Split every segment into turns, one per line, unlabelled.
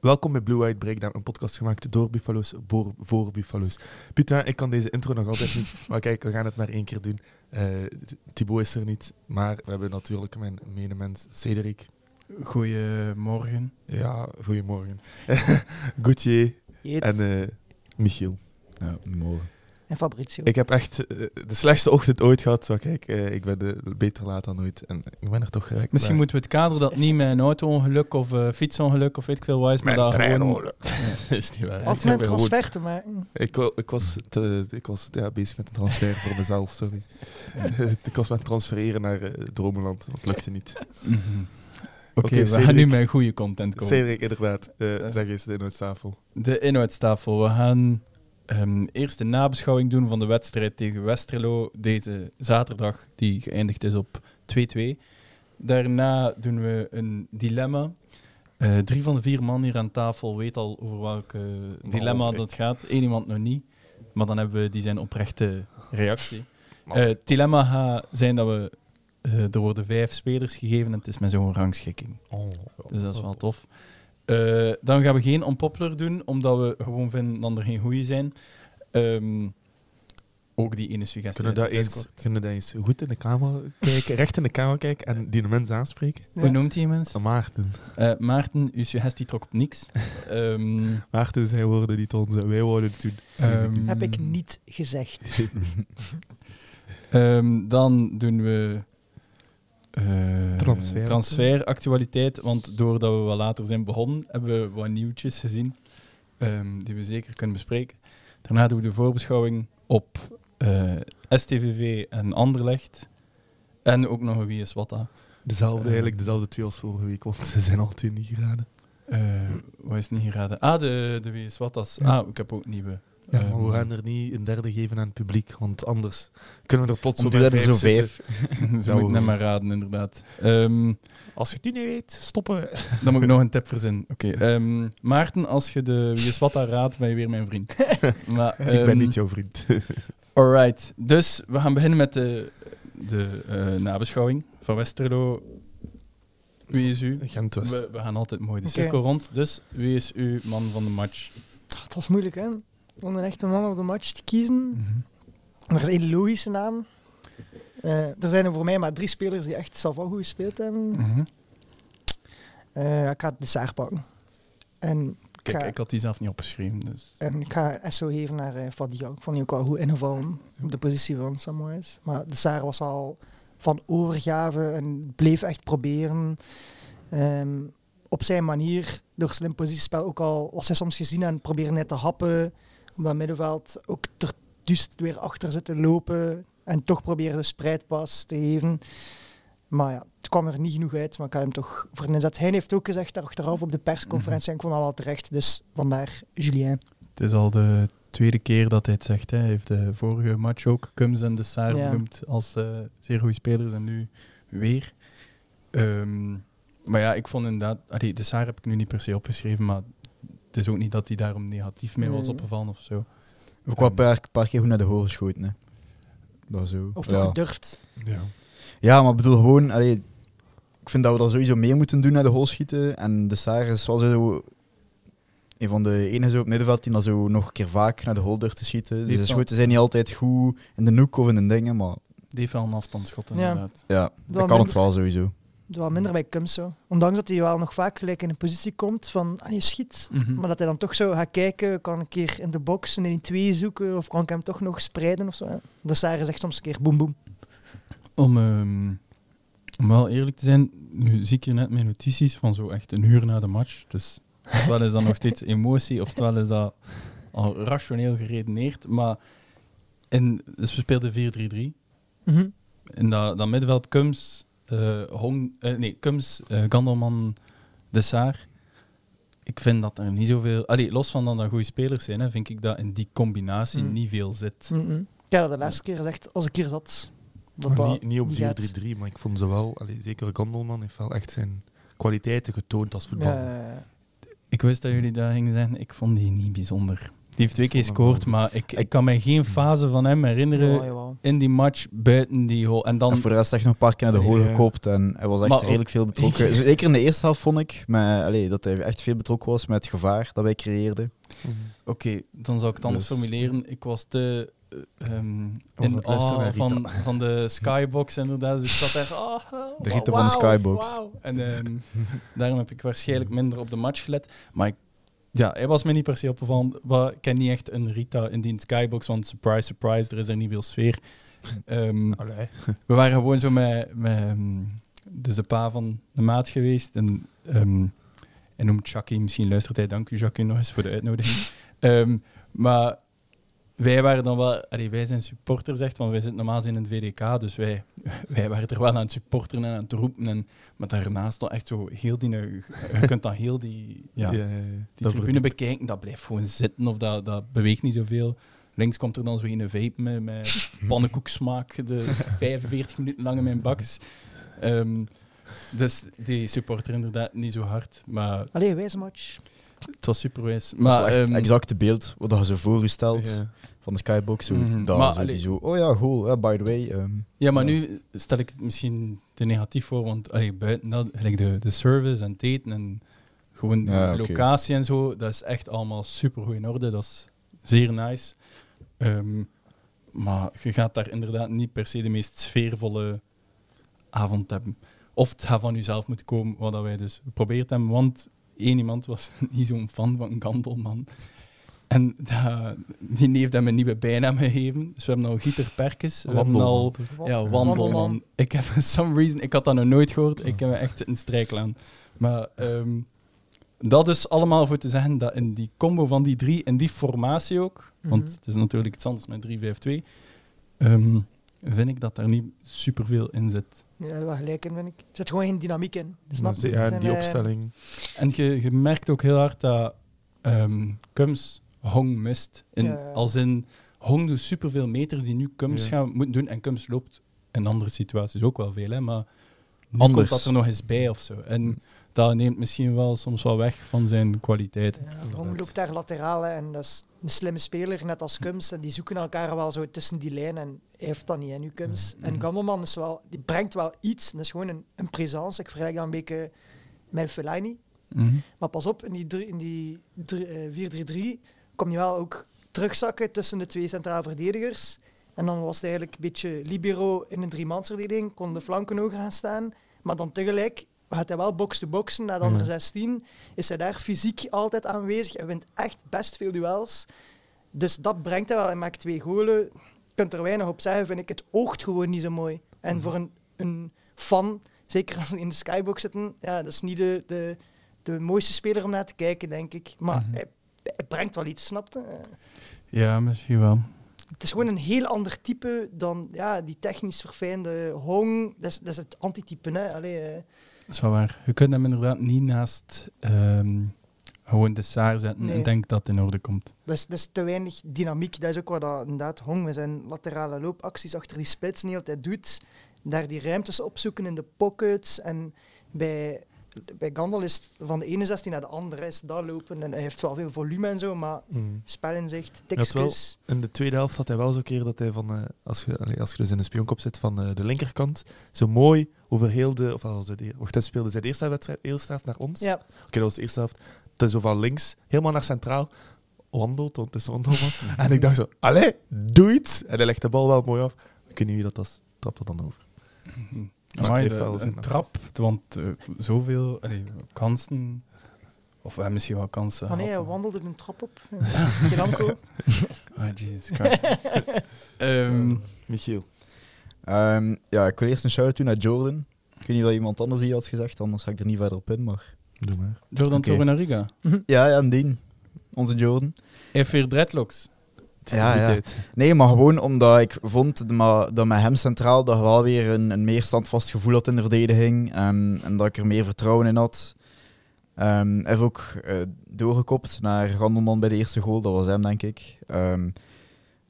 Welkom bij Blue White Breakdown, een podcast gemaakt door Buffalo's, voor, voor Buffalo's. Putain, ik kan deze intro nog altijd niet, maar kijk, we gaan het maar één keer doen. Eh Thibaut is er niet, maar we hebben natuurlijk mijn medemens Cedric.
Goedemorgen.
Ja, goedemorgen. Gauthier en eh, Michiel.
Ja, morgen.
En Fabrizio.
Ik heb echt eh, de slechtste ochtend ooit gehad, maar kijk, eh, ik ben eh, beter laat dan ooit en ik ben er toch geraakt.
Misschien moeten we het kader dat niet met een auto-ongeluk of eh, fietsongeluk of weet ik veel wat is, maar daar gewoon...
Dat is niet waar.
Ja,
Als
Ik
men
ben gewoon-
transfer te maken.
Ik, wa- ik was, te- ik was ja, bezig met een transfer voor mezelf, sorry. ik was met transfereren naar eh, Dromeland, want het lukte niet.
Mhm. Oké,
Oké,
we gaan nu
Cedric.
met goede content komen.
Cedric, inderdaad, eh,
Eh.
zeg eens de inhoudstafel.
De inhoudstafel. We gaan ehm, eerst de nabeschouwing doen van de wedstrijd tegen Westerlo deze zaterdag, die geëindigd is op 2-2. Daarna doen we een dilemma. Eh, drie van de vier man hier aan tafel weet al over welk eh, dilemma
ik.
dat gaat. Eén iemand nog niet. Maar dan hebben we die zijn oprechte reactie.
Man.
Eh, het dilemma gaat zijn dat we... eh, er worden vijf spelers gegeven en het is met zo'n rangschikking.
Oh,
Dus dat is wel tof. Eh, dan gaan we geen onpopular doen, omdat we gewoon vinden dat er geen goeie zijn. Ehm, ook die ene suggestie.
Kunnen we
uit
daar
de
eens,
Discord.
kunnen we daar eens goed in de camera kijken, recht in de camera kijken en die mensen aanspreken?
Hoe
Ja.
noemt die mens?
Maarten.
Eh, Maarten, uw suggestie trok op niks. Ehm,
Maarten zijn woorden niet onze, wij woorden het doen.
Ehm,
Heb ik niet gezegd.
ehm, dan doen we. eh,
Transfer.
transferactualiteit, want doordat we wat later zijn begonnen, hebben we wat nieuwtjes gezien ehm, die we zeker kunnen bespreken. Daarna doen we de voorbeschouwing op eh, STVV en Anderlecht. En ook nog een Wie is wat aan.
Dezelfde,
Eh.
eigenlijk dezelfde twee als vorige week, want ze zijn al twee niet geraden.
Eh, wat is het niet geraden? Ah, de, de Wie is wat als.
Ja.
Ah, ik heb ook nieuwe.
Ja,
Ehm,
maar we gaan er niet een derde geven aan het publiek, want anders kunnen we er plots
Om
op
duur hebben ze zo'n vijf.
Zo moet ik net maar raden, inderdaad. Ehm,
Als je het nu niet weet, stoppen.
Dan moet ik nog een tip verzinnen. Oké. ehm, Maarten, als je de Wie is wat daar raadt, ben je weer mijn vriend. Maar,
ik ben
ehm,
niet jouw vriend.
Alright. Dus we gaan beginnen met de, de eh, nabeschouwing van Westerlo. Wie is u?
Gent West.
We, we gaan altijd mooi de
Oké.
cirkel rond. Dus wie is uw man van de match?
Ah, Het was moeilijk, hè? Om een echte man op de match te kiezen.
Mhm.
Er is één logische naam. Eh, er zijn er voor mij maar drie spelers die echt zelf wel goed gespeeld hebben.
Mhm.
Eh, ik ga het dessert pakken. En ik
Kijk,
ga,
ik had die zelf niet opgeschreven. Dus.
en ik ga SO geven naar eh Fadia. Ik vond die ook wel goed ingevallen op de positie van Samoes. Maar dessert was al van overgave en bleef echt proberen. Ehm, op zijn manier, door slim positiespel ook al, was hij soms gezien en probeerde net te happen. Op dat middenveld ook ter dus weer achter zitten lopen en toch proberen de spreidpas te geven. Maar ja, het kwam er niet genoeg uit, maar ik had hem toch voor de inzet. Hij heeft ook gezegd daar achteraf op de persconferentie, en ik vond dat wel terecht, dus vandaar Julien.
Het is al de tweede keer dat hij het zegt. Hè. Hij heeft de vorige match ook Cums en de Saar
Ja.
genoemd als eh, zeer goede spelers en nu weer. Ehm, maar ja, ik vond inderdaad... Allee, de Saar heb ik nu niet per se opgeschreven, maar het is ook niet dat hij daarom negatief mee was
Nee.
opgevallen of zo.
Ook wel een paar, paar keer goed naar de horen schoten, hè. Dat zo.
Of toch
ja.
gedurfd.
Ja.
ja, maar ik bedoel gewoon... allee, ik vind dat we dat sowieso meer moeten doen naar de hol schieten. En de Saar is wel zo... Een van de enigen zo op middenveld die dan zo nog een keer vaak naar de hol durft te schieten.
heeft
Dus de
wel-
schoten zijn niet altijd goed in de noek of in de dingen, maar
Die heeft wel een afstandsschot
Ja.
inderdaad.
ja,
minder.
dat kan het wel sowieso.
Wel minder bij Kums zo. Ondanks dat hij wel nog vaak gelijk in een positie komt van, ah, je schiet.
Hm.
Mhm.
Maar dat hij dan toch zo gaat kijken, kan ik een keer in de box en in die twee zoeken, of kan ik hem toch nog spreiden of zo. hè. De Sarah zegt soms een keer boem boem.
Om, ehm, om wel eerlijk te zijn, nu zie ik hier net mijn notities van zo echt een uur na de match. Dus ofwel is dat nog steeds emotie, ofwel is dat al rationeel geredeneerd. Maar in, dus we speelden 4-3-3.
Mhm.
In dat, dat middenveld Kums, eh, Hong, eh, nee, Kums eh, Gandelman, De Saar. Ik vind dat er niet zoveel... Allee, los van dat dat goede spelers zijn, hè, vind ik dat in die combinatie
Mm.
niet veel zit.
Mhm. Ik heb dat de laatste keer gezegd, als ik hier zat. Dat
Maar
dat
niet, niet op
gaat.
4-3-3, maar ik vond ze wel, allee, zeker Gandelman heeft wel echt zijn kwaliteiten getoond als voetballer.
Ja,
Ik wist dat jullie dat gingen zeggen. Ik vond die niet bijzonder. heeft twee keer gescoord, maar ik, ik kan mij geen fase van hem
Jawel,
herinneren
jawel.
in die match buiten die goal. En
En
dan
voor de rest echt nog een paar keer naar de goal
Ja.
gekoopt en hij was echt
Maar ook-
redelijk veel betrokken. Zeker in de eerste helft vond ik maar, allee, dat hij echt veel betrokken was met het gevaar dat wij creëerden.
Mhm.
Oké, dan zou ik het anders
Dus-
formuleren. Ik was te eh,
was
ehm,
aan
in
het luisteren
awe
naar Rita.
van, van de skybox inderdaad. Dus ik zat daar... ah, ah,
De Rita
wauw,
van de skybox.
wauw. En ehm, daarom heb ik waarschijnlijk minder op de match gelet. Maar ik- ja, hij was mij niet per se opgevallen. Wa- Ik ken niet echt een Rita in die skybox, want surprise, surprise, er is er niet veel sfeer. Ehm,
Allee.
we waren gewoon zo met, met ehm, dus een pa van de maat geweest. En, ehm hij noemt Chucky, misschien luistert hij. Dank u, Chucky, nog eens voor de uitnodiging. Ehm, maar wij waren dan wel... Allee, wij zijn supporters echt, want wij zitten normaal gezien in het VDK. Dus wij, wij waren er wel aan het supporteren en aan het roepen. En, maar daarnaast dan echt zo heel die... Je kunt dan heel die... Ja,
Ja, ja, ja.
die
Dat
tribune bekijken, dat blijft gewoon zitten of dat, dat beweegt niet zoveel. Links komt er dan zo een vape met, met pannenkoeksmaak, de 45 minuten lang in mijn bakjes. Ehm, dus die supporter inderdaad niet zo hard, maar
Allee, wijze match.
het was superwijs.
Maar, dat is wel
Maar,
echt het
ehm,
exacte beeld wat je zo voor je stelt
Ja.
van de skybox. Zo,
Mhm.
daar,
Maar,
zo,
allee-
die zo, oh ja, goal, ja, by the way. ehm,
ja, maar
ja.
nu stel ik het misschien te negatief voor, want allee, buiten dat, gelijk de, de service en het eten en gewoon de
Ja, oké.
locatie en zo, dat is echt allemaal supergoed in orde. Dat is zeer nice. Ehm, maar je gaat daar inderdaad niet per se de meest sfeervolle avond hebben. Of het gaat van jezelf moeten komen, wat dat wij dus geprobeerd hebben. Want één iemand was niet zo'n fan van Gandelman. En dat- die heeft hem een nieuwe bijnaam gegeven. Dus we hebben al Gieter Perkes. We hebben
Wandelman.
al ja, wandelman. Ik heb some reason, ik had dat nog nooit gehoord. Ik heb me echt een strijklaan. Maar ehm, dat is allemaal voor te zeggen dat in die combo van die drie, in die formatie ook, want
Mhm.
het is natuurlijk iets anders met 3-5-2, ehm, vind ik dat daar niet superveel in zit.
Mhm. Ja, daar gelijk in, vind ik. Er zit gewoon geen dynamiek in. Snap
Maar
je?
ze-
Het
Ja,
zijn,
die
eh,
opstelling.
En je, je merkt ook heel hard dat ehm Kums Hong mist. In,
Ja, ja.
Als in Hong doet superveel meters die nu Kums
Ja.
gaan moeten doen. En Kums loopt in andere situaties ook wel veel, hè, maar nu
Anders.
komt dat er nog eens bij of zo. En dat neemt misschien wel soms wel weg van zijn kwaliteiten.
Ja, Hong loopt daar lateraal hè, en dat is een slimme speler, net als Kums. En die zoeken elkaar wel zo tussen die lijn en hij heeft dat niet, hè, nu Kums. En Gandelman is wel, die brengt wel iets, dat is gewoon een, een présence. Ik vergelijk dat een beetje met Fellaini.
Mhm.
Maar pas op, in die, drie- in die drie- eh, 4-3-3 kom je wel ook terugzakken tussen de twee centrale verdedigers. En dan was het eigenlijk een beetje libero in een driemansverdediging, kon de flanken hoger gaan staan. Maar dan tegelijk gaat hij wel box-to-boxen naar de andere
Ja.
16. Is hij daar fysiek altijd aanwezig en wint echt best veel duels. Dus dat brengt hij wel. Hij maakt twee golen. Je kunt er weinig op zeggen, vind ik. Het oogt gewoon niet zo mooi. En voor een, een fan, zeker als ze in de skybox zitten, ja, dat is niet de, de, de mooiste speler om naar te kijken, denk ik. Maar
Mhm.
hij, hij brengt wel iets, snapte?
Ja, misschien wel.
Het is gewoon een heel ander type dan ja, die technisch verfijnde Hong. Dat is, dat is het antitype, hè. Allee, eh.
Dat is wel waar. Je kunt hem inderdaad niet naast ehm, gewoon de Saar zetten en
Nee.
denk dat het in orde komt.
Dat is, dat is te weinig dynamiek. Dat is ook wat dat, inderdaad Hong met zijn laterale loopacties achter die spits niet altijd doet. Daar die ruimtes opzoeken in de pockets. En bij, bij Gandal is het van de ene 16 naar de andere is dat lopen. En hij heeft wel veel volume en zo, maar
Mm.
spelinzicht,
is wel-
tikjes.
In de tweede helft had hij wel zo'n keer dat hij van, eh, als, je, allee, als je dus in de spionkop zit van eh, de linkerkant, zo mooi over heel de, of als de, wacht, hij speelde zijn eerste wedstrijd, eerste helft naar ons.
Ja,
Oké, dat was de eerste helft. Ten zo van links, helemaal naar centraal, wandelt, want het is een wandelman. en ik dacht zo, allee, doe iets! En hij legt de bal wel mooi af. Ik weet niet wie dat was, trapt dat dan over.
Amai,
heeft
de-
wel zijn
een
access.
trap, want eh, zoveel allee, kansen. Of we hebben misschien wel kansen.
Ah, nee, hij
gehad,
wandelde een trap op. Gelamco.
maar- Ah, Jesus Christ. Ehm,
Michiel.
Ehm, ja, ik wil eerst een shout-out doen naar Jordan. Ik weet niet of iemand anders die had gezegd, anders ga ik er niet verder op in. Maar...
Doe maar.
Jordan
Oké.
Torunariga.
Ja, ja, Dean. Onze Jordan.
Hij heeft weer dreadlocks.
Het ziet er
Ja,
niet
ja.
uit.
Nee, maar gewoon omdat ik vond dat ma- dat met hem centraal dat je wel weer een, een meer standvast gevoel had in de verdediging. ehm, en dat ik er meer vertrouwen in had. Ehm, hij heeft ook eh, doorgekopt naar Randelman bij de eerste goal. Dat was hem, denk ik. Ehm,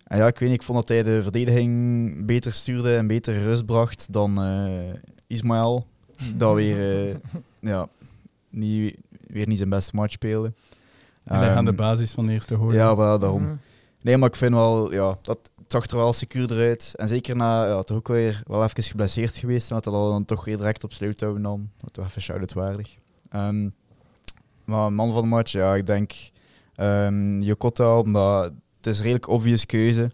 en ja, ik weet niet, ik vond dat hij de verdediging beter stuurde en beter rust bracht dan eh Ismaël. Dat weer, eh, ja, niet, weer niet zijn beste match speelde.
Hij ligt aan de
Ehm,
basis van de eerste goal.
Ja, wel, daarom.
Mhm.
Nee, maar ik vind wel, ja, dat het zag er wel secuur eruit. En zeker na, ja, toch ook weer wel even geblesseerd geweest. En dat hij dat dan toch weer direct op sleutouw nam. Dat toch even shout-out waardig. Ehm, maar man van de match, ja, ik denk ehm Jokota, omdat het is een redelijk obvious keuze.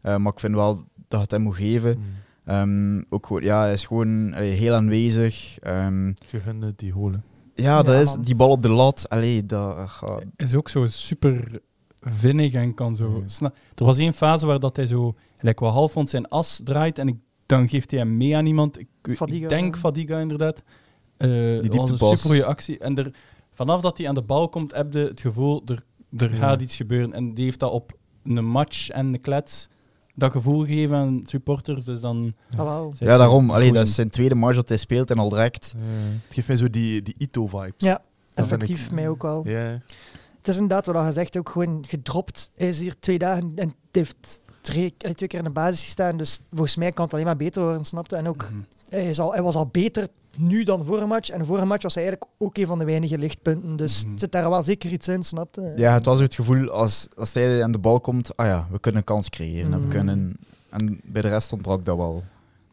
Eh, maar ik vind wel dat het hem moet geven.
Mm.
Ehm, ook gewoon, ja, hij is gewoon allee, heel aanwezig. Ehm,
Gegunde die holen.
ja, dat
Ja,
is
man.
die bal op de lat. Allee, dat ah, gaat...
is ook zo super vinnig en kan zo...
Ja.
sna- Er was één fase waar dat hij zo gelijk wel half rond zijn as draait en ik, dan geeft hij hem mee aan iemand. Ik, ik
Fadiga.
denk Fadiga inderdaad. Eh, dat was een
dieptepas.
super goede actie. En er, vanaf dat hij aan de bal komt, heb je het gevoel, er, er
Ja.
gaat iets gebeuren. En die heeft dat op een match en een klets dat gevoel gegeven aan supporters. Dus dan...
Ah, wel.
zijn
Ja,
ze
daarom.
een
Allee,
goeie.
dat is zijn tweede marge dat hij speelt en al direct.
het geeft mij zo die, die Ito-vibes.
Ja,
Dat vind
Effectief,
ik-
mij ook wel.
Ja.
Het is inderdaad wat je zegt, ook gewoon gedropt. Hij is hier twee dagen en het heeft drie, eh, twee keer in de basis gestaan. Dus volgens mij kan het alleen maar beter worden, snapte. En ook,
Mhm.
hij, is al, hij was al beter nu dan voor een match. En voor een match was hij eigenlijk ook een van de weinige lichtpunten. Dus
Mhm.
het zit daar wel zeker iets in, snapte.
Ja, het was het gevoel als, als hij aan de bal komt, ah ja, we kunnen een kans creëren. En, we
Mhm.
kunnen, en bij de rest ontbrak dat wel.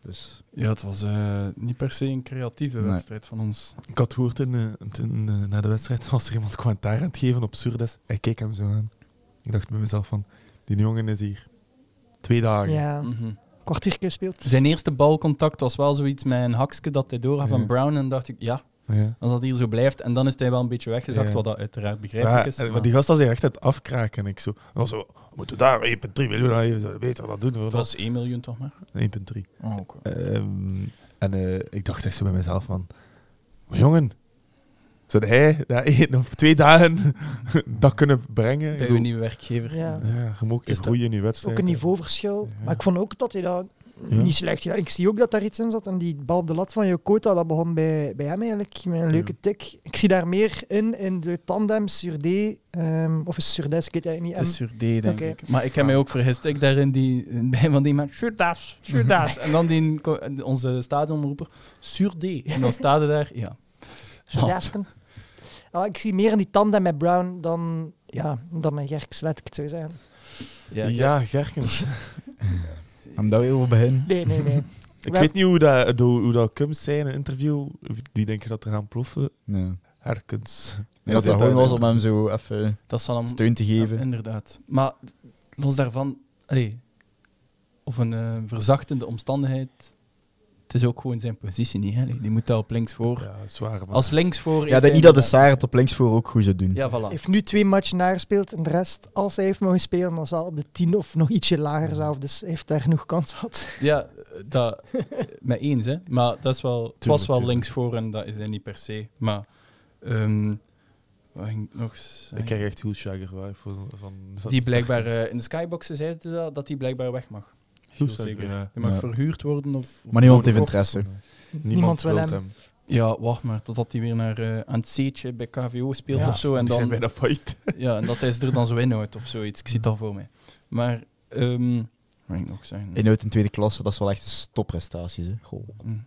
Dus
Ja, het was eh, niet per se een creatieve
Nee.
wedstrijd van ons.
Ik had gehoord in, eh, toen, eh, na de wedstrijd, was er iemand commentaar aan het geven op Surdes. Ik keek hem zo aan. Ik dacht bij mezelf van, die jongen is hier twee dagen.
Ja,
Mhm.
kwartiertje gespeeld.
Zijn eerste balcontact was wel zoiets met een haksje dat hij doorgaf
Ja.
van Brown. En dacht ik, ja,
Ja.
als dat hier zo blijft. En dan is hij wel een beetje weggezakt,
Ja.
wat dat uiteraard begrijpelijk is.
Ja, en-
maar
want die gast was hier echt aan het afkraken. En ik zo, en dan zo moeten we daar 1,3 miljoen aan geven, zouden we beter dat doen. hoor.
het was 1 miljoen toch maar.
1,3.
Oh,
Ehm, en eh, ik dacht echt zo bij mezelf van... Maar jongen, zou hij dat één of twee dagen dat kunnen brengen? Ik
Bij uw
bedoel,
nieuwe werkgever.
Ja.
Ja, je moet ook
Is
eens
dat-
groeien in je
Het is
wedstrijd.
ook een
hè.
niveauverschil.
Ja.
Maar ik vond ook dat hij dat
Ja.
niet slecht gedaan. Ik zie ook dat daar iets in zat. En die bal op de lat van Jokota, dat begon bij, bij hem eigenlijk. Met een leuke tik. Ik zie daar meer in, in de tandem Surdé. ehm, of is Surdes, ik weet het eigenlijk niet.
Het is
En-
Sur D, denk
Oké.
ik. Maar ik heb mij ook vergist. Ik daarin die, bij van die man, Surdaas, Surdaas. en dan die, onze stadionroeper, Sur D. En dan staat hij daar, ja.
Zodasken. Ah, ik zie meer in die tandem met Brown dan, ja, dan met Gerks, laat ik het zo zeggen.
Ja,
Ja, Gerkens.
om daar weer over begin.
Nee, nee, nee.
ik
Ja.
weet niet hoe dat, hoe, hoe dat Kums zei in een interview. Die denken dat er gaan ploffen.
Nee. Ik
Herkens.
denk dat het gewoon was om hem zo even
Mm.
Dat zal hem
steun te
Ja,
geven.
inderdaad. Maar los daarvan, allee, of een eh, verzachtende omstandigheid. Het is ook gewoon zijn positie niet. Hè? Allee, Die moet daar op links voor.
Ja, zwaar. Maar.
Als links voor.
Ja, ik denk niet dat de Saar het op linksvoor ook goed zou doen.
Ja,
Hij
voilà.
heeft nu twee matchen nagespeeld en de rest, als hij heeft mogen spelen, dan zal op de tien of nog ietsje lager zelf. Dus hij heeft daar genoeg kans gehad.
Ja, dat mee eens, hè? Maar dat is wel, het was wel
tuurlijk.
links voor en dat is hij niet per se. Maar. ehm, wat ging ik nog zeggen?
Ik krijg echt Hulshager vibe van, van, van...
Die blijkbaar eh, in de skyboxen zeiden ze dat, dat die blijkbaar weg mag. Heel
Hulshager,
zeker.
ja. eh,
Die mag
Ja.
verhuurd worden of. of
Maar niemand heeft
worden
interesse.
Niemand, wil hem.
Ja, wacht maar, totdat hij weer naar, eh, aan het C'tje bij KVO speelt
Ja,
of zo. En
Die zijn
dan,
bijna failliet.
ja, en dat hij ze er dan zo inhoudt of zoiets. Ik zie het al voor mij. Maar, ehm wat moet ik nog zeggen?
Inhoud in tweede klasse, dat is wel echt een topprestaties. Hè. Goh.
Mm.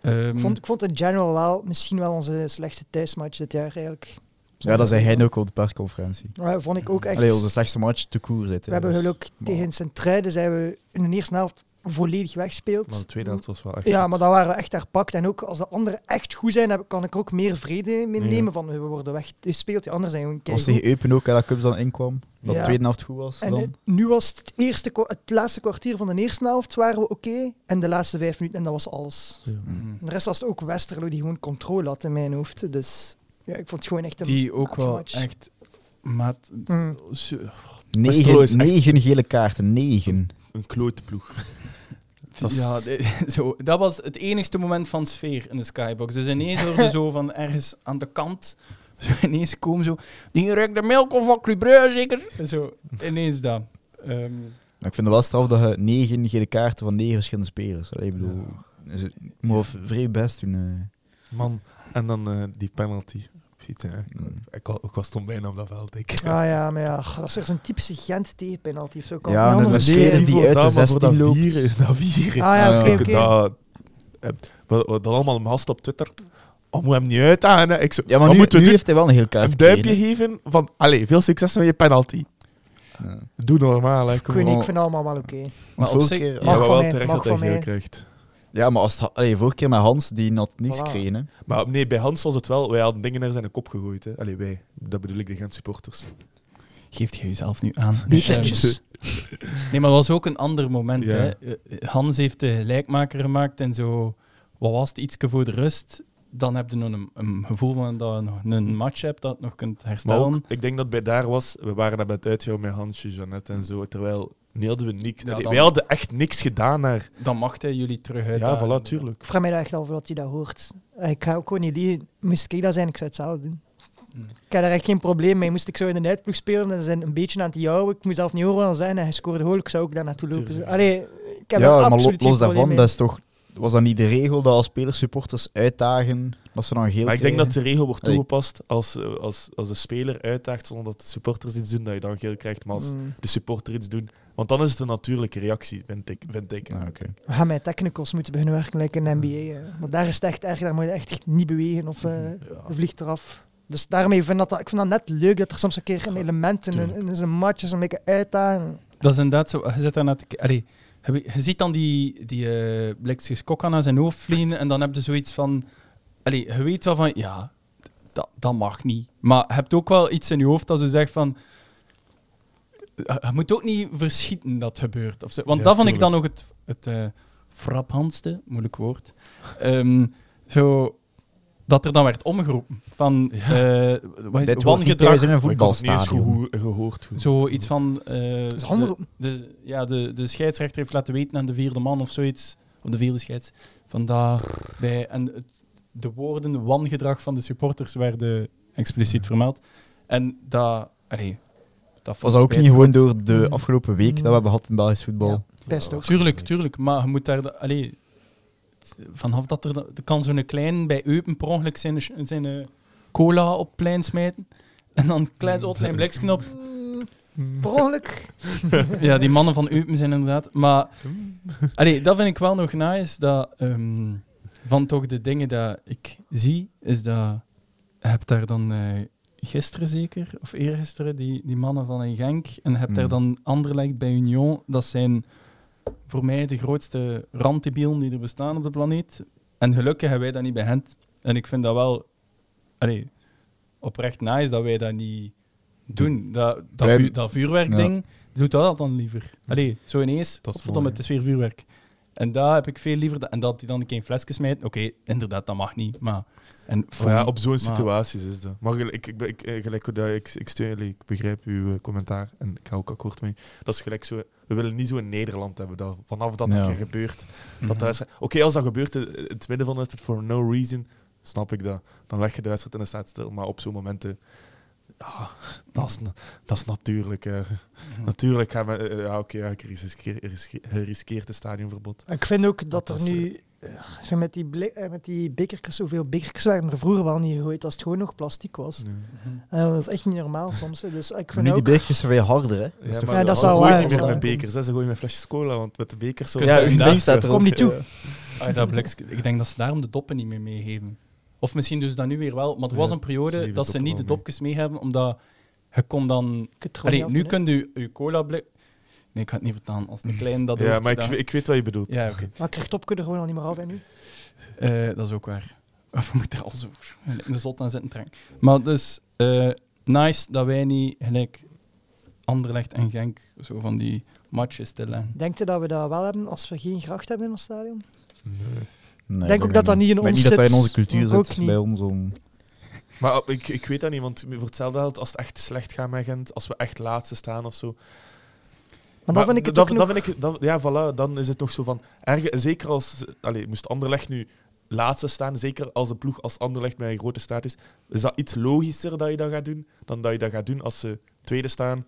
Ehm,
Ik vond, ik vond in general wel misschien wel onze slechtste thuismatch dit jaar eigenlijk.
Ja, dat zei hij ook op de persconferentie.
Ja, vond ik ook echt.
Allee, onze slechtste match te koer
we
zitten. Dus
hebben gelukkig
maar-
tegen Sint-Truiden zijn we in de eerste helft volledig weggespeeld.
Maar de tweede helft was wel echt...
Ja,
goed.
maar dan waren we echt herpakt. En ook als de anderen echt goed zijn, heb- kan ik er ook meer vrede mee
Ja.
nemen. Van, we worden weggespeeld, die anderen zijn gewoon
was
keigoed.
tegen Eupen ook, hè, dat Cubs dan inkwam. Dat
Ja.
de tweede helft goed was.
En
dan.
eh, nu was het, het eerste, kwa- het laatste kwartier van de eerste helft waren we oké. en de laatste vijf minuten, en dat was alles.
Ja.
mm.
En de rest was het ook Westerlo die gewoon controle had in mijn hoofd. Dus ja, ik vond het gewoon echt een...
die ook wel
match.
echt. Maat,
Mm.
zo-
Westerlo is
Negen,
echt-
negen gele kaarten, negen.
Een klote ploeg. Dat is-
ja, de- zo, dat was het enigste moment van sfeer in de skybox. Dus ineens hoorde zo van ergens aan de kant. Zo ineens komen zo. Die ruikt de melk of van Clubreur zeker. Zo, ineens dat. Ehm,
Maar ik vind het wel straf dat je negen gele kaarten van negen verschillende spelers. Allee, ik bedoel, is het- je moet wel vrij best doen. eh.
Man, en dan eh, die penalty. Fietsen, hè. Ik-
Mm.
Ik, wa- ik was toen bijna op dat veld. Ik.
Ah ja, maar ja, goh, dat is echt zo'n typische Gent tegenpenalty of zo. Kan
Ja,
niet
en
anders
een
zeggen.
schede
Nee,
die
voor
uit de
dat, maar voor
16
dat
loopt.
vieren. Dat vieren.
Ah ja,
Ah,
oké,
ja.
Ik-
oké.
Dat, eh, wat- wat- dat allemaal mast op Twitter. oh, moet hem niet uitdagen. hè." Ik zo,
Ja, maar
wat
nu,
moeten we
nu
doen?
heeft hij wel een heel kaart
Een duimpje
gekregen.
geven van, allee, veel succes met je penalty.
Ja.
Doe normaal, hè.
Ik
Kom
weet niet,
op.
ik vind het allemaal wel oké.
Want
op
vorige
zich-
keer-
Ja,
Mag
maar
van
wel
mij,
terecht
mag
dat hij
van
geel
mij.
krijgt.
Ja, maar als, het- allee, vorige keer met Hans, die had niks
Voilà.
kreeg. Hè.
Maar nee, bij Hans was het wel, wij hadden dingen naar zijn kop gegooid. Hè. Allee, wij. Dat bedoel ik, de Gent supporters.
Geeft je jezelf nu aan.
Betertjes.
Nee, maar dat was ook een ander moment.
Ja.
Hè. Eh, Hans heeft de gelijkmaker gemaakt en zo, wat was het, ietsje voor de rust. Dan heb je nog een, een gevoel van dat je nog een match hebt dat je nog kunt
Maar
herstellen.
ook, ik denk dat bij daar was, we waren naar het uitgehouden met Hansje, Jeannette en zo, terwijl nee, hadden we niks.
Ja,
allee,
dan-
wij hadden echt niks gedaan naar...
Dan mag hij jullie terug uit.
Ja, voilà, tuurlijk.
Ik vraag mij daar echt af wat je dat hoort. Eh, Ik ga ook gewoon niet liegen. Moest ik dat zijn, ik zou het zelf doen.
Hm.
Hmm.
Ik had daar echt geen probleem mee. Moest ik zo in de uitploeg spelen en ze zijn een beetje aan het jouwen. Ik moet zelf niet horen wat ze zeggen en hij scoorde goal. Ik zou ook daar naartoe lopen.
Tuurlijk.
Allee, ik heb daar
Ja, maar lo-
absoluut
los
geen probleem
daarvan,
mee.
dat is toch, was dat niet de regel dat als spelers supporters uitdagen, dat ze dan een geel
Maar ik denk dat
krijgen?
de regel wordt
Allee.
toegepast als, eh, als, als de speler uitdaagt zonder dat de supporters iets doen, dat je dan geel krijgt. Maar als
Hmm.
de supporter iets doen... Want dan is het een natuurlijke reactie, vind ik. Vind ik.
Ah, oké.
We gaan met technicals moeten beginnen werken, like in de NBA. hè. Want eh. daar is het echt erg, daar moet je echt niet bewegen of eh,
Ja.
je vliegt eraf. Dus daarmee vind ik dat, ik vind dat net leuk dat er soms een keer een element in,
tuurlijk.
in, in zijn match is, een beetje uitdagen.
Dat is inderdaad zo. Je zit daar net. Allee, heb je, je ziet dan die, die eh blikjes kokka naar zijn hoofd vliegen. En dan heb je zoiets van. Allee, je weet wel van. Ja, dat, dat mag niet. Maar je hebt ook wel iets in je hoofd dat ze zegt van. eh, Je je moet ook niet verschieten dat gebeurt. Of zo. Want
Ja,
dat vond ik dan nog
tuurlijk.
het, het eh, frappantste, moeilijk woord. Ehm, zo, dat er dan werd omgeroepen. Van,
Ja.
eh wat-
Dit wordt niet
wangedrag.
thuis in een
Maar ik had het dus niet eens
voetbalstadion.
geho- gehoord. goed.
Zoiets van. eh,
Dat is
de-
handig.
de, ja, de, de scheidsrechter heeft laten weten aan de vierde man of zoiets, of de vierde scheids, van dat bij, en het- de woorden wangedrag van de supporters werden expliciet vermeld. En dat, allee, dat
Was
vond
dat ook
ik
niet gewoon
spijtig.
door de afgelopen week dat we hebben gehad in Belgisch voetbal?
Best ook.
Tuurlijk, tuurlijk, maar je moet daar, de- allee, t- vanaf dat er, er kan zo'n klein bij Eupen per ongeluk zijn, zijn eh, cola op het plein smijten. En dan klein op klein bliksknop.
Mm, Per ongeluk.
Ja, die mannen van Eupen zijn inderdaad. Maar Allee, dat vind ik wel nog nice. Dat, ehm, van toch de dingen dat ik zie, is dat... Je hebt daar dan eh, gisteren zeker, of eergisteren, die, die mannen van een Genk. En je hebt daar
Mm.
dan Anderlecht bij Union. Dat zijn voor mij de grootste randdebielen die er bestaan op de planeet. En gelukkig hebben wij dat niet bij hen. En ik vind dat wel... Allee, oprecht nice dat wij dat niet doen. Dat, dat,
Wij-
vu- dat vuurwerkding, doet dat dan liever. Allee, zo ineens,
Dat is
verdomme,
mooi,
het is weer vuurwerk. En daar heb ik veel liever... da- en dat die dan een keer in flesjes smijten. Oké, inderdaad, dat mag niet, maar... En
Oh ja, op zo'n
maar-
situaties is dat. Maar gelijk- ik, ik, ben- ik, eh, gelijk hoe dat ik, ik steun jullie, ik begrijp uw eh, commentaar en ik ga ook akkoord mee. Dat is gelijk zo, we willen niet zo'n Nederland hebben dat vanaf dat
Ja.
een keer gebeurt.
Mhm.
Dat de wedstrijd- Oké, als dat gebeurt eh, in het midden van de wedstrijd, for no reason, snap ik dat. Dan leg je de wedstrijd en dan staat het stil. Maar op zo'n momenten, ja, dat is, na- dat is natuurlijk. eh.
Mhm.
Natuurlijk gaan we, eh, ja oké, ja, ik riskeer, riskeer, riskeert het stadionverbod.
Ik vind ook dat
Dat
er
is,
nu eh, zo met die, blik- eh, met die bekertjes, zoveel bekertjes werden er vroeger wel niet gegooid als het gewoon nog plastic was.
Mhm.
Eh, dat is echt niet normaal soms. hè. Dus ik
Maar
vind
nu die
ook,
bekertjes zijn veel harder, hè? Dat is toch-
maar- Ja, dat
ze
zou
gooien
waar
niet meer
zijn.
met bekers, hè. ze gooien met flesjes cola, want met de bekers... zo-
Ja, Ja,
uw ding staat erop.
Kom niet toe.
Ja.
Ah, dat bliks- ik denk dat ze daarom de doppen niet meer meegeven. Of misschien dus dat nu weer wel. Maar er was
Ja,
een
ze
periode
geven
dat ze
doppen
niet de
wel
dopjes mee hebben, omdat je kon dan...
ik het gewoon
Allee,
niet
nu
af-
kunt u uw cola... blik- Nee, ik ga het niet vertalen. Als een klein dat
Mm. Ja,
hoort,
maar ik,
dat-
ik weet wat je bedoelt.
Ja, oké.
Maar ik krijg top kunnen gewoon al niet meer af en nu.
Eh, dat is ook waar. Of we moeten er al zo in de zot aan zitten trekken. Maar dus, eh, nice dat wij niet gelijk Anderlecht en Genk zo van die matches stilleggen.
Denkt u dat we dat wel hebben als we geen gracht hebben in ons stadion?
Nee,
denk ook
ik
dat dat niet in
Ik denk
ons
niet dat dat in
zit.
onze cultuur
Ook
zit,
niet.
bij ons om...
Maar op- ik, ik weet dat niet, want voor hetzelfde geld, als het echt slecht gaat met Gent, als we echt laatste staan of zo...
Maar dan vind ik het
dat,
ook
dat
nog-
vind ik, dat, Ja, voilà, dan is het nog zo van... Erg, zeker als... Allee, moest Anderlecht nu laatste staan, zeker als de ploeg als Anderlecht met een grote staat is, is dat iets logischer dat je dat gaat doen, dan dat je dat gaat doen als ze tweede staan.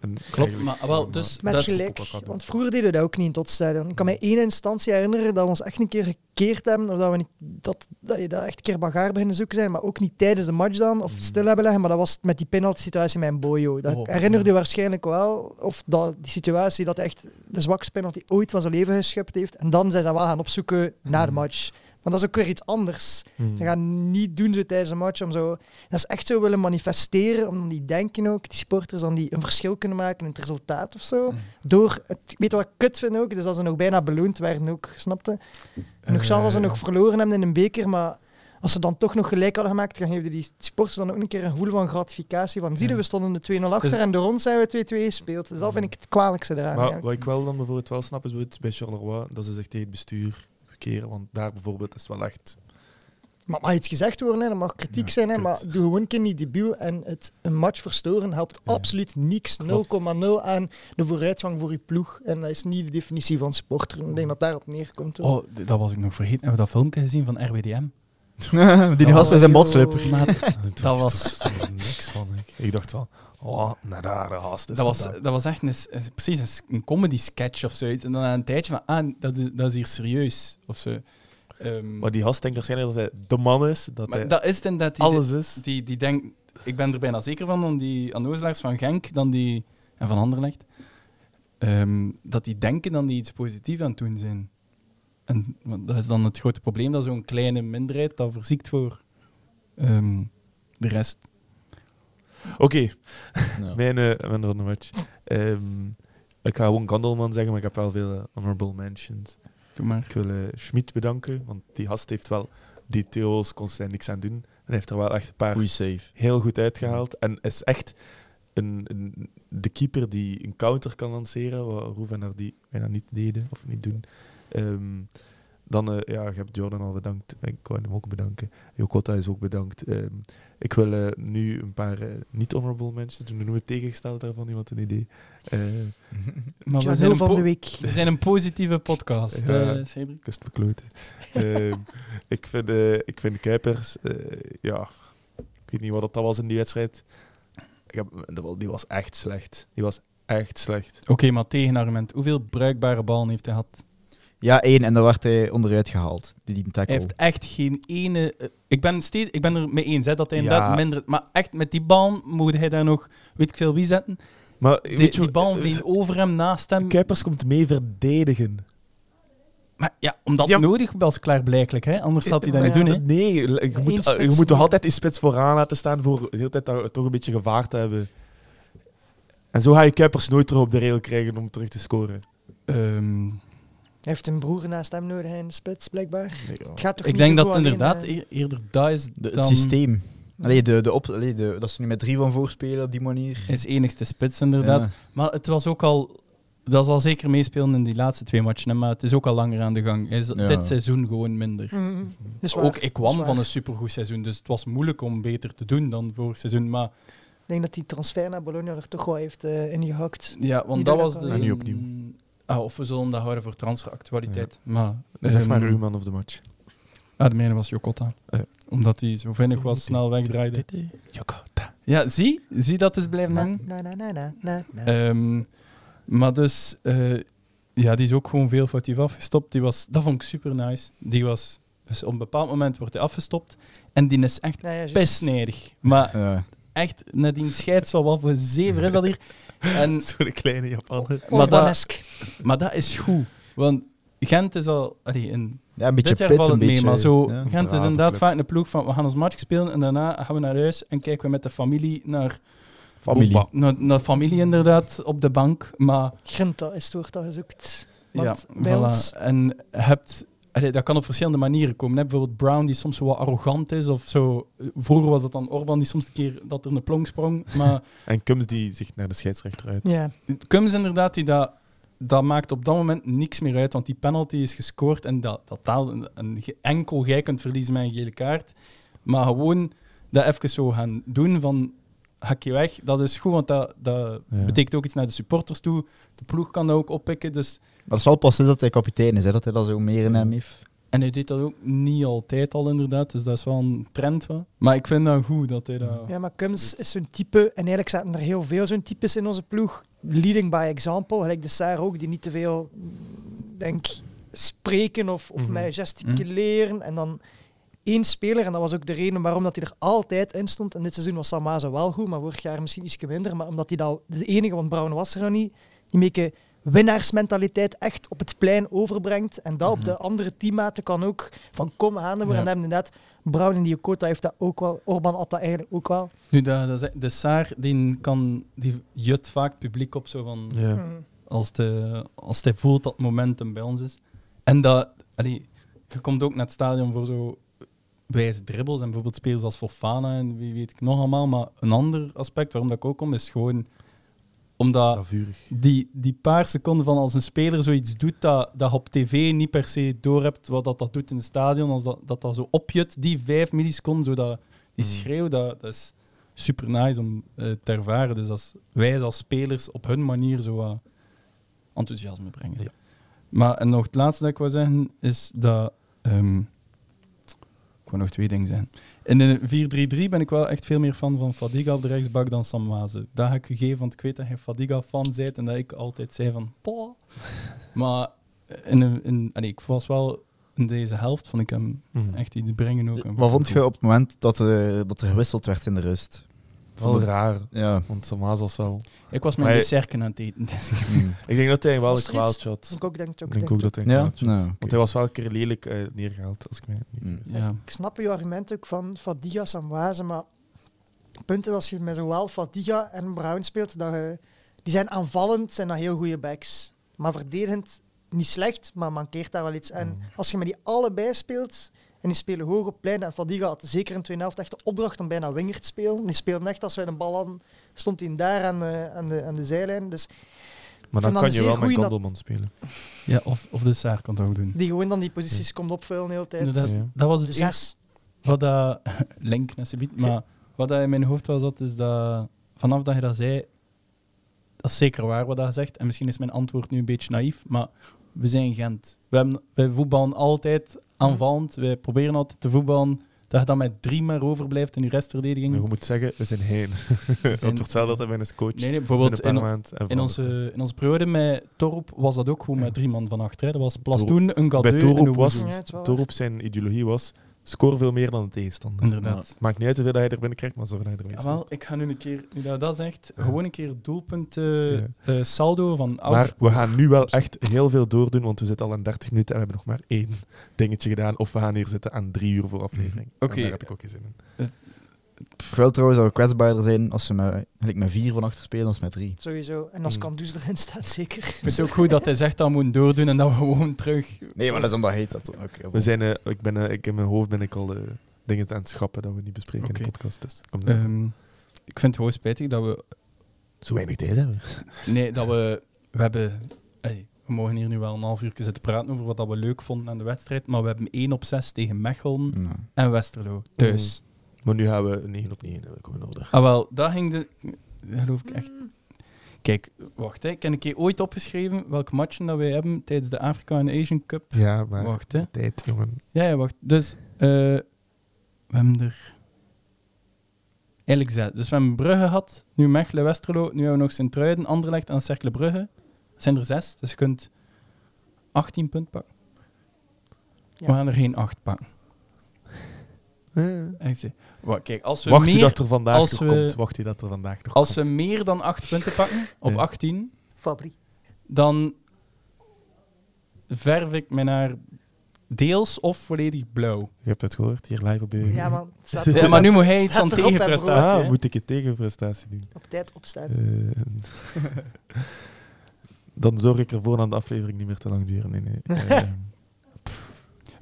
En eigenlijk-
maar wel, dus...
Met
dat is-
gelijk.
gelijk, want vroeger deden we dat ook niet in tot stadion. Ik kan mij één instantie herinneren dat we ons echt een keer gekeerd hebben, of dat we niet, dat, dat je dat echt een keer bagaar beginnen zoeken zijn, maar ook niet tijdens de match dan, of stil hebben leggen, maar dat was met die penalty situatie met Boyo. Dat
Hmm. Oh,
herinnerde
ja.
je waarschijnlijk wel, of dat, die situatie
Hmm.
dat hij echt de zwakste penalty ooit van zijn leven geschupt heeft, en dan zijn ze wel gaan opzoeken na de match. Want dat is ook weer iets anders.
Hmm.
Ze gaan niet doen zo tijdens een match om zo... Dat is echt zo willen manifesteren, om die denken ook, die sporters, dan die een verschil kunnen maken in het resultaat of
Mm.
zo. Door, het, ik weet wat ik kut vind ook, dus dat ze nog bijna beloond werden ook, snapte? Nog zelfs als ze
Eh,
nog verloren hebben in een beker, maar als ze dan toch nog gelijk hadden gemaakt, dan geven die sporters dan ook een keer een gevoel van gratificatie. Van, zie je,
Ja.
we stonden de 2-0 achter
Dus-
en door ons zijn we 2-2 gespeeld. Dus dat vind ik het kwalijkste eraan.
Maar
eigenlijk.
wat ik wel dan bijvoorbeeld wel snap, is bijvoorbeeld bij Charleroi dat ze zich tegen het bestuur keren. Want daar bijvoorbeeld is het wel echt...
Maar het mag iets gezegd worden, hè, er mag kritiek
Ja,
zijn, hè,
kut.
maar doe gewoon een keer niet debiel. En het een match verstoren helpt
Ja.
absoluut niks. 0,0 aan de vooruitgang voor je ploeg. En dat is niet de definitie van supporter. Ik denk dat daarop neerkomt. hoor.
Oh, d- dat was ik nog vergeten. Hebben we dat filmpje gezien van RWDM?
Die
Oh,
gast met zijn
joh.
botslipper.
Maat,
Daar
was-
is toch niks van. Ik, ik dacht wel, oh, naar daar, haast.
dat, was, dat was echt een, s- een- precies een, s- een comedy sketch of zoiets. En dan na een tijdje van, ah, dat is, dat is hier serieus. Of zo. Ehm,
Maar die gast denkt waarschijnlijk dat hij de man is, dat
maar
hij
dat is het inderdaad. Die,
alles is.
die, die denkt, ik ben er bijna zeker van, dan die Annozelaars van Genk dan die, en van Anderlecht, ehm, dat die denken dan die iets positiefs aan het doen zijn. En want dat is dan het grote probleem, dat zo'n kleine minderheid dat verziekt voor ehm, de rest.
Oké, mijn, eh, mijn ronde match. Ehm, ik ga gewoon Gandelman zeggen, maar ik heb wel veel eh, honorable mentions.
Doe maar.
Ik wil eh, Schmid bedanken, want die gast heeft wel... Die twee goals kon ze niks aan doen. En hij heeft er wel echt een paar
Goeie save.
heel goed uitgehaald. En is echt een, een, de keeper die een counter kan lanceren, wat Roef en Hardy bijna niet deden of niet doen. Ehm, dan, eh, ja, je hebt Jordan al bedankt. Ik wou hem ook bedanken. Jokota is ook bedankt. Ehm, ik wil eh, nu een paar eh, niet-honorable mensen doen. Noem het tegengesteld daarvan, iemand een idee. Eh
Maar we
Janel
zijn, een
van de
po-
week.
we zijn een positieve podcast,
Ja.
eh, Cedric.
kust me kloten. Ehm, ik, vind, eh, ik vind Kuipers, eh, ja, ik weet niet wat dat was in die wedstrijd. Ik heb, die was echt slecht. Die was echt slecht.
Oké, maar tegenargument. Hoeveel bruikbare ballen heeft hij gehad?
Ja, één. En dan werd hij onderuit gehaald. Die, die tackle.
Hij heeft echt geen ene... eh, Ik ben, steeds, ik ben er mee eens, hè, dat hij
Ja.
inderdaad minder... Maar echt, met die bal moet hij daar nog, weet ik veel wie zetten.
Maar
Die,
weet je,
die bal
eh,
vliegt over hem, naast hem.
Kuipers komt mee verdedigen.
Maar ja, omdat
Ja.
het nodig was, klaarblijkelijk. Hè? Anders had hij dat
Ja.
niet doen. Hè?
Eh, Nee, je moet,
spits
eh, je moet toch
meer.
altijd die spits vooraan laten staan voor de hele tijd daar toch een beetje gevaar te hebben. En zo ga je Kuipers nooit terug op de rail krijgen om terug te scoren.
Ehm,
Hij heeft een broer naast hem nodig hè, in de spits, blijkbaar.
Nee, oh. ja.
Het gaat toch
ik
niet
denk
zo
dat het
goed
inderdaad
alleen, eh,
eer- eerder dat is
De- het
dan-
systeem. Allee, de, de op, allee, de, dat ze nu met drie van voorspelen op die manier.
Is enigste spits, inderdaad.
Ja.
Maar het was ook al... Dat zal zeker meespelen in die laatste twee matchen. hè, Maar het is ook al langer aan de gang. Hij Is
Ja.
Dit seizoen gewoon minder.
eh. Mhm. Dat is waar.
Ook ik
Dat is
kwam
waar.
van een supergoed seizoen, dus het was moeilijk om beter te doen dan vorig seizoen. Maar
Ik denk dat die transfer naar Bologna er toch wel heeft eh, ingehakt.
ja, want
Die
dat
doen
was
dat
dus...
wel.
En nu
een-
opnieuw.
Ah, of we zullen dat houden voor transferactualiteit. Maar,
Zeg maar
ehm,
uw man of the match.
Ah, de mijne was Jokota.
Ja.
Omdat hij zo vinnig was, snel wegdraaide.
Jokota.
Ja, zie? Zie dat is blijven
Na,
hangen?
na, na, na, na, na, na.
Ehm, maar dus, eh, ja, die is ook gewoon veel foutief afgestopt. Die was, dat vond ik super nice. Die was, dus op een bepaald moment wordt hij afgestopt. En die is echt
Nou ja, juist.
pissnijdig. Maar
Ja.
echt, nadien scheidt wel wat voor zever is dat hier. En,
Zo'n kleine Japaner.
maar, dat,
Orbanesk.
maar dat is goed. Want Gent is al, allee, in
Ja, een beetje
dit jaar
pit,
valt
een
het
beetje...
mee, maar zo,
ja.
Gent is
brave
inderdaad
club.
vaak een ploeg van we gaan ons match spelen en daarna gaan we naar huis en kijken we met de familie naar,
Familie.
Opa. naar, naar familie inderdaad op de bank. Maar
Grinta is het woord dat gezoekt. Want
ja,
bij
voilà.
ons-
En hebt, allee, dat kan op verschillende manieren komen. Hè. Bijvoorbeeld Brown die soms zo wat arrogant is of zo. eh, Vroeger was dat dan Orban die soms een keer dat er een plong sprong. Maar
En Kums die zich naar de scheidsrechter uit.
Ja,
Cums inderdaad, die dat, dat maakt op dat moment niks meer uit, want die penalty is gescoord en dat, dat taal, een, een ge- enkel jij kunt verliezen met een gele kaart. Maar gewoon dat even zo gaan doen van hak je weg, dat is goed, want dat, dat
Ja.
betekent ook iets naar de supporters toe. De ploeg kan dat ook oppikken, dus...
Maar dat is wel pas sinds dat hij kapitein is, hè, dat hij dat zo meer in hem heeft.
En hij deed dat ook niet altijd al inderdaad, dus dat is wel een trend. Wat. Maar ik vind dat goed dat hij dat...
ja, maar Kums is zo'n type, en eigenlijk zaten er heel veel zo'n types in onze ploeg. Leading by example, gelijk de Saar ook, die niet te veel, denk spreken of, of
Mhm.
mij gesticuleren. En dan één speler, en dat was ook de reden waarom dat hij er altijd in stond. En dit seizoen was Samaza wel goed, maar vorig jaar misschien iets minder. Maar omdat hij dat de enige, want Brown was er nog niet, die meke winnaarsmentaliteit echt op het plein overbrengt. En dat op de
Mhm.
andere teammaten kan ook van kom aan de boer.
Ja.
En dan hebben we inderdaad Brown en Diokota heeft dat ook wel. Orban had dat eigenlijk ook wel.
Nu, dat, dat is- de Saar die kan, die jut vaak het publiek op zo van...
Ja.
Mm.
Als, de, als hij voelt dat het momentum bij ons is. En dat... Allee, je komt ook naar het stadion voor zo wijze dribbels. En bijvoorbeeld spelers als Fofana en wie weet ik nog allemaal. Maar een ander aspect waarom dat ik ook kom, is gewoon... Omdat
Dat vurig.
die, die paar seconden van als een speler zoiets doet dat, dat je op tv niet per se doorhebt wat dat, dat doet in het stadion, als dat, dat dat zo opjut, die vijf milliseconden, zo dat, die
Mhm.
schreeuw, dat, dat is super nice om eh, te ervaren. Dus als wij als spelers op hun manier zo wat enthousiasme brengen.
Ja.
Maar en nog het laatste dat ik wil zeggen is dat. ehm, ik wil nog twee dingen zeggen. In de 4-3-3 ben ik wel echt veel meer fan van Fadiga op de rechtsbak dan Samwaze. Dat ga ik u geven, want ik weet dat jij Fadiga-fan bent en dat ik altijd zei van... "Poh." Maar in, een- in, allee, ik was wel in deze helft, vond ik hem echt iets brengen ook. En
Wat vond je op het moment dat, eh, dat er gewisseld werd in de rust?
Wel raar,
Ja.
want Samaas was wel...
Ik was mijn
Maar je-
dessert aan het eten. dus ik-
Hmm,
Ik denk dat hij wel
Was
een
er iets?
wild shot.
Ik ook denk dat
Ik
ook.
denk
denk
ook
dat-
dat hij een
Ja?
wild shot-
Nou,
Want
oké.
hij was wel een keer lelijk eh, neergehaald, als ik mij niet
Mm.
vergis.
ja.
Ik snap je argument ook van Fadiga Samwaze, maar het punt is als je met zowel Fadiga en Brown speelt, dat je, die zijn aanvallend, zijn dat heel goede backs. Maar verdedigend niet slecht, maar mankeert daar wel iets. En
Mm.
als je met die allebei speelt, en die spelen hoog op plein, en Fadiga had zeker in de tweede helft echt de opdracht om bijna winger te spelen. Die speelde echt als wij de bal hadden, stond hij daar aan de, aan de, aan de zijlijn. Dus
Maar dan
Fernandes
kan je
zeer
wel met
goeie dat-
Kandelman spelen.
ja, of, of de Saar kan het ook doen.
die gewoon dan die posities komt opvullen de hele tijd.
Inderdaad,
Ja.
dat was
De
het eerste
zes.
Wat dat... Link naar subiet, maar wat dat in mijn hoofd wel zat, is dat vanaf dat je dat zei, dat is zeker waar wat dat je zegt. En misschien is mijn antwoord nu een beetje naïef, maar we zijn Gent. We hebben, wij voetballen altijd aanvallend. Wij proberen altijd te voetballen dat je dan met drie maar overblijft in je restverdediging.
Maar je moet zeggen, we zijn heen. Want
zijn-
wordt hetzelfde dat hij bijna is coach.
Nee, nee,
Binnen
bijvoorbeeld
een paar
in,
maanden en
in,
verandert.
onze, in onze periode met Torop was dat ook gewoon
Ja.
met drie man van achter. hè. Dat was Plastoen, een Gadeu
Bij
en
Torop
een
was
Woezel.
Ja, het is wel waar.
Torop zijn ideologie was, scoor veel meer dan de tegenstander.
Inderdaad.
Maar maakt niet uit hoeveel dat hij er binnen krijgt, maar zorg dat hij er binnen
Jawel,
scoort.
ik ga nu een keer, nu dat dat zegt,
Ja.
gewoon een keer doelpunt eh, eh, saldo van
Maar
Augsburg.
we gaan nu wel echt heel veel doordoen, want we zitten al aan 30 minuten en we hebben nog maar één dingetje gedaan. Of we gaan hier zitten aan drie uur voor aflevering. En
Oké.
Daar heb ik ook geen zin in.
Ik wil trouwens dat we kwetsbaarder zijn als ze met, gelijk met vier van achter spelen als met drie.
Sowieso. En als
Mm.
Kandus erin staat, zeker.
Ik vind het ook goed dat hij zegt dat we moeten doordoen en dat we gewoon terug...
Nee, maar dat is omdat heet dat. Oké.
We zijn, eh, ik ben, eh, ik, in mijn hoofd ben ik al eh, dingen aan het schappen dat we niet bespreken in
Oké.
de podcast. Dus kom dan.
Ehm, ik vind het gewoon spijtig dat we...
Zo weinig tijd hebben we.
Nee, dat we... We hebben... ey, we mogen hier nu wel een half uur zitten praten over wat dat we leuk vonden aan de wedstrijd, maar we hebben 1 op 6 tegen Mechelen en Westerlo thuis.
Mhm. Maar nu gaan we 9 op 9 hebben, komen nodig.
Ah wel, dat ging de... dat geloof ik echt... Kijk, wacht hè. Ik heb een keer ooit opgeschreven welke matchen dat wij hebben tijdens de Afrika en Asian Cup.
Ja, maar
Wacht hè.
tijd, jongen.
Ja, ja, wacht. Dus eh, we hebben er eigenlijk zes. Dus we hebben Brugge gehad, nu Mechelen, Westerlo, nu hebben we nog Sint-Truiden, Anderlecht en Cercle Brugge. Dat zijn er zes, dus je kunt 18 punten pakken.
Ja.
We gaan er geen 8 pakken. Echt, zie. Wa- kijk, als we,
Wacht u
meer,
dat er vandaag
als
nog
we-
komt. Wacht u dat er vandaag nog
als we
komt.
meer dan 8 punten pakken, op
Ja.
18,
Fabri.
dan verf ik mij naar deels of volledig blauw.
Je hebt het gehoord, hier live op BBB.
Ja, man. het Staat
Ja, maar nu moet hij iets
Staat
aan
erop, hè, broer.
tegenprestatie.
Ah,
hè.
moet ik je tegenprestatie doen?
Op tijd opstaan.
Eh, dan zorg ik ervoor dat de aflevering niet meer te lang duren. Nee, nee. Eh,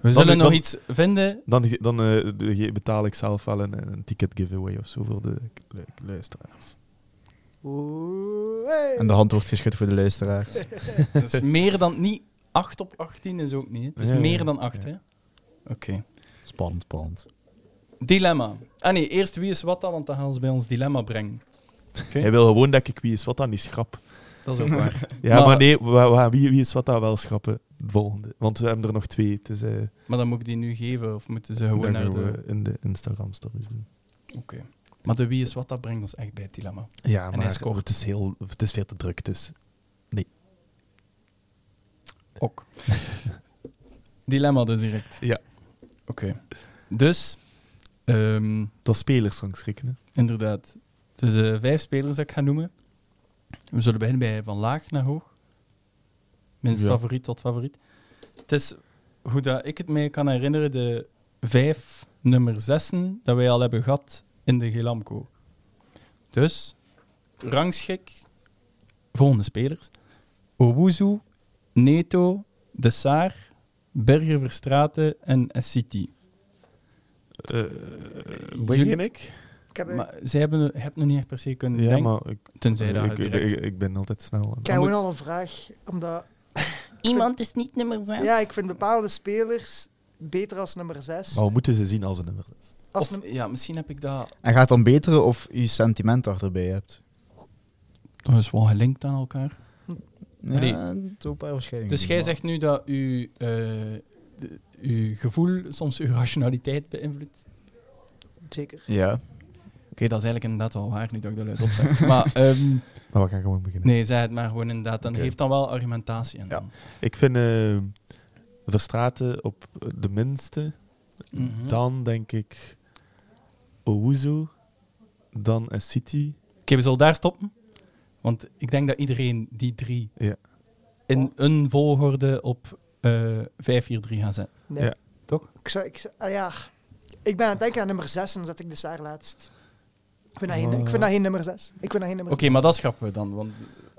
We zullen
Dan-
nog
dan-
iets vinden
dan dan eh, de- ge- betaal ik zelf wel een, een ticket giveaway of zo voor de lu- luisteraars.
Oeh, hey.
En de hand wordt geschud voor de luisteraars.
Dus meer dan niet 8 op 18 is ook niet. hè. Het is
Ja, ja,
meer
ja.
dan 8,
Ja.
hè? Oké.
Spannend, spannend.
Dilemma. Ah nee, eerst wie is wat dan, want dan gaan ze bij ons dilemma brengen. Oké.
Hij wil gewoon dat ik wie is wat dan niet schrap.
Dat is ook waar.
Ja,
Maar-
maar, nee, we, we gaan wie, wie is wat dan wel schrappen. De volgende. Want we hebben er nog twee. Het is, eh,
Maar dan moet ik die nu geven of moeten ze gewoon
dat
naar
gaan
de...
we in de Instagram stories doen.
Maar de wie is wat, dat brengt ons echt bij het dilemma.
Ja,
hij
maar
scoort.
het is, heel, het is veel te druk. Dus.
Ook. dilemma dus direct.
Ja.
Oké. Dus, ehm,
Het was spelers rangschikken. hè.
inderdaad. Het is eh, vijf spelers dat ik ga noemen. We zullen beginnen bij van laag naar hoog. Minst
Ja.
favoriet tot favoriet. Het is hoe dat ik het mij kan herinneren, de vijf nummer zessen dat wij al hebben gehad in de Gelamco. Dus, rangschik, volgende spelers. Owuzu, Neto, De Saar, Berger Verstraeten en City.
Begin ik?
Ik heb,
Maar zij hebben, je hebt nog niet echt per se kunnen
Ja,
denken,
maar ik,
tenzij dat je
Eh, ik, ik,
direct-
ik- ik ben altijd snel.
ik heb gewoon al een vraag, omdat
Iemand is niet nummer 6.
ja, ik vind bepaalde spelers beter als nummer 6.
Maar we moeten ze zien als een nummer is.
Als
Of,
num-
ja, misschien heb ik dat...
En gaat dan beter of je sentiment achterbij hebt?
Dat is wel gelinkt aan elkaar. Allee.
Ja, een paar waarschijnlijk.
Dus
niet,
jij
maar-
zegt nu dat uw, eh, de- uw gevoel soms uw rationaliteit beïnvloedt? Oké,
Zeker.
Ja.
dat is eigenlijk inderdaad wel waar, nu dat ik dat luid opzet. maar ehm,
Maar we gaan gewoon beginnen.
nee, zeg het maar gewoon inderdaad. Dan
Oké.
heeft dan wel argumentatie. En
Ja.
dan.
Ik vind eh Verstraten op de minste.
Mhm.
Dan denk ik Owuzu. Dan eh, City.
Oké, we zullen daar stoppen. Want ik denk dat iedereen die drie
Ja.
in een volgorde op eh 5-4-3 gaat zetten.
Nee.
Ja.
Toch?
Ik, zou, ik, zou- ah ja. ik ben aan het denken aan nummer 6 en dan zet ik de Saar laatst. Ik vind dat, geen, ik vind dat geen nummer 6. Ik vind dat geen nummer
Oké, maar dat schrappen we dan. Want,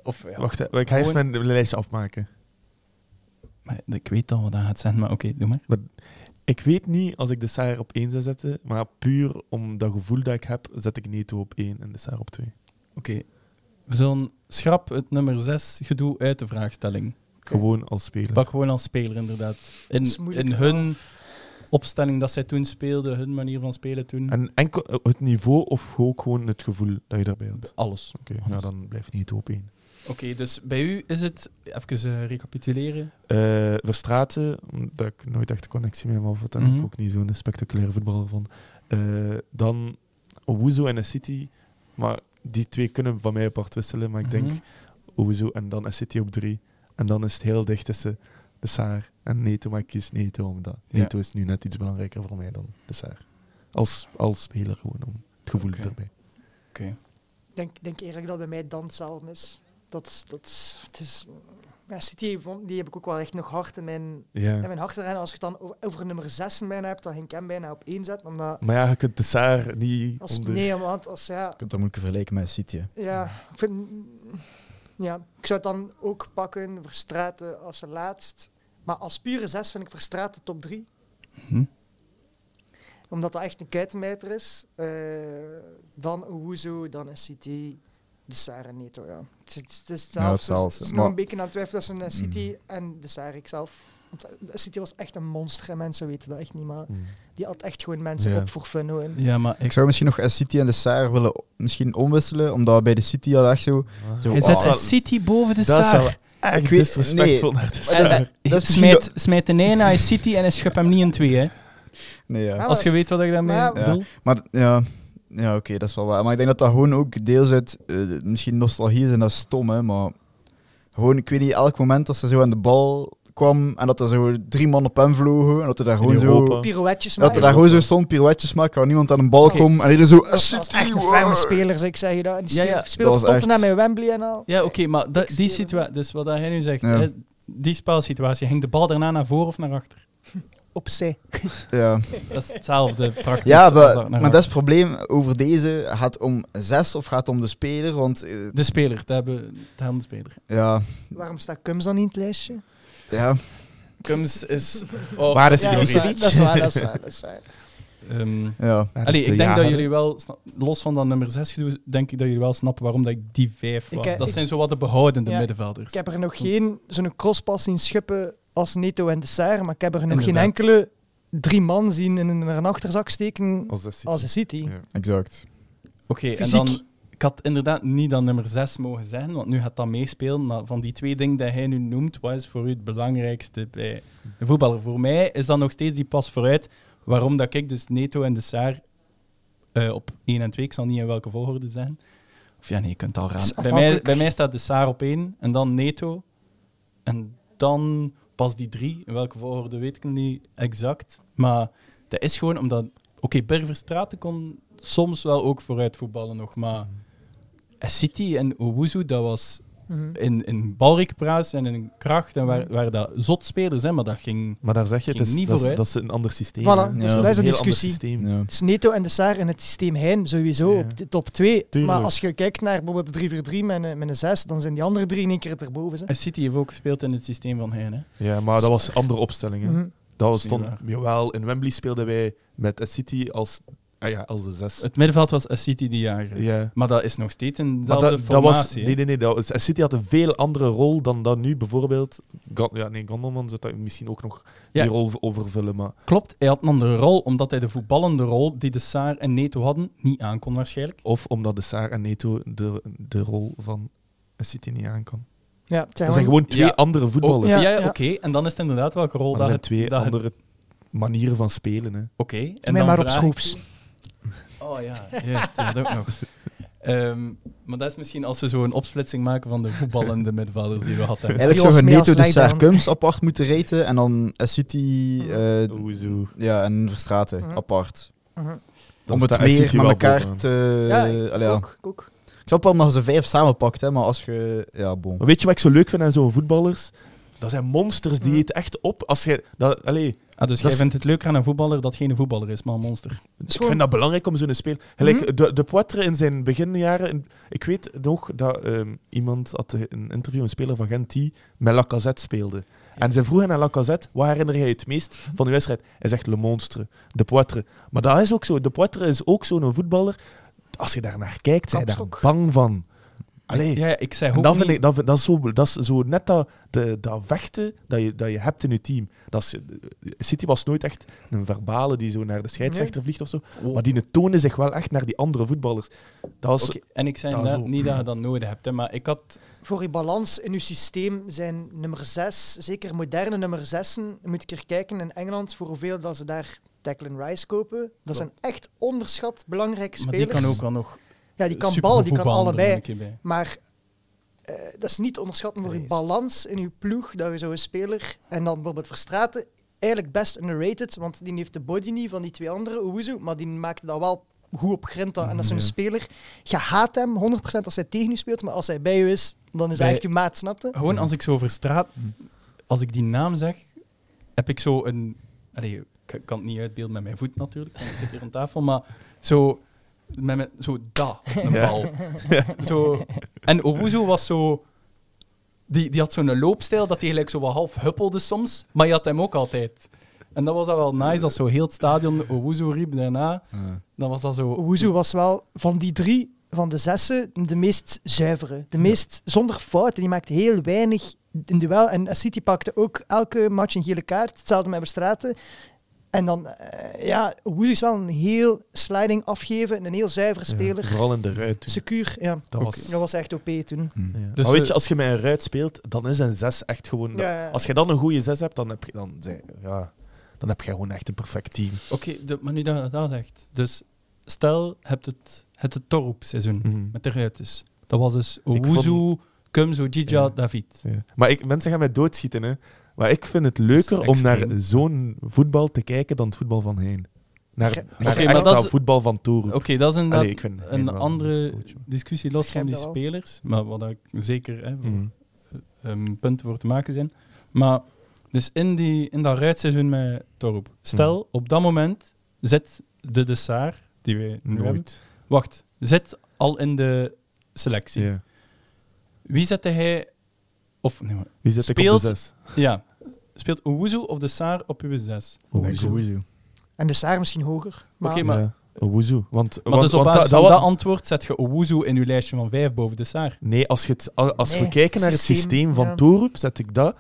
of, ja.
Wacht, hè, ik ga eerst mijn lijstje afmaken.
Maar ik weet al wat dat gaat zijn, maar oké, doe maar.
Ik weet niet als ik de Saar op 1 zou zetten, maar puur om dat gevoel dat ik heb, zet ik Neto op 1 en de Saar op 2.
Oké. We zullen schrap het nummer 6 gedoe uit de vraagstelling.
Gewoon als speler.
Pak gewoon als speler, inderdaad. In,
is moeilijk,
in hun opstelling dat zij toen speelden, hun manier van spelen toen.
En enkel eh, het niveau of ook gewoon het gevoel dat je daarbij had?
alles.
Oké, nou dan blijft Neto op 1.
Oké, dus bij u is het, even eh, recapituleren.
Eh, Verstraten, omdat ik nooit echt connectie mee heb gehad en
Mhm.
ik ook niet zo'n spectaculaire voetballer van. Eh, dan Owuzu en City, maar die twee kunnen van mij apart wisselen, maar ik denk
Mhm.
Owuzu en dan City op drie. En dan is het heel dicht tussen de Saar en Neto, maar ik kies Neto omdat
Ja.
Neto is nu net iets belangrijker voor mij dan de Saar. Als, als speler gewoon, om het gevoel
Oké.
erbij.
Ik denk, denk eerlijk dat bij mij dan hetzelfde is. Dat, dat, het is ja, City vond- die heb ik ook wel echt nog hard in mijn, in
Ja.
mijn hart te rennen. Als je het dan over, over nummer 6 bijna hebt, dan ging ik hem bijna op één zetten. Omdat
Maar ja, je kunt de Saar niet
als,
onder...
Nee, want als ja,
Je kunt dat moeilijk vergelijken met City. hè.
ja, ik vind, ja, ik zou het dan ook pakken Verstraten als laatst. Maar als pure 6 vind ik Verstraten top 3.
Mhm.
Omdat dat echt een kuitenmijter is. Eh, dan Owuzu, dan City, de Sara en Neto. Ja. Het, is- het is hetzelfde.
Ja,
Het is-
hetzelfde,
het is
maar-
nog een beetje aan het twijfelen tussen eh, City en de Sara ikzelf. Want eh, City was echt een monster en mensen weten dat echt niet. Maar
Hmm.
die had echt gewoon mensen
Ja.
op voor fun. Hoor.
Ja, maar
Ik
ik...
zou misschien nog City en de Saar willen o- misschien omwisselen, omdat bij de City al echt zo... zo
Hij
oh,
zet
wel-
City boven de
Dat zou
Saar.
echt
Ik weet-
disrespectvol naar de
En-
Saar.
en-
dat is
smijt,
misschien
smijt de ene naar City en hij schupt hem niet in twee. Hè.
nee, ja.
Ja,
Als je
dat
weet wat ik daarmee
maar-
bedoel.
Maar d- ja, ja oké, dat is wel waar. Maar ik denk dat dat gewoon ook deels uit eh, misschien nostalgie is en dat is stom, hè, maar gewoon, ik weet niet, elk moment dat ze zo aan de bal kwam en dat er zo drie man op hem vlogen en dat er daar gewoon
Europa.
zo...
Pirouetjes
Dat er
maken.
daar gewoon zo stond, pirouetjes maken, kan niemand aan een bal
Oké.
komen en iedereen zo... "Ah,
Dat was
City,
echt een
wow.
fijne speler, ik zeg je dat. En Die
Ja,
ja,
ja.
ja.
Dat
speelde
was echt-
Tottenham en Wembley en al.
Ja, oké, maar dat- die
speel hem.
situatie, dus wat hij nu zegt,
Ja.
hè, die spelsituatie, ging de bal daarna naar voor of naar achter?
Opzij.
Ja.
Dat is hetzelfde praktisch.
Ja,
als
maar,
naar
maar
achter.
dat is het probleem over deze. Gaat om zes of gaat om de speler? Want eh,
De speler, daar hebben daar hebben de speler.
ja,
Waarom staat Cums dan in het lijstje?
ja.
Kums is.
Waar is
Ja, dat, is waar, dat is waar, dat is waar, dat is waar.
ja.
allee, ik denk dat jullie wel, sna- los van dat nummer 6 gedoe, denk ik dat jullie wel snappen waarom dat ik die 5
Ik,
wou.
eh,
Dat
ik-
zijn zo wat de behoudende
Ja,
middenvelders.
Ik heb er nog geen zo'n crosspas zien schuppen als Neto en de Saar, maar ik heb er nog geen
Inderdaad.
enkele drie man zien in een, naar een achterzak steken
Als dat
Oh,
ziet.
als een City.
Ja.
exact.
Oké, en
fysiek.
dan. Ik had inderdaad niet dat nummer 6 mogen zeggen, want nu gaat dat meespelen. Maar van die twee dingen die hij nu noemt, wat is voor u het belangrijkste bij de voetballer? Voor mij is dan nog steeds die pas vooruit waarom dat ik dus Neto en de Saar eh, op 1 en 2, ik zal niet in welke volgorde zijn. Of ja, nee, je kunt het al
Het is
raden. Bij mij,
afhankelijk.
bij mij staat de Saar op 1 en dan Neto. En dan pas die drie. In welke volgorde weet ik niet exact. Maar dat is gewoon omdat... Oké, Berverstraten kon soms wel ook vooruit voetballen nog, maar... En City en Owuzu, dat was
Mhm.
in, in balrekenpraat en in kracht en waar, waar dat zot spelers zijn, maar dat ging.
Maar daar zeg je, het
Ging
is,
niet
dat, is,
vooruit.
dat is een ander systeem. hè.
Voilà, dus
Ja, dat
dat is een
heel ander
discussie.
systeem.
Ja.
Het is Dus Neto en de Saar in het systeem Hein sowieso
Ja.
op de top 2.
Tuurlijk.
Maar als je kijkt naar bijvoorbeeld de 3-4-3 met een, met een 6, dan zijn die andere drie in één keer erboven. Hè.
En City heeft ook gespeeld in het systeem van hen. Hè?
Ja, maar dat was een andere opstelling. hè.
Mhm.
Dat was
is niet
stond, jawel, in Wembley speelden wij met S City als, ah ja, als de zes.
Het middenveld was City die jaren.
Ja.
Maar dat is nog steeds een
Maar dat, dat was,
formatie. hè.
nee, nee, nee. Dat was, S City had een veel andere rol dan dat nu bijvoorbeeld. Gan- ja, nee, Gandelman zou dat misschien ook nog
Ja.
die rol overvullen. Maar
Klopt, hij had een andere rol, omdat hij de voetballende rol die de Saar en Neto hadden, niet aankon waarschijnlijk.
Of omdat de Saar en Neto de, de rol van City niet aan kan.
Ja, het
Er zijn gewoon twee
Ja.
andere
Oh,
voetballers.
ja,
Ja,
oké.
ja.
En dan is het inderdaad welke rol
Maar er
dat
zijn
het...
twee
dat het-
andere manieren van spelen. Hè.
Oké. En
En mij
dan
maar op
vraag ik-
schroefs.
Oh ja, juist, dat ook nog. Ehm, maar dat is misschien als we zo een opsplitsing maken van de voetballende middenvelders die we hadden.
Die
Eigenlijk
was
zou je
mee als
Neto de
leider.
Sarkums apart moeten reten en dan eh, City eh,
Hoezo?
ja, en Verstraten
Oh, Mhm.
apart.
Mhm.
Dan
Om het
staat SCT
meer met
wel
elkaar
bovenaan.
te...
Ja,
Eh, allee, ja.
Ook, ook.
Ik snap wel maar ze vijf samenpakt, hè, maar als je... Ja, bon.
Maar weet je wat ik zo leuk vind aan zo'n voetballers? Dat zijn monsters
Hm.
die het echt op. Als jij, dat, allee,
Ah, dus
Dat
jij
is-
vindt het leuker aan een voetballer dat geen voetballer is, maar een monster.
Ik vind dat belangrijk om zo'n speel. Gelijk,
Hm.
de, de Poitre in zijn beginjaren. Ik weet nog dat ehm, iemand had een interview, een speler van Gent, die met Lacazette speelde. En ze vroegen aan Lacazette, wat herinner jij je het meest van de wedstrijd? Hij zegt Le Monstre, De Poitre. Maar dat is ook zo. De Poitre is ook zo'n voetballer. Als je daar naar kijkt, zijn je daar
Kapstok.
bang van. Allee.
Ja, ik zei
En
ook
dat, vind
niet-
ik, dat, vind- dat, is zo, dat is zo net dat, de, dat vechten dat je, dat je hebt in je team. Dat is, City was nooit echt een verbale die zo naar de scheidsrechter vliegt of zo.
Oh.
Maar die tonen zich wel echt naar die andere voetballers. Dat was,
Oké, En ik zei
dat is
inderdaad
ook-
niet dat je dat nodig hebt, hè, maar ik had...
Voor je balans in je systeem zijn nummer 6, zeker moderne nummer 6'en, moet ik er kijken in Engeland voor hoeveel dat ze daar Declan Rice kopen. Dat zijn echt onderschat belangrijke
Maar
spelers.
die kan ook wel nog...
ja, die kan
supergoed
ballen, die kan
voetballen, er
allebei.
een keer bij.
Maar eh, dat is niet te onderschatten voor
Nee,
je
is het.
balans in je ploeg, dat je zo'n speler... En dan bijvoorbeeld Verstraten, eigenlijk best underrated, want die heeft de body niet van die twee anderen, Owuzu, maar die maakte dat wel goed op grinta. En dat is zo'n
Ja.
speler, je haat hem 100% als hij tegen je speelt, maar als hij bij je is, dan is hij
Bij-
echt je maat, snapte?
Gewoon als ik zo over straat, als ik die naam zeg, heb ik zo een. Allee, ik kan het niet uitbeelden met mijn voet natuurlijk, want ik zit hier aan tafel, maar zo. Met mijn, zo da, op een
Ja.
bal. Zo, en Owuzu was zo. Die, die had zo'n loopstijl dat hij eigenlijk zo wat half huppelde soms, maar je had hem ook altijd. En dat was dan wel nice als zo heel het stadion Owuzu riep daarna. Dan was dat zo.
Owuzu was wel van die drie, van de zessen, de meest zuivere. De meest zonder fouten. Die maakte heel weinig in duel. En City pakte ook elke match een gele kaart. Hetzelfde met Verstraten. En dan, eh, ja, Owuzu is wel een heel sliding afgeven. en Een heel zuivere
ja,
speler.
vooral in de ruit. toen.
Secuur, ja.
Dat was,
Dat was echt OP toen.
Hm.
ja.
Dus
maar weet
we-
je, als je met een ruit speelt, dan is een zes echt gewoon... dat-
Ja, ja.
Als je dan een goede zes hebt, dan heb je, dan, zij- ja, dan heb je gewoon echt een perfect team.
Oké, de- maar nu dat je dat zegt. Dus stel, hebt het, het, het
Mhm.
Torroep-seizoen. met de ruiters. Dat was dus Owuzu, Kumzo, Gija,
Ja.
David.
Ja. eh. Maar ik, mensen gaan mij doodschieten, hè. Maar ik vind het leuker
Dat is
om naar
extreem.
zo'n voetbal te kijken dan het voetbal van Heen. Naar,
Ge-
naar
Oké, maar
echt
dat
dat
is-
voetbal van Toren.
Oké, dat is inderdaad
Allee, ik vind Heijn
een
wel een
andere
goede coach, hoor.
discussie los
Begrijp
van die
dat wel.
spelers. Maar wat ik zeker hè,
Mhm.
ehm, punten voor te maken zijn. Maar dus in, die, in dat ruitseizoen met Torop. Stel,
Mm.
op dat moment zit de De Saar, die we nu hebben...
Nooit.
Wacht, zit al in de selectie.
Ja.
Wie zette hij... Of, nee, maar-
Wie zit ik op
Speelt-
de zes?
ja, speelt Owuzu of De Saar op uw zes?
En de Saar misschien hoger. Maar
Oké, maar-
Ja. Owuzu. Want,
Maar
want,
dus op
want
basis
dat-
van
dat
dat
wa-
antwoord zet je Owuzu in je lijstje van vijf boven de Saar.
Nee, als, je het, al- als we
Nee,
kijken naar het
systeem,
systeem van
ja.
Torup, zet ik dat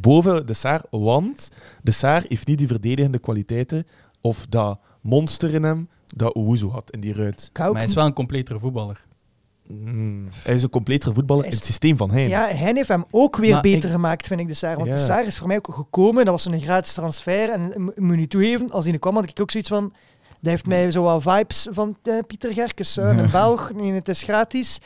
boven de Saar. Want de Saar heeft niet die verdedigende kwaliteiten of dat monster in hem dat Owuzu had in die ruit.
Kauk-
maar hij is wel een completere voetballer.
Mm. Hij is een completere voetballer
Hij
in
is-
het systeem van Heijn.
Ja, Hein heeft hem ook weer
Maar
beter
ik-
gemaakt, vind ik, de Saar. Want
Ja.
de Saar is voor mij ook gekomen. Dat was een gratis transfer. En ik mo- moet nu toegeven, als hij er kwam, had ik ook zoiets van... Dat heeft mij zo wel vibes van eh, Pieter Gerkes. eh, Een Belg, nee, het is gratis.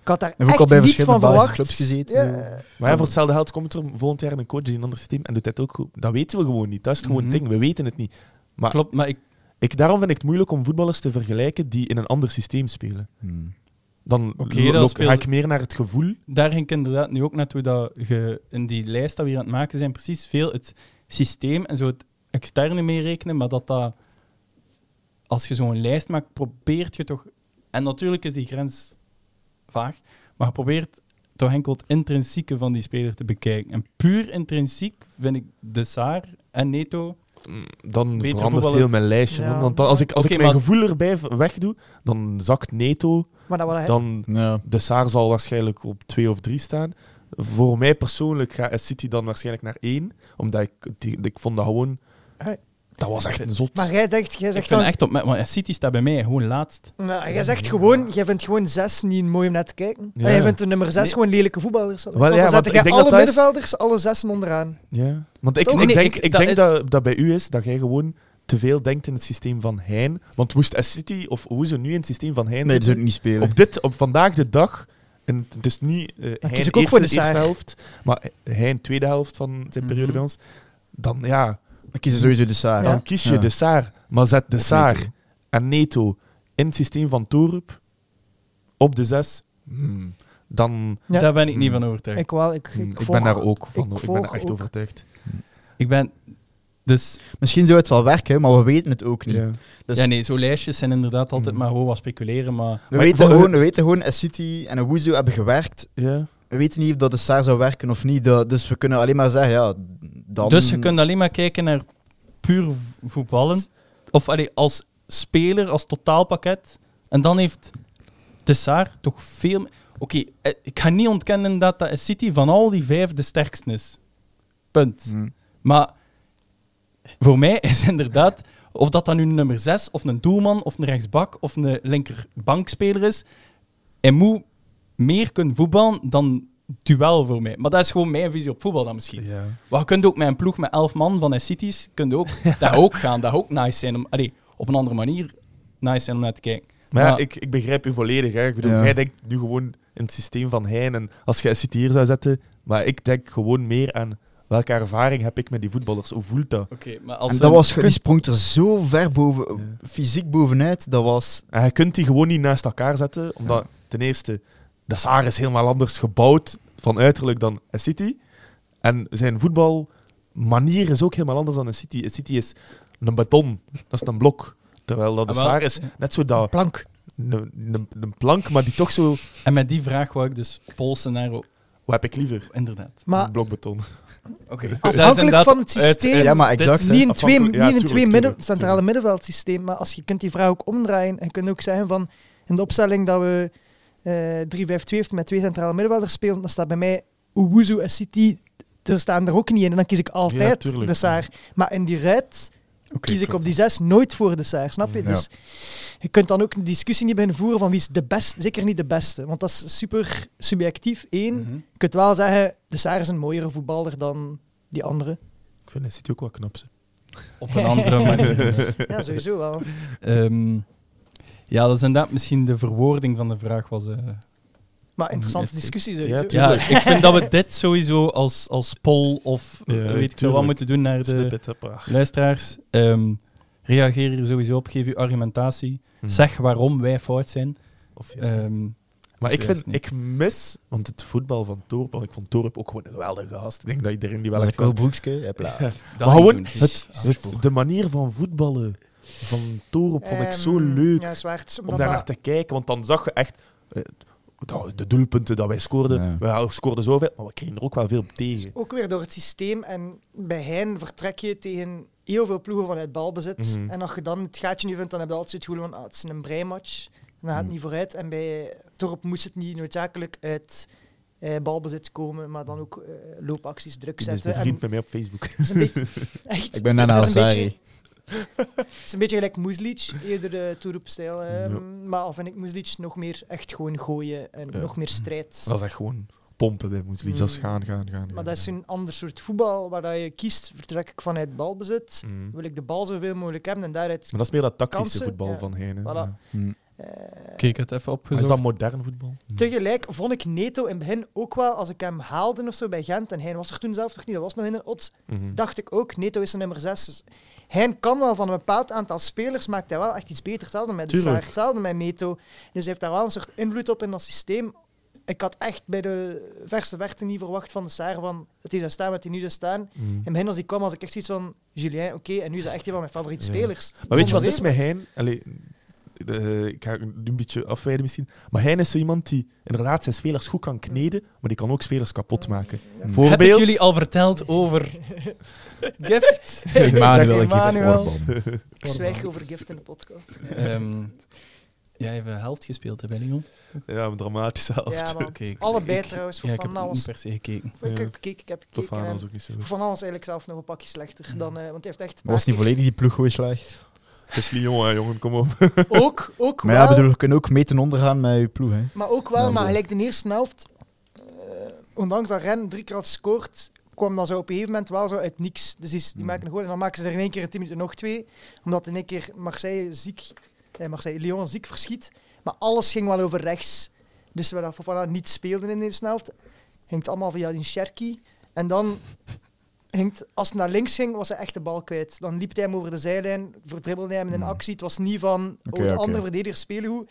Ik had daar
Heeft ook
echt
al bij
niet
verschillende
van
Belgische
verwacht.
clubs gezeten.
Ja.
Maar ja, voor hetzelfde geld komt er volgend jaar een coach die een ander systeem en doet dat ook goed. Dat weten we gewoon niet. Dat is het gewoon
Mhm.
ding. We weten het niet. Maar-
Klopt, maar ik,
Hm.
Ik, daarom vind ik het moeilijk om voetballers te vergelijken die in een ander systeem spelen. Dan
Oké,
lo-
dat
loop-
speelt-
ga ik meer naar het gevoel.
Daar ging ik inderdaad nu ook naartoe dat je in die lijst dat we hier aan het maken zijn, precies veel het systeem en zo het externe meerekenen, maar dat dat als je zo'n lijst maakt, probeert je toch. En natuurlijk is die grens vaag, maar je probeert toch enkel het intrinsieke van die speler te bekijken. En puur intrinsiek vind ik De Saar en Neto.
Mm, Dan
Beter
verandert
voetballen.
heel mijn lijstje.
Ja.
man. Want dan- als ik, als
Oké,
ik mijn
maar-
gevoel erbij v- wegdoe, dan zakt Neto.
Maar dat wel,
Dan
Ja.
de Saar zal waarschijnlijk op twee of drie staan. Voor mij persoonlijk gaat City dan waarschijnlijk naar één. Omdat ik, die, ik vond dat gewoon...
Hey.
Dat was echt een zot.
maar jij denkt, jij
Ik
zegt
vind
dan,
echt op, want City staat bij mij gewoon laatst.
nou, jij zegt gewoon, jij vindt gewoon zes niet mooi om naar te kijken.
Ja.
En jij vindt de nummer zes
Nee.
gewoon lelijke voetballers.
ja,
want dan
want
zetten
ik
jij
denk
alle
dat dat is-
middenvelders, alle zessen onderaan.
Ja. Want ik,
Toch?
ik
Nee,
denk,
ik-
ik
dat
denk
is-
dat, dat bij u is dat jij gewoon te veel denkt in het systeem van Hein. Want moest S City of hoe ze nu in het systeem van Hein
Nee, dat
zitten,
zou ik niet spelen.
op, dit, op vandaag de dag, en het is niet eh Hein
kies ik
eerste,
ook voor de
eerste
Saar.
helft, maar Hein tweede helft van zijn periode
Mhm.
bij ons, dan, ja,
Ik kies sowieso de Saar.
dan kies je
Ah, Ja.
de Saar. Maar zet de
Of
Saar
Neto.
en Neto in het systeem van Torup op de zes, hmm, dan
Ja.
Daar ben ik niet van
Ik,
overtuigd.
wel, ik, ik,
hmm, ik,
volg-
ben daar ook
ik
van. Ik, ben
volg
er echt
ook.
overtuigd.
Ik ben. Dus
Misschien zou het wel werken, maar we weten het ook niet.
Ja.
Dus
ja, nee, zo'n lijstjes zijn inderdaad altijd
Mm.
Mhm.
maar gewoon wat speculeren. Maar
we,
Maar ik
weten
wil-
gewoon, we weten gewoon, City en Wuzu hebben gewerkt.
Ja.
We weten niet of dat de Saar zou werken of niet. Dat- dus we kunnen alleen maar zeggen, ja, dan...
Dus je kunt alleen maar kijken naar puur v- voetballen. Of allee, als speler, als totaalpakket. En dan heeft de Saar toch veel... me- Oké, eh, ik ga niet ontkennen dat de City van al die vijf de sterkste is. Punt.
Hm.
Maar voor mij is inderdaad, of dat dan nu een nummer 6 of een doelman of een rechtsbak of een linkerbankspeler is, hij moet meer kunnen voetballen dan duel voor mij. Maar dat is gewoon mijn visie op voetbal dan misschien.
Ja.
Maar je kunt ook met een ploeg met 11 man van de cities, kunt ook, dat ook gaan, dat ook nice zijn. Om, allee, op een andere manier nice zijn om naar te kijken.
Maar ja,
Maar-
ik, ik begrijp u volledig. Hè. Ik bedoel,
Ja.
jij denkt nu gewoon in het systeem van Hein. En als jij SCT hier zou zetten. Maar ik denk gewoon meer aan welke ervaring heb ik met die voetballers. Hoe voelt dat?
Oké, maar als
En
we-
dat was, die sprong er zo ver boven, fysiek bovenuit. Dat was...
En je kunt die gewoon niet naast elkaar zetten. Omdat ten eerste, de Saar is helemaal anders gebouwd van uiterlijk dan City. En zijn voetbalmanier is ook helemaal anders dan City. City is een beton, dat is een blok. Terwijl dat de
Ah, wel.
Saar is net zo dat,
Plank.
een, een, een plank, maar die toch zo, wat
En met die vraag wou ik dus polsen naar...
heb ik liever?
Inderdaad.
Maar
Een blok beton.
Oké.
Afhankelijk van het systeem.
Ja, maar
niet
exact.
in twee,
afhankelijk-
niet
ja,
in
tuurlijk,
twee
tuurlijk,
midden, centrale
tuurlijk.
middenveldsysteem, maar als je kunt die vraag ook omdraaien en kunt ook zeggen van in de opstelling dat we eh 3-5-2 heeft met twee centrale middenvelders spelen, dan staat bij mij Uwuzu en City, er staan er ook niet in. En dan kies ik altijd
tuurlijk.
de Saar. Maar in die red kies ik op die zes nooit voor de Saar, snap je?
Ja.
Dus je kunt dan ook een discussie niet beginnen voeren van wie is de beste, zeker niet de beste. Want dat is super subjectief.
eh,
Eén,
Mhm.
je kunt wel zeggen, de Saar is een mooiere voetballer dan die andere.
Ik vind City ook wel knap. Ze.
Op een andere manier.
Ja, sowieso wel.
Ehm, ja, dat is inderdaad misschien de verwoording van de vraag was... eh,
Maar interessante
Yes, ik-
discussie
Ja,
sowieso.
ja,
Tuurlijk.
ik vind dat we dit sowieso als, als poll of eh,
Ja,
weet ik veel wat
tuurlijk.
moeten doen naar de
Snippet, hoppa.
luisteraars. Ehm, reageer hier sowieso op, geef uw argumentatie.
Hmm.
Zeg waarom wij fout zijn.
Of juist niet.
Ehm,
maar ik,
juist
vind,
niet.
ik mis, want het voetbal van Torp, want ik vond Torp ook gewoon een geweldige gast. Ik denk dat iedereen die wel
was
echt
ik wel broekske. Hepla.
dat
Maar gewoon
doen, dus-
het, het- de manier van voetballen van Torp vond ik zo
Ehm,
leuk
Ja, zwaard.
om daar naar te kijken, want dan zag je echt eh, dat- de doelpunten dat wij scoorden.
Ja.
We scoorden zoveel, maar we kregen er ook wel veel op tegen.
Ook weer door het systeem. En bij Hein vertrek je tegen heel veel ploegen vanuit balbezit.
Mhm.
En als je dan het gaatje niet vindt, dan heb je altijd het gevoel van ah, het is een breimatch. En dan gaat het
Mhm.
niet vooruit. En bij Torp moest het niet noodzakelijk uit eh, balbezit komen, maar dan ook eh, loopacties druk
Die is
zetten.
bevriend Dus met
En
mij op Facebook.
het is een beetje, echt,
Ik ben Nana
het is een beetje-
Azari.
Het is een beetje gelijk Moeslic, eerder de Toeroep-stijl. eh,
Ja.
Maar al vind ik Moeslic nog meer echt gewoon gooien en
Ja.
nog meer strijd.
Dat is echt gewoon pompen bij Moeslies. Dat is
Mm.
gaan, gaan, gaan.
Maar dat is een ander soort voetbal waar dat je kiest. Vertrek ik vanuit balbezit.
Mm.
Wil ik de bal zoveel mogelijk hebben en daaruit.
Maar dat is meer dat tactische
Kansen,
voetbal
ja.
van Heine.
Voilà.
Ja.
Hm.
Eh,
Kijk, het
Maar
even
is
opgezocht.
dat modern voetbal?
Tegelijk vond ik Neto in het begin ook wel, als ik hem haalde of zo bij Gent, en hij was er toen zelf nog niet, dat was nog in een ots,
Mhm.
dacht ik ook, Neto is een nummer 6. Dus hij kan wel van een bepaald aantal spelers, maakt hij wel echt iets beter. Hetzelfde met de
Tuurlijk.
Saar, hetzelfde met Neto. Dus hij heeft daar wel een soort invloed op in dat systeem. Ik had echt bij de verste verte niet verwacht van de Saar van dat hij zou staan wat hij nu zou staan. In
Mhm.
het begin als hij kwam, was ik echt zoiets van, Julien, oké, en nu is hij echt een van mijn favoriete
Ja.
spelers.
Maar weet je wat
Zonder
is met Hein? Allee, de- ik ga nu een beetje afwijden misschien. Maar Hein is zo iemand die inderdaad zijn spelers goed kan kneden, maar die kan ook spelers kapot maken. Voorbeeld.
Heb ik jullie al verteld over gift?
Emmanuel, ik geef het
Emmanuel.
oorbom.
zeven. Ik zwijg over gift in de podcast.
Ehm, jij hebt een helft gespeeld, hè, Bellingham?
Ja, een dramatische helft.
Ja, man.
Oké. ik-
Allebei
ik-
trouwens, voor
Ja, ik
Van nou
heb
Gaal
niet
was...
per se gekeken.
Ik
Ja.
heb gekeken, ik eh, heb gekeken.
Fofana
en
was ook niet zo
Van Gaal was eigenlijk zelf nog een pakje slechter dan... eh, want hij heeft echt...
Maar was niet volledig die ploeg gewoon slecht?
Het is Lyon, hè, jongen, kom op.
Ook, ook
Maar ja,
wel.
bedoel, we kunnen ook mee ten onder gaan met je ploeg. Hè.
Maar ook
Ja,
wel,
bedoel.
maar gelijk de eerste helft, eh, ondanks dat Ren drie keer had gescoord, kwam dat zo op een gegeven moment wel zo uit niks. Dus die, die
Hmm.
maken een goal en dan maken ze er in één keer in tien minuten nog twee. Omdat in één keer Marseille ziek, eh, Marseille, Lyon ziek verschiet. Maar alles ging wel over rechts. Dus we dat Fofana niet speelden in de eerste helft, ging het allemaal via die Cherky. En dan ging het- als het naar links ging, was hij echt de bal kwijt. Dan liep hij hem over de zijlijn, verdribbelde hij hem in een
Hmm.
actie. Het was niet van,
Oké,
oh, de
oké.
andere verdediger spelen goed.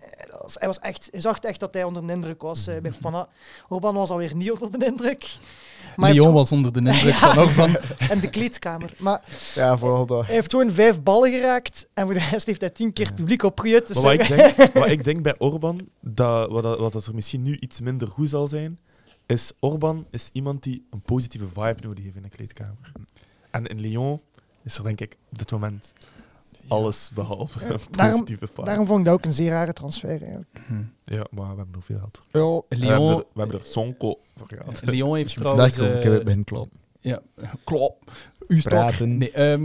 Eh, dat was- Hij, was echt, hij zag echt dat hij onder de indruk was eh, bij Fofana. Orban was alweer niet onder de indruk. Maar hij heeft
Lyon was onder de indruk van Orban.
gewoon- en de kleedkamer. Maar
Ja, vooral dat.
hij heeft gewoon vijf ballen geraakt en voor de rest heeft hij tien keer het publiek opgejut. Dus
Maar wat ik denk, wat ik denk bij Orban, dat, wat, dat- wat dat er misschien nu iets minder goed zal zijn, is Orban is iemand die een positieve vibe nodig heeft in de kleedkamer. En in Lyon is er denk ik op dit moment alles behalve een
Daarom-
positieve vibe.
Daarom vond ik dat ook een zeer rare transfer eigenlijk.
Hm.
Ja, maar we hebben er veel geld voor.
Ja,
We hebben,
Lyon,
er, we hebben er Sonko voor gehad.
Lyon heeft
Daar
trouwens...
kan ik
eh,
weer begin kloppen.
Ja, klop. U stok.
Praten.
Nee, ehm,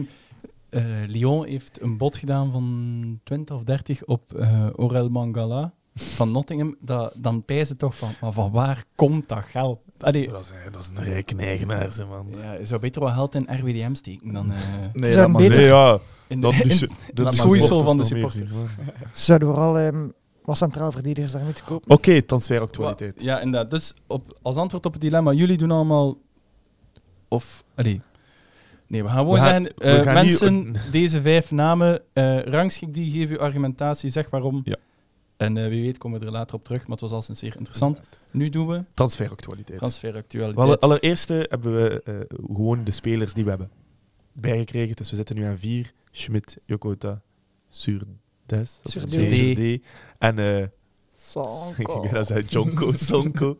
eh, Lyon heeft een bod gedaan van 20 of 30 op eh, Orel Mangala van Nottingham. Dat, dan pijzen ze toch van, maar van waar komt dat geld? Allee,
Dat is, eh, dat is een rijke eigenaar, ze, man.
ja, je zou beter wel geld in RWDM steken dan eh,
Nee, laat maar beter-
Nee, ja.
in de,
Dat dus
in-
is
maar
dat is-
sowieso
dat is
van de
nog meer zien,
supporters.
maar-
zouden vooral ehm wat centraal verdedigers daarmee te kopen.
Oké, transferactualiteit.
Ja, inderdaad. Dus op, als antwoord op het dilemma, jullie doen allemaal... Of, allee. Nee, we gaan gewoon
We gaan-
zeggen,
we
eh,
gaan nu
mensen,
een-
deze vijf namen, eh rangschik die, geef uw argumentatie, zeg waarom.
Ja.
En eh, wie weet komen we er later op terug, maar het was al sinds zeer interessant. Nu doen we
Transferactualiteit.
transferactualiteit.
We hadden- allereerst hebben we eh, gewoon de spelers die we hebben bijgekregen. Dus we zitten nu aan vier. Schmidt, Jokota, Surdes. of
Surde.
Surde. En eh, ik
Sanko.
denk dat zei Jonko, Sonko.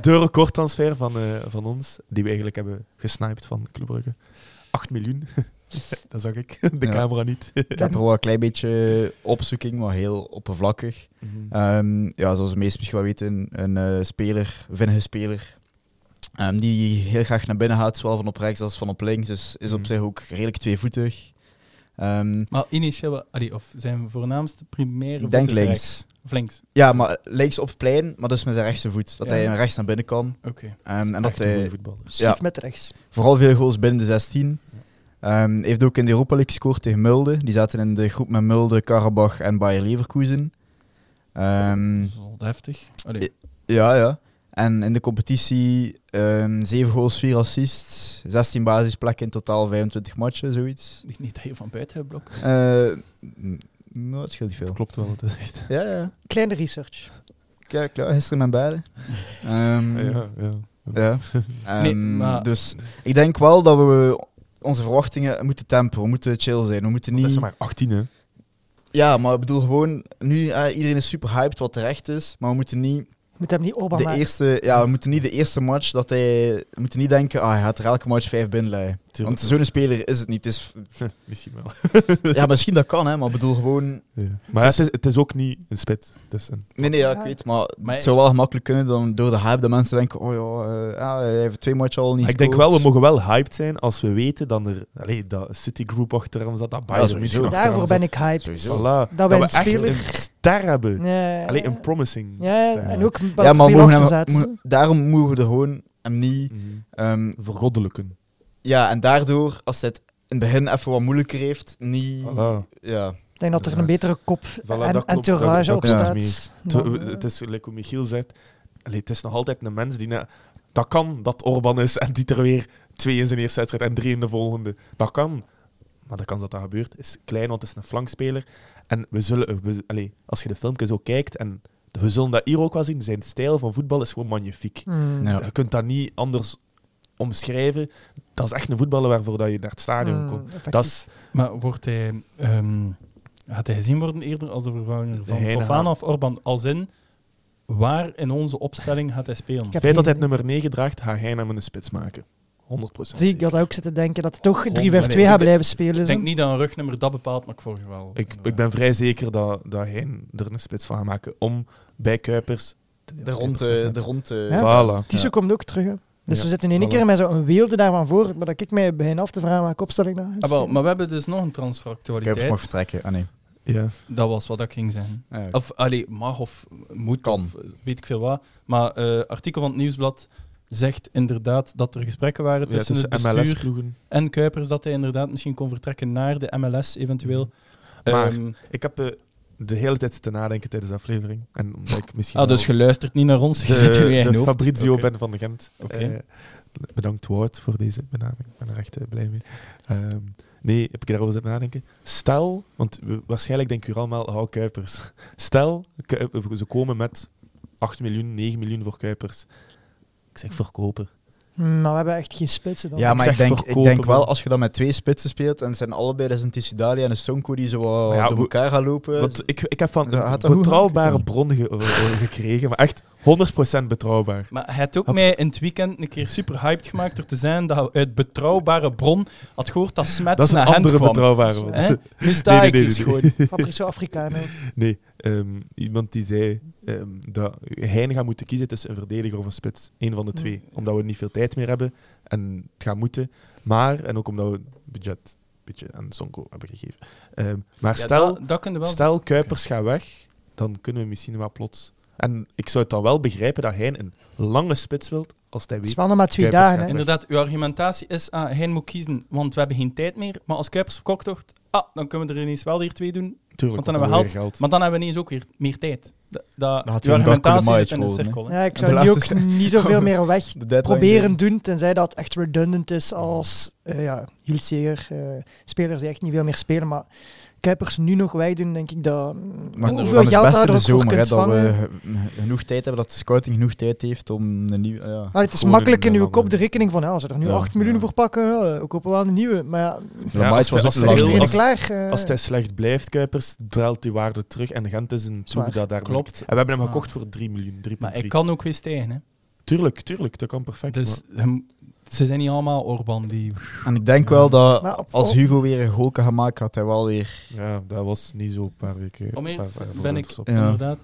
Door een kort transfer van, eh, van ons, die we eigenlijk hebben gesniped van Club Brugge. 8 miljoen. dat zag ik. De
Ja.
camera niet.
Ik heb er wel een klein beetje opzoeking, maar heel oppervlakkig.
Mhm.
Ehm, ja, zoals de meesten misschien wel weten, een eh, speler, vinnige speler, ehm, die heel graag naar binnen gaat, zowel van op rechts als van op links. Dus is op
Mhm.
zich ook redelijk tweevoetig. Ehm,
Maar initieel, allee, of zijn voornaamste primaire
Ik denk
voet is
links.
rechts. Of links,
ja, maar links op het plein, maar dus met zijn rechtse voet. Dat
Ja.
hij rechts naar binnen kan.
oké.
Ehm, en
Echt een
dat
goede
hij
voetballer.
Schiet
ja.
met rechts.
vooral veel goals binnen de 16. Ehm, heeft ook in de Europa League gescoord tegen Mulde. Die zaten in de groep met Mulde, Karabach en Bayer Leverkusen. Ehm,
Hm.
Dat is wel heftig. Allee,
Eh.
Ja, ja. En in de competitie ehm 7 goals, 4 assists, 16 basisplekken in totaal, 25 matchen, zoiets.
niet- niet dat je van buiten hebt blokt.
Eh, n- nou, dat scheelt niet
Dat
veel.
klopt wel wat hij zegt.
Ja, ja.
Kleine research.
Klaar, klaar. Gisteren mijn beide. Ehm,
Ja, ja.
ja. Ehm,
Nee, maar-
Dus ik denk wel dat we onze verwachtingen moeten temperen. We moeten chill zijn. We moeten
Dat is
niet...
maar 18, hè.
Ja, maar ik bedoel gewoon... Nu, eh, iedereen is super hyped wat terecht is. Maar we moeten niet
Je moet hem niet Orban
de
maken.
eerste... Ja, we moeten niet de eerste match dat hij... We moeten niet denken, ah, hij gaat er elke match vijf binnenleiden. Want zo'n speler is het niet. Het is,
Misschien wel.
ja, misschien dat kan, hè, maar ik bedoel gewoon...
Maar
Dus-
het is, het is ook niet een spit. Het is een...
Nee, nee, ja, ik
Ja.
weet, maar,
Maar-
het zou wel gemakkelijk kunnen dan door de hype dat mensen denken, oh ja, eh, ah, hij heeft twee matchen al niet
Maar ik denk
gescoord.
wel, we mogen wel hyped zijn als we weten dat er allee, dat Citigroup achter hem zat, dat Bayern
sowieso.
München achter
Daarvoor
hem
ben
zat.
ik hyped.
Sowieso.
Voilà.
Dat
Dat,
wij
we
een
echt
speler-
een ster hebben.
Ja,
Allee, een
ja.
promising
Ja,
ster.
en ook wat
Ja, maar we
veel
mogen
achter
hem-
zaten.
mo- daarom mogen we er gewoon hem niet...
Mhm.
ehm,
Vergoddelijken.
ja, en daardoor, als hij het in het begin even wat moeilijker heeft, niet...
Voilà.
Ja,
denk dat er een
Inderdaad.
betere kop
Voilà,
en
dat klopt, dat-
entourage
dat
op
klopt
staat.
meer.
dan,
Te-
eh,
het is, like hoe Michiel zegt, allee, het is nog altijd een mens die... na- dat kan dat Orban is en die er weer twee in zijn eerste wedstrijd en drie in de volgende. Dat kan. Maar de kans dat dat gebeurt is klein, want het is een flankspeler. En we zullen... eh, we- allee, als je de filmpjes ook kijkt, en we zullen dat hier ook wel zien, zijn stijl van voetbal is gewoon magnifiek.
mm.
Ja.
Je kunt dat niet anders omschrijven. Dat is echt een voetballer waarvoor dat je naar het stadion
Mm,
komt.
effectief.
Dat is...
Maar wordt hij, ehm, gaat hij gezien worden eerder als de vervanger van
Nee,
Fofana
nou.
of Orban? Als in, waar in onze opstelling gaat hij spelen?
Ik
Het
heb
feit dat hij
geen
het nummer 9 draagt, ga hij hem een spits maken. 100 procent.
Zie ik dat ook zitten denken, dat hij toch 3-5-2
Nee,
gaat
ik-
blijven spelen.
Ik
zo.
denk niet dat een rugnummer dat bepaalt, maar ik volg je wel.
Ik, ik ben vrij zeker dat, dat hij er een spits van gaat maken om bij Kuipers
De rond, eh, de rond eh,
Ja.
Voilà.
Tiso
Ja.
komt ook terug. hè. Dus
Ja,
we zitten in één
voilà.
keer met zo'n weelde daarvan voor, maar dat ik mij begin af te vragen welke opstelling dat is.
Ah, wel,
maar...
maar we hebben dus nog een
Kuipers mag
transferactualiteit.
vertrekken. Ah nee.
Ja.
Dat was wat ik ging zeggen.
Ja, oké.
Of allee, mag of moet,
Kan.
of weet ik veel wat. Maar eh artikel van het Nieuwsblad zegt inderdaad dat er gesprekken waren
Ja,
tussen,
tussen
het bestuur
MLS-ploegen.
en Kuipers dat hij inderdaad misschien kon vertrekken naar de MLS eventueel.
Maar-
Ehm,
Ik heb eh, de hele tijd zitten nadenken tijdens de aflevering. En omdat ik misschien
ah, dus
wel
je luistert niet naar ons, je zit in je
de,
eigen
de
hoofd.
Fabrizio
Oké.
ben van de Gent.
Oké.
Eh, bedankt Wout voor deze benaming. Ik ben er echt eh, blij mee. Ehm, nee, heb ik daarover zitten nadenken. Stel, want we- waarschijnlijk denken jullie allemaal, hou Kuipers. Stel, Kuip- eh, ze komen met 8 miljoen, 9 miljoen voor Kuipers. Ik zeg verkopen.
Hmm, maar we hebben echt geen spitsen dan.
ja, maar
zeg
ik denk, ik
verkopen,
denk wel
man.
als je dan met twee spitsen speelt en het zijn allebei, dat is een Tissidali en een Sonko die zo wat
Ja,
door
we-
elkaar gaan lopen.
Want ik, ik heb van
Ja,
een
had Eh, dat goed
betrouwbare
hangen?
bron ge- eh, gekregen, maar echt 100% betrouwbaar.
Maar hij had ook
Hop.
mij in het weekend een keer super hyped gemaakt door te zijn dat hij uit betrouwbare bron had gehoord dat Smets
dat is een
naar hen
andere
kwam.
betrouwbare bron.
Hè? Nu sta
Nee,
ik
nee,
hier
nee, nee,
gewoon.
Fabrizio Africano.
Nee, ehm, iemand die zei ehm, dat Heijn gaat moeten kiezen tussen een verdediger of een spits. Eén van de
Ja.
twee. Omdat we niet veel tijd meer hebben en het gaat moeten. Maar, en ook omdat we budget een beetje aan Sonko hebben gegeven. Ehm, maar
Ja,
stel,
dat, dat kunnen wel
stel Kuipers gaat weg, dan kunnen we misschien wel plots... En ik zou het dan wel begrijpen dat Heijn een lange spits wilt, als hij
Het
weet
is wel nog maar twee
Kuipers
dagen.
gaat
hè.
weg.
Inderdaad, uw argumentatie is, ah, hij moet kiezen, want we hebben geen tijd meer. Maar als Kuipers verkocht wordt, ah, dan kunnen we er ineens wel hier twee doen.
Tuurlijk,
Want dan
want
hebben we
weer geld.
Maar dan hebben we ineens ook weer meer tijd. Dat, dat,
Dan had
uw
hij een
argumentatie
Darko
zit
de
in een
Maaier worden,
cirkel. hè.
Ja, ik
De
zou nu
laatste
ook niet zoveel meer weg
De deadline
proberen
day.
doen, tenzij dat echt redundant is als eh ja, Jules Seger, eh, spelers die echt niet veel meer spelen. Maar Kuipers nu nog wegdoen, denk ik dat...
Maar
Hoe-
dan
hoeveel
is het best
daar
in de
ook voor
zomer, hè,
kunt
dat we
vangen?
eh, genoeg tijd hebben, dat de scouting genoeg tijd heeft om een nieuwe... Ja.
Ah, het is
Gewoon
makkelijk
een,
in
eh,
uw kop de
andere-
rekening van, ja, als we er nu
Ja,
8 miljoen
ja.
voor pakken, ja, we kopen wel een nieuwe. Maar ja,
Lamais
als hij-
was
als
ook
hij
lang
heel-
ligt
geleden.
iedereen
als-
klaar. eh.
Als hij slecht blijft, Kuipers, draalt die waarde terug. En Gent is een ploeg
Zwaar.
dat daar
Klopt.
En we hebben hem
Ah.
gekocht voor 3 miljoen. 3,3.
Maar hij kan ook weer stijgen. Hè.
Tuurlijk, tuurlijk, dat kan perfect.
Dus
maar-
hem- ze zijn niet allemaal Orban die...
En ik denk wel dat
Maar op-
Oh.
als
op-
Hugo weer een goal kan gaan maken, had hij wel weer...
ja, dat was niet zo een paar weken.
Om eerlijk
paar-
te
paar
zijn ben
winters
ik
op.
Ja.
inderdaad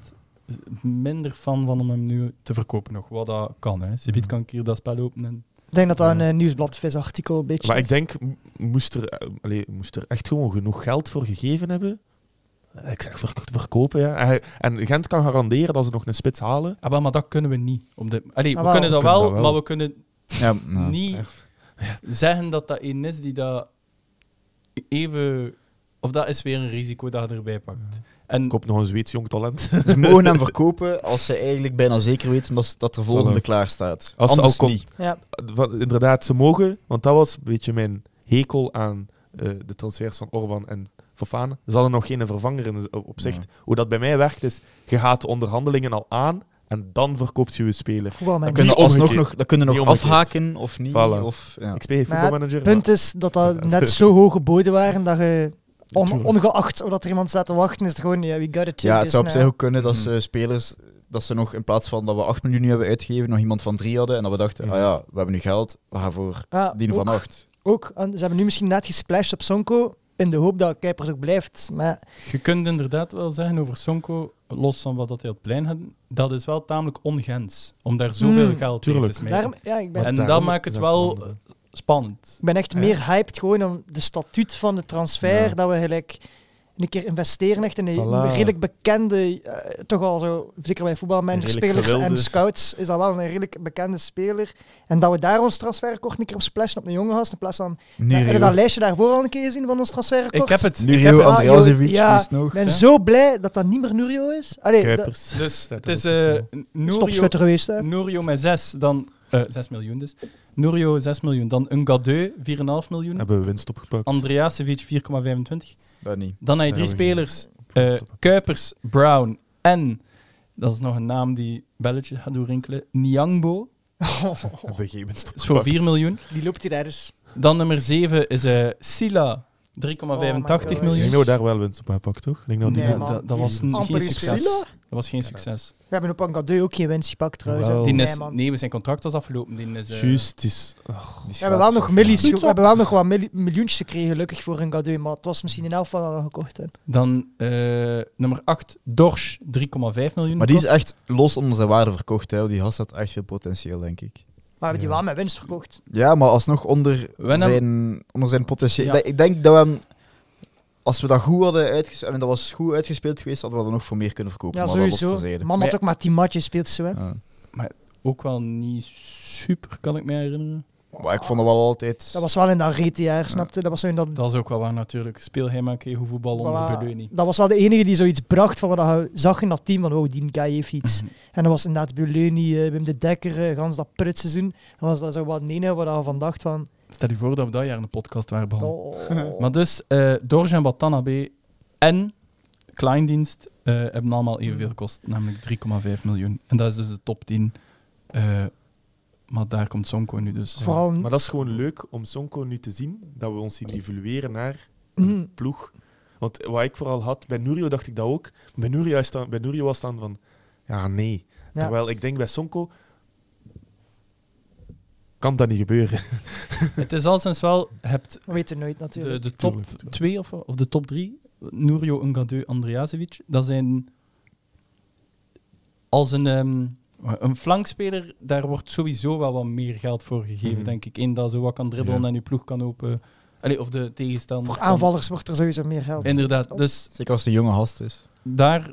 minder fan van om hem nu te verkopen nog. Wat dat kan. hè. Ze biedt kan ik hier dat spel openen. en-
Ik denk dat dat een
Ja.
eh, nieuwsbladvisartikel een beetje
Maar ik
is.
denk, m- moest er, eh, allee, moest er echt gewoon genoeg geld voor gegeven hebben? Eh, Ik zeg verk- verkopen, ja. En hij- En Gent kan garanderen dat ze nog een spits halen.
Ah, wel, maar dat kunnen we niet. Op de... Allee,
Ah,
we
wel.
kunnen dat
We kunnen
wel,
dat wel.
maar we kunnen
Ja, nou.
niet zeggen dat dat één is die dat even... Of dat is weer een risico dat je erbij pakt. En
Koop nog een Zweeds jong talent.
Ze mogen hem verkopen als ze eigenlijk bijna zeker weten dat, dat er volgende
Voilà.
klaar staat.
Als ze
Anders
al komt.
niet.
Ja.
Wat- Inderdaad, ze mogen, want dat was een beetje mijn hekel aan eh, de transfers van Orban en Fofana. Ze hadden nog geen vervanger in z- opzicht. Hoe dat bij mij werkt is, je gaat de onderhandelingen al aan en dan verkoopt je je speler.
Dan
voetbalmanager.
kunnen
Niet
alsnog
omgekeerd.
nog, dan kunnen nog
Niet omgekeerd.
afhaken of niet.
Voilà.
Of, ja.
Ik speel geen
Maar
voetbalmanager.
Het punt is dat dat
Ja.
net zo hoge boden waren dat je, on-
Tuurlijk.
ongeacht of dat er iemand staat te wachten, is het gewoon, ja, we got it.
ja, het zou op
Dus,
zich
nou,
ook kunnen dat
Mhm.
ze spelers, dat ze nog in plaats van dat we 8 miljoen nu hebben uitgegeven, nog iemand van 3 hadden. En dat we dachten,
Mhm.
ah ja, we hebben nu geld, we gaan voor
ja,
die
ook,
van 8.
Ook, en ze hebben nu misschien net gesplashed op Sonko, in de hoop dat Kuipers ook blijft. Maar
je kunt inderdaad wel zeggen over Sonko, los van wat dat hij op het plein had, dat is wel tamelijk ongens. Om daar zoveel
Mm.
geld
Tuurlijk.
mee te smijten.
daarom, ja, ik ben,
en
dan
dat maakt het wel- Spannend.
ik ben echt
Ja.
meer hyped gewoon om de statuut van de transfer,
Ja.
dat we gelijk... een keer investeren echt in een
Voilà.
redelijk bekende, eh, toch al zo, zeker bij voetbalmanagers,
Redelijk
spelers en
gewilde.
scouts, is dat wel een redelijk bekende speler. En dat we daar ons transferrecord een keer op splashen op een jonge gast, in plaats van...
Nu
heb je dat lijstje daarvoor al een keer gezien van ons transferrecord?
Ik heb het.
Nu
ik heb
Rio
het.
Ah,
Andreasevic
joh, ja.
is nog.
Ik ben
hè?
zo blij dat dat niet meer Nurio is. Allee, dat-
Kuipers.
Dus
Staat
het
er
is
ook
eh,
tussen.
Norio,
Stopschutter geweest, hè.
Norio met 6, dan eh 6 miljoen dus. Norio 6 miljoen, dan een Gadeu 4,5 miljoen.
Hebben we winst opgepakt.
Andreasevic 4,25.
Dat niet.
Dan heb
Ja,
je drie
we-
spelers. eh, Kuipers, Brown en, dat is nog een naam die belletje gaat doen rinkelen, Nyangbo.
Hebben we geen winst
is eh, voor
opgepakt.
4 miljoen.
Die loopt hij daar dus.
Dan nummer 7 is eh, Sila, 3,85
Oh my
Ik denk
miljoen.
dat we daar wel winst op hebben gepakt, toch? Ik denk dat die
Nee,
Ja,
man.
dat, dat was een,
Amper
geen
die
succes.
Sila?
Dat was geen
Ja, dat is-
succes.
We hebben op Angadeu ook geen winst gepakt, trouwens. hè.
Jawel.
Die
Nee,
is,
man.
nee, zijn contract was afgelopen. Die is, eh,
Juist, het is...
We hebben wel nog millies, ge- we hebben wel nog wat milli- miljoentjes gekregen, gelukkig voor een cadeau, maar het was misschien een elf van dat we gekocht hebben.
Dan eh, nummer 8, Dorsch, 3,5 miljoen.
Maar die is echt los onder zijn waarde verkocht. Hè. Die gast had echt veel potentieel, denk ik.
Maar we hebben die
Ja.
wel met winst verkocht.
Ja, maar alsnog onder,
Wenham-
zijn, onder zijn potentieel.
Ja.
Dat- Ik denk dat we hem, als we dat goed hadden uitgespeeld, en dat was goed uitgespeeld geweest, hadden we er nog voor meer kunnen verkopen.
Ja,
maar
sowieso.
dat was terzijde.
Man had
Maar-
ook maar 10 matjes speelt zo, hè.
Ja.
Ook wel niet super, kan ik me herinneren.
Maar ik vond het wel altijd...
Dat was wel in dat reetjaar, snapte? Dat was zo in dat...
Dat is ook wel waar natuurlijk. Speel hij maar een keer hoe voetbal onder
Voilà.
Beleunie.
Dat was wel de enige die zoiets bracht van wat je zag in dat team. Van, wow, die guy heeft iets. En dat was inderdaad Beleuni, eh, Wim de Dekker, eh gans dat prutseizoen. Dat was dat zo wat nene waar je van dacht van...
Stel je voor dat we dat jaar een podcast waren begonnen.
Oh.
Maar dus, eh Dorje en Watanabe en Kleindienst eh, hebben allemaal evenveel gekost, namelijk 3,5 miljoen. En dat is dus de top 10. Eh, maar daar komt Sonko nu dus.
Vooral...
Maar dat is gewoon leuk om Sonko nu te zien. Dat we ons zien evolueren naar
Mhm.
een ploeg. Want wat ik vooral had, bij Nurio dacht ik dat ook. Bij Nurio, is dan, bij Nurio was dan van, ja, nee.
Ja.
Terwijl ik denk bij Sonko... Kan dat niet gebeuren.
Het is al sinds wel, je hebt
We weten nooit
de,
natuurlijk.
de top
Tuurlijk, tuurlijk.
2 of, of de top 3, Nurio Ngadeu, Andreasevic, dat zijn als een, ehm, een flankspeler, daar wordt sowieso wel wat meer geld voor gegeven,
Mhm.
denk ik. Eén dat zo wat kan dribbelen
Ja.
en je ploeg kan open. Allee, of de tegenstander.
Voor
kan-
aanvallers wordt er sowieso meer geld.
Inderdaad, dus
Zeker als het een jonge gast is.
daar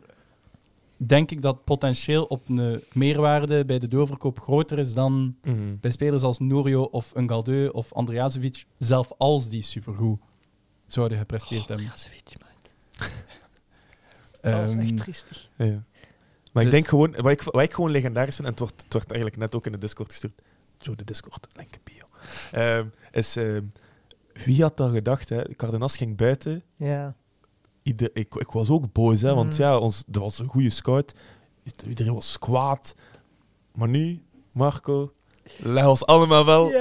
denk ik dat potentieel op een meerwaarde bij de doorverkoop groter is dan
Mhm.
bij spelers als Norio of Ngalde of Andreasevic, zelf als die supergoed zouden gepresteerd
Oh,
hebben.
Andreasevic, man.
Ehm,
Dat is echt triestig.
Ja. Maar ik
Dus-
denk gewoon, wat ik, wat ik gewoon legendarisch vind, en het wordt, het wordt eigenlijk net ook in de Discord gestuurd. Joe, de Discord, link in bio. Ehm, is, ehm, wie had dat gedacht? Hè? Cardenas ging buiten.
Ja.
Ieder, ik, ik was ook boos, hè, want
Mm.
ja, ons, er was een goede scout. Ied- Iedereen was kwaad. Maar nu, Marco, leg ons allemaal
Oh.
wel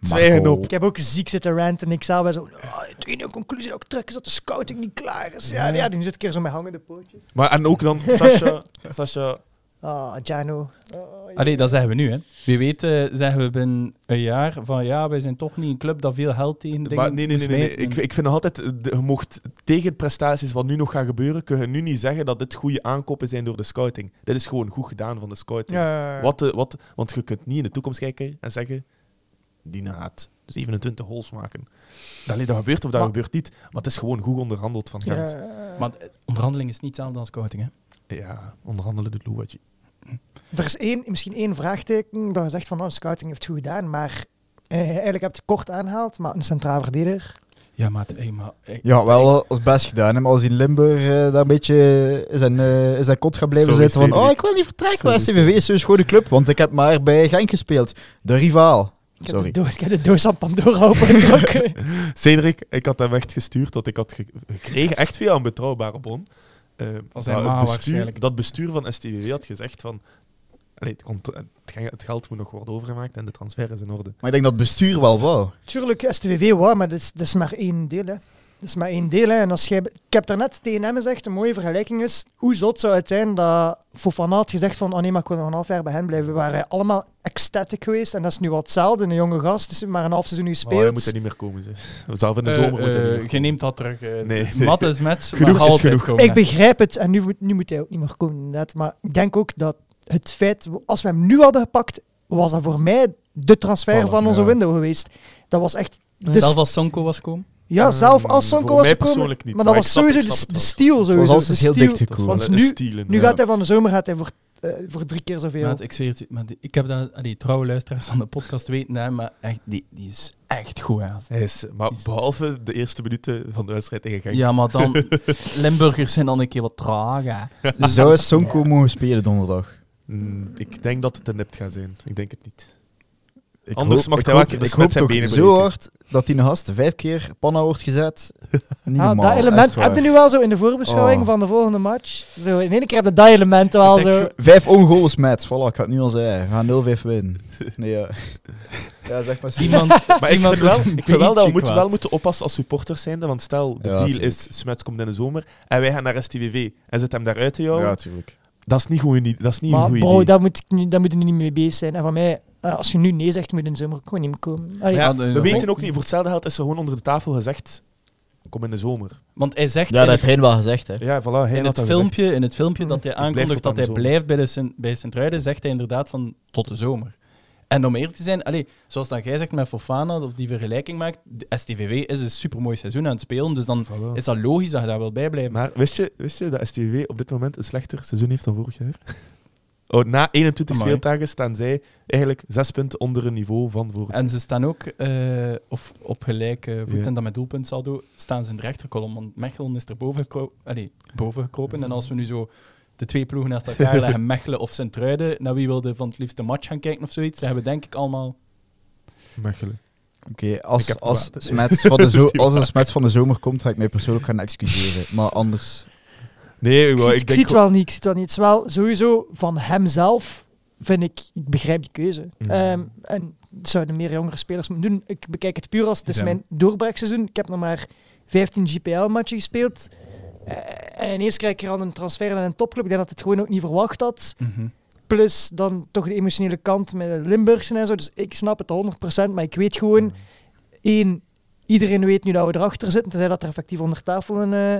tweeën
Marco.
op.
Ik heb ook ziek zitten ranten en ik zou bij zo... "Ah, het enige conclusie dat ik trek is dat de scouting niet klaar is. Ja,
Ja.
ja die zit een keer zo met hangende pootjes.
Maar, en ook dan Sasha. Sasha
Ah, Jano. Oh, ja.
Allee, dat zeggen we nu. Hè. Wie weet eh, zeggen we binnen een jaar van ja, wij zijn toch niet een club dat veel geld tegen dingen
maar nee, nee, nee. nee, nee.
smijt.
Ik, ik vind nog altijd, eh, de- je mocht tegen prestaties wat nu nog gaat gebeuren, kun je nu niet zeggen dat dit goede aankopen zijn door de scouting. Dit is gewoon goed gedaan van de scouting.
Ja.
Wat, de- wat, want je kunt niet in de toekomst kijken en zeggen, die gaat 27 holes maken. Dat, dat gebeurt of dat
Maar-
gebeurt niet. Maar het is gewoon goed onderhandeld van
Ja.
Gent.
Maar eh, onderhandeling is niet hetzelfde als scouting. Hè.
Ja, onderhandelen doet Louwagie.
Er is één, misschien één vraagteken dat je zegt van nou, scouting heeft het goed gedaan, maar eh, eigenlijk heb je het kort aanhaald, maar een centraal verdediger.
Ja, maar, het- hey, maar ik-
Ja, wel als best gedaan. hè, Maar als die Limburg eh, daar een beetje eh, in zijn, eh, in zijn kot gaat blijven
Sorry,
zitten van
Cedric.
oh, ik wil niet vertrekken, maar
Sorry,
CVV is zo'n schone club, want ik heb maar bij Genk gespeeld. De rivaal.
Ik heb, de,
Sorry.
doos, ik heb de doos aan Pandora opengetrokken.
Cedric, ik had hem echt gestuurd, want ik had ge- gekregen, echt via een betrouwbare bron. eh, dat,
zijn
het
ma
bestuur,
waarschijnlijk.
dat bestuur van STWW had gezegd van... allee, het, cont- het ge- het geld moet nog worden overgemaakt en de transfer is in orde.
Maar ik denk dat het bestuur wel wou.
Tuurlijk, STVV, wou, maar dat is, dat is maar één deel. Hè. Dat is maar één deel. Hè. En als jij, ik heb daarnet TNM gezegd, een mooie vergelijking is, hoe zot zou het zijn dat Fofana had gezegd van, oh nee, maar ik wil nog een half jaar bij hem blijven. We waren allemaal ecstatic geweest en dat is nu wat hetzelfde. Een jonge gast, het is maar een half seizoen
Maar hij
gespeeld.
moet er niet meer komen. Zeg. Zelf in de
Eh,
zomer moet hij
eh,
niet meer
je neemt dat terug. eh,
Nee.
Mat is match, maar
Genoeg is
altijd
genoeg.
komen,
ik
hè.
begrijp het en nu, moet- nu moet hij ook niet meer komen inderdaad. Maar ik denk ook dat het feit, als we hem nu hadden gepakt, was dat voor mij de transfer
Voilà,
van onze
ja.
window geweest. Dat was echt...
Zelfs
Dus,
als Sonko was komen.
Ja, zelf als
zo'n
zo'n was
Ehm, mij
gekomen.
persoonlijk niet.
Maar dat
ik
was
snap het,
sowieso
ik
de,
snap
de
het wel.
steal.
Het was
Sowieso,
altijd
de
heel dik
steal.
te
Het was
koop.
wel
Want
een
nu-
steal,
Nu
ja.
gaat hij van de zomer gaat hij voor, eh, voor drie keer zoveel.
Maat, ik zweer het u, maar die- ik heb dat, allee, trouwe luisteraars van de podcast weten dat, maar echt, die, die is echt goed aan.
Hij is, maar behalve de eerste minuten van de wedstrijd tegen Genk.
Ja, maar dan, Limburgers zijn dan een keer wat traag. hè.
Zou Sonko mogen spelen donderdag?
Mm, ik denk dat het een nipt gaat zijn. Ik denk het niet.
Ik
Anders mag
ik
hij
hoop-
wel
Ik
met
hoop
zijn
toch
benen
zo
breken.
hard dat die gast vijf keer panna wordt gezet. Niet
Ah,
normaal,
dat element
echt waar.
heb je nu wel zo in de voorbeschouwing
Oh.
van de volgende match. Zo, in één keer heb je dat element wel
Ik denk
zo.
ge-
Vijf ongoals met. Voilà, ik ga het nu al zeggen. We gaan 0-5 winnen. Nee, ja. ja, zeg maar. Simon.
Iemand,
Maar ik
Iemand
vind wel,
is een
ik vind wel dat we
beetje
moeten, wel
kwaad.
moeten oppassen als supporters zijnde. Want stel, de
Ja,
deal
tuurlijk.
is Smuts komt in de zomer en wij gaan naar STVV en zet hem daaruit te jou.
Ja, tuurlijk.
Dat is niet, goed, dat is niet een
Maar
goed
bro,
idee.
daar moet, ik nu, daar moet je niet mee bezig zijn. En van mij, eh, als je nu nee zegt, moet je in de zomer ook gewoon niet meer komen. Allee,
Maar
Ja,
ja,
nee,
we
dat
weten
klopt.
ook niet, voor hetzelfde geld is er gewoon onder de tafel gezegd, kom in de zomer.
want hij zegt
Ja,
in
dat heeft
het,
hij wel gezegd, hè.
Ja, voilà, hij
in
had
het
dat
filmpje,
gezegd.
in het filmpje dat hij
blijf tot
aankondigt dat
aan
hij
de zomer. Hmm.
blijft bij, de, Sint- bij Sint-Truiden, zegt hij inderdaad van tot de zomer. En om eerlijk te zijn, allee, zoals dan jij zegt met Fofana, of die vergelijking maakt, de STVW is een supermooi seizoen aan het spelen, dus dan
Voilà.
is dat logisch dat je daar wel bij blijft.
Maar wist je, wist je dat STV op dit moment een slechter seizoen heeft dan vorig jaar? Oh, na 21
Amai.
speeltagen staan zij eigenlijk zes punten onder het niveau van vorig jaar.
En ze staan ook eh, of op gelijk eh, voet
Ja.
en dan met doelpuntsaldo staan ze in de rechterkolom. Want Mechelen is er boven, gekro- allee, boven gekropen. En als we nu zo de twee ploegen naast elkaar leggen, Mechelen of Sint-Truiden, naar wie wilde van het liefst de match gaan kijken of zoiets, dan hebben we denk ik allemaal...
Mechelen.
Oké,
Ik
als,
heb
als,
water.
Smets van de zo-
Dat is niet
als een smet van de zomer komt, ga ik mij persoonlijk gaan excuseren. Maar anders...
Nee,
ik,
ik,
zie,
wou-
het-
ik
ik
denk
zie het wel niet. Ik zie het wel niet. Het is wel sowieso van hemzelf, vind ik, ik begrijp die keuze.
Mhm.
Ehm, en het zouden meer jongere spelers moeten doen. Ik bekijk het puur als het is
Ja.
mijn doorbraakseizoen. Ik heb nog maar 15 GPL-matchen gespeeld. Eh, en ineens krijg ik er al een transfer naar een topclub. Ik denk dat het gewoon ook niet verwacht had. Plus dan toch de emotionele kant met de Limburgsen en zo. Dus ik snap het 100%, maar ik weet gewoon... één, iedereen weet nu dat we erachter zitten. Tenzij dat er effectief onder tafel een, eh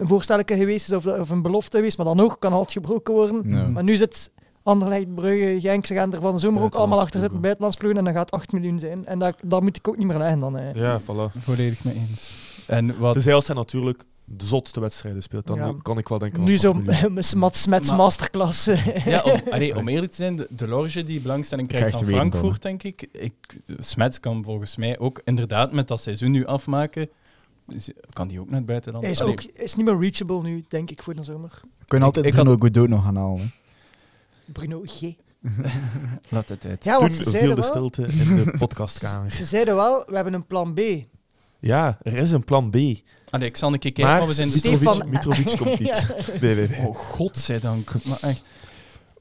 een voorstelletje geweest is of, of een belofte geweest. Maar dan ook kan altijd gebroken worden.
Ja.
Maar nu zit Anderlecht, Brugge, Genk, ze gaan er van de zomer ook
Buitenlands
allemaal achter zitten,
ploegen.
buitenlands ploegen, en dan gaat 8 miljoen zijn. En dat, dat moet ik ook niet meer leggen dan. eh.
Ja, voilà.
Volledig mee eens. En wat...
Tenzij als hij natuurlijk de zotste wedstrijden speelt, dan
Ja.
kan ik wel denken... oh,
nu
wat
zo
dat nu-
met Mats Mets
Maar-
masterclass.
Ja, om, allee, om eerlijk te zijn, de, de Lorge die belangstelling krijgt
Krijgt
van
de wereld
Frankfurt, denk ik. ik. Smets kan volgens mij ook inderdaad met dat seizoen nu afmaken. Dus Kan die ook naar het buitenland?
Hij is,
Allee,
ook, hij is niet meer reachable nu, denk ik, voor de zomer.
We kunnen altijd
ik
Bruno Godot nog gaan halen. hè.
Bruno G.
Laat het uit.
Ja,
Toen
want ze
viel
zeiden,
de
wel,
stilte in de podcastkamer.
ze zeiden wel, we hebben een plan B.
Ja, er is een plan B.
Allee, ik zal een keer kijken, maar,
Maar
we zijn...
Stefan-
Mitrovic, Mitrovic komt niet. Nee, nee, nee.
Oh, godzijdank. Maar echt.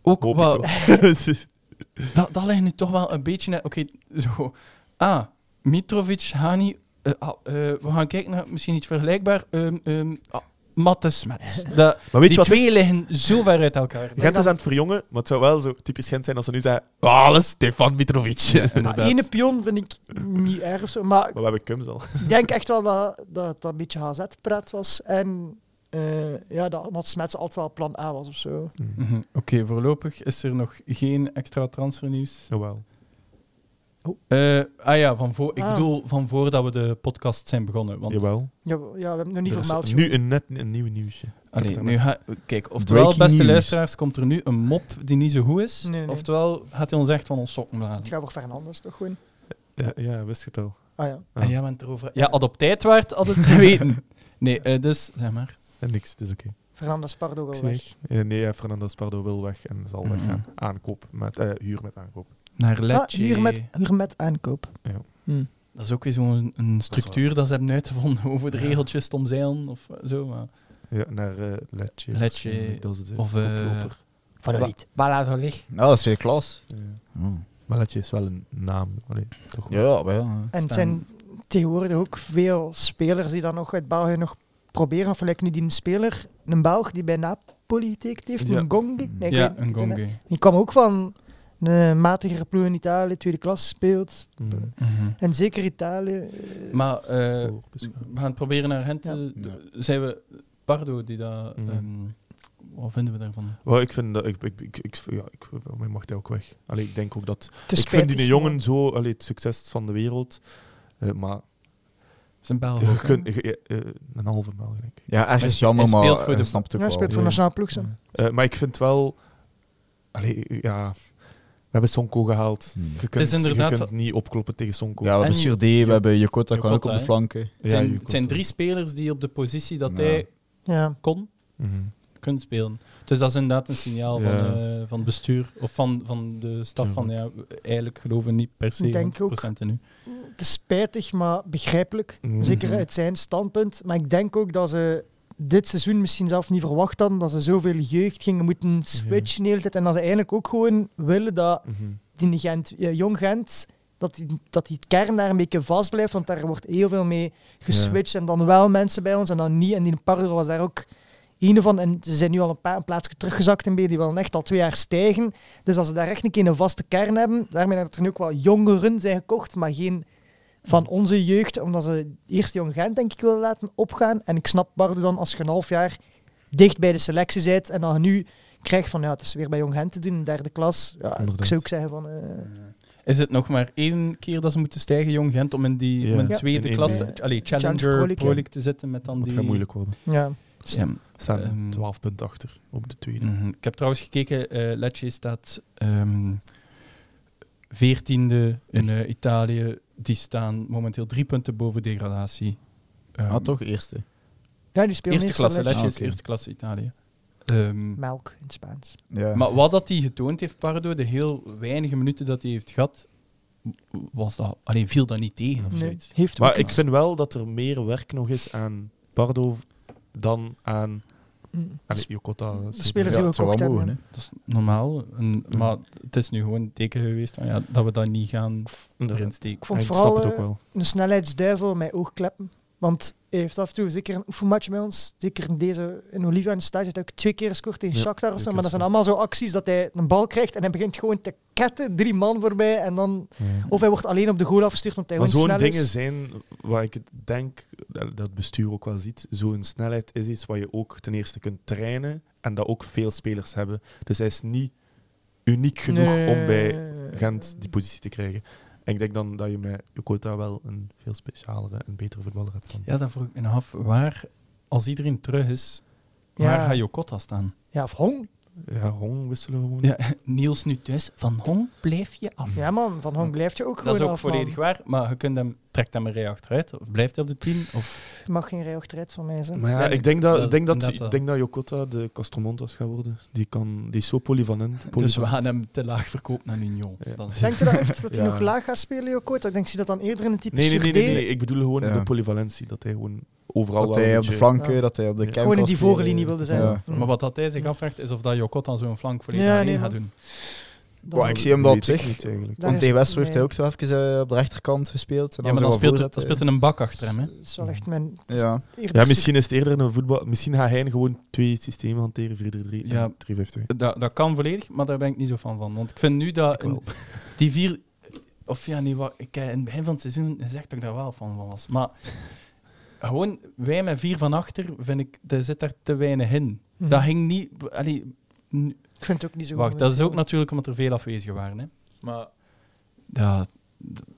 Ook
Hoop
wel,
ik toch.
dat, dat lijkt nu toch wel een beetje naar... Oké, zo. Ah, Mitrovic, Hani. eh, ah, eh, we gaan kijken naar misschien iets vergelijkbaar. Ehm ehm ah, Matte Smets. Dat-
Maar weet je
die
wat het
twee liggen zo ver uit elkaar.
is? Gent is aan het verjongen, maar het zou wel zo typisch Gent zijn als ze nu zeggen... Ah, dat is Stefan Mitrovic.
Maar ene pion vind ik niet erg of zo, maar
Maar we hebben Kums al.
ik denk echt wel dat dat, het een beetje HZ-pret was. En eh, ja, dat Mats Mets altijd wel plan A was of zo.
Mhm. Oké, voorlopig is er nog geen extra transfernieuws.
Jawel.
Eh, ah ja, van voor, ik
Ah.
bedoel van voordat we de podcast zijn begonnen. Want
Jawel.
Ja, we- ja, we hebben het nog niet
Er is
vermeld. joh.
nu een net een nieuw nieuwsje.
Allee,
Ik heb
nu
het
ga, kijk, oftewel,
Breaking
beste
news.
luisteraars, komt er nu een mop die niet zo goed is.
Nee, nee.
Oftewel, gaat hij ons echt van ons sokken
Het
blazen.
gaat voor Fernandes toch gewoon?
Ja, ja, wist je het al.
Ah ja.
Ah, ja, want erover... Ja, had op tijd waard, had het te weten. Nee, eh, dus, zeg maar.
En niks, het is oké.
Fernandes Pardo
Ik
wel
zie
weg.
Eh, Nee, ja, Fernando Spardo wil weg en zal
Mhm.
weggaan. Aankoop, met, eh, huur met aankoop.
Naar
Ah,
Lecce.
huur, met, huur met aankoop.
Ja.
Hm.
Dat is ook weer zo'n een structuur dat ze hebben uitgevonden over de
Ja.
regeltjes te omzeilen of zo. Maar.
Ja, naar eh Lecce.
Lecce,
waarschijnlijk. Dat is de
of, eh,
koploper.
Valladolid.
Valladolid.
Nou, dat is weer klas.
Ja.
Oh.
Maar Lecce is wel een naam. Allee, toch wel.
Ja, maar ja.
En het
Staan-
zijn tegenwoordig ook veel spelers die dan nog uit België nog proberen. Of lijkt nu die een speler, een Belg die bij Napoli getekend heeft,
Ja.
een Gongi. Nee, ik
ja,
weet
een
niet.
gongi.
Die kwam ook van een matigere ploeg in Italië, tweede klas speelt.
Mhm.
Mhm.
En zeker Italië. eh,
Maar eh,
Voorbeschouwing.
we gaan het proberen naar hen te...
Ja.
Zijn we... Pardo, die dat...
Mhm.
ehm, wat vinden we daarvan?
Wel, ik vind dat... Ik, ik, ik, ik, ja, ik, voor mij mag hij ook weg. Allee, ik denk ook dat
het is
ik vind
spijtig,
die jongen zo, allee, het succes van de wereld. Eh, maar
Zijn bel.
Je kunt- je- eh, een halve bel, denk ik.
Ja, ergens
Hij-
jammer,
hij
maar
speelt voor
eh,
de-
snap het ook
Ja, hij
wel.
speelt voor
Ja.
nationaal ploeg. zo.
Eh, maar ik vind wel... Allee, ja... We hebben Sonko gehaald.
Hmm.
Je kunt,
is inderdaad-
je kunt niet opkloppen tegen Sonko.
Ja, we hebben
En-
Surdé, we hebben Jokota, kan ook
Jokota,
op de
hè.
flanken.
Het zijn,
Ja, je
het zijn
kunt-
drie spelers die op de positie dat
Ja.
hij
Ja.
kon,
Mhm.
kunt spelen. Dus dat is inderdaad een signaal
Ja.
van, eh, van het bestuur of van, van de staf van ja, we- eigenlijk geloven niet per se
Ik denk ook.
100% in u.
Het is spijtig, maar begrijpelijk.
Mhm.
Zeker uit zijn standpunt. Maar ik denk ook dat ze dit seizoen misschien zelf niet verwacht hadden dat ze zoveel jeugd gingen moeten switchen de hele tijd. En dat ze eigenlijk ook gewoon willen dat
Mhm.
die Gent, eh, jong Gent, dat die, dat die kern daar een beetje vast blijft, want daar wordt heel veel mee geswitcht. En dan wel mensen bij ons en dan niet. En die Pardo was daar ook een van. En ze zijn nu al een paar een plaatsje teruggezakt in B, die wel echt al twee jaar stijgen. Dus als ze daar echt een keer een vaste kern hebben, daarmee dat er nu ook wel jongeren zijn gekocht, maar geen van onze jeugd, omdat ze eerst Jong Gent denk ik willen laten opgaan. En ik snap Pardo dan als je een half jaar dicht bij de selectie zit en dan nu krijgt van ja, het is weer bij Jong Gent te doen, derde klas. Ja, ik
Inderdaad.
zou ook zeggen van... eh,
Is het nog maar één keer dat ze moeten stijgen, Jong Gent, om in die
Ja.
om in
Ja.
tweede
In één
klasse,
keer.
allee,
Challenge
Challenger
Pro
Pro
League,
League, te zitten met dan
Het
die...
gaat moeilijk worden.
ja.
Ja.
We staan
Ehm.
12 punten achter op de tweede.
Mhm. Ik heb trouwens gekeken, eh Lecce staat ehm 14e in eh, Italië. Die staan momenteel drie punten boven degradatie. Ehm,
Ah, toch eerste.
ja, die speelt
Eerste klasse,
meestal
Lecce
Ah,
is
oké.
eerste klasse Italië. Ehm,
Melk in het Spaans.
Ja.
maar wat dat hij getoond heeft, Pardo, de heel weinige minuten dat hij heeft gehad, was dat, alleen viel dat niet tegen of
Nee,
zoiets.
Heeft
Maar
ook
ik
iets.
vind wel dat er meer werk nog is aan Bardo dan aan
Mm.
allee, Jokota.
De spelers die
ja,
we
het zou
gekocht
wel
hebben.
mogen, hè.
Dat is normaal, en-
Ja.
maar het is nu gewoon een teken geweest van, ja, dat we dat niet gaan erin
Inderdaad.
steken.
Ik vond
ik
vooral
snap het ook
eh,
wel.
een snelheidsduivel met oogkleppen. Want hij heeft af en toe zeker een oefenmatch bij ons. Zeker in deze, in Oliva in de stage, heeft hij ook twee keer gescoord tegen
Ja,
Shakhtar of zo.
twee
Maar dat
keer
zijn allemaal zo acties dat hij een bal krijgt en hij begint gewoon te ketten. Drie man voorbij en dan...
Oh,
Of hij wordt alleen op de goal afgestuurd omdat hij
Maar
gewoon
zo'n
snel
dingen
is.
zijn waar ik het denk dat dat het bestuur ook wel ziet. Zo'n snelheid is iets wat je ook ten eerste kunt trainen en dat ook veel spelers hebben. Dus hij is niet uniek genoeg om bij
Nee.
Gent die positie te krijgen. En ik denk dan dat je met Jokota wel een veel specialere en betere voetballer hebt. Dan.
Ja, dan vroeg ik me af, waar, als iedereen terug is,
Ja.
waar gaat Jokota staan?
Ja, of Hong.
Ja, Hong wisselen we gewoon.
Ja, Niels nu thuis, van Hong blijf je af.
Ja man, van Hong blijft je ook gewoon
dat is ook
af, man.
volledig waar, maar je kunt hem, trekt hem een rij achteruit, of blijft hij op de team, of...
Het mag geen rij achteruit van mij zijn.
Maar ja,
Ja,
ik denk dat,
dat-
ik denk dat,
dat
ik
wel. eh.
denk dat Jokota de Castromontas gaat worden. Die, kan, die is zo polyvalent.
Dus we
polyvalent.
gaan hem te laag verkopen aan Union.
Ja.
Dan-
Denkt u dat echt dat hij
Ja.
nog laag gaat spelen, Jokota? Ik denk zie dat dan eerder in het type
nee, nee, nee, nee,
Surdé-
nee, Ik bedoel gewoon
Ja.
de polyvalentie. Dat hij gewoon overal
Dat
wel
hij
een
op de
beetje-
flanken,
Ja.
dat hij op de
Ja.
camp eh,
Gewoon in die vorenlinie
eh,
wilde zijn.
Ja.
Mm.
Maar wat dat hij zich afvraagt, is of dat Jokota zo'n flank volledig
Ja,
alleen
nee,
gaat
man.
doen.
Dan-
Wow, ik zie hem wel op
Weet ik
zich.
niet eigenlijk.
Daar
Want tegen
heeft-
Westerlo heeft hij ook zo even eh, op de rechterkant gespeeld. En
Ja, maar dan
zo
speelt,
wat
het, dan speelt hij een bak achter hem, hè.
Dat is wel echt mijn...
voorzetten. Ja.
eerder
Ja, misschien is het eerder een voetbal. Misschien gaat hij gewoon twee systemen hanteren: 4-3-3
Ja.
en 3-5-2.
Dat, dat kan volledig, maar daar ben ik niet zo van van. Want ik vind nu dat
Ik wel.
die vier... Of ja, nee, wat, ik, eh, in het begin van het seizoen zegt dat ik daar wel van was. Maar gewoon, wij met vier van achter, vind ik, er zit daar te weinig in.
Mhm.
Dat ging niet... Allee, nu-
Ik vind het ook niet zo
wacht,
goed.
dat is ook natuurlijk omdat er veel afwezigen waren. Hè. Maar ja,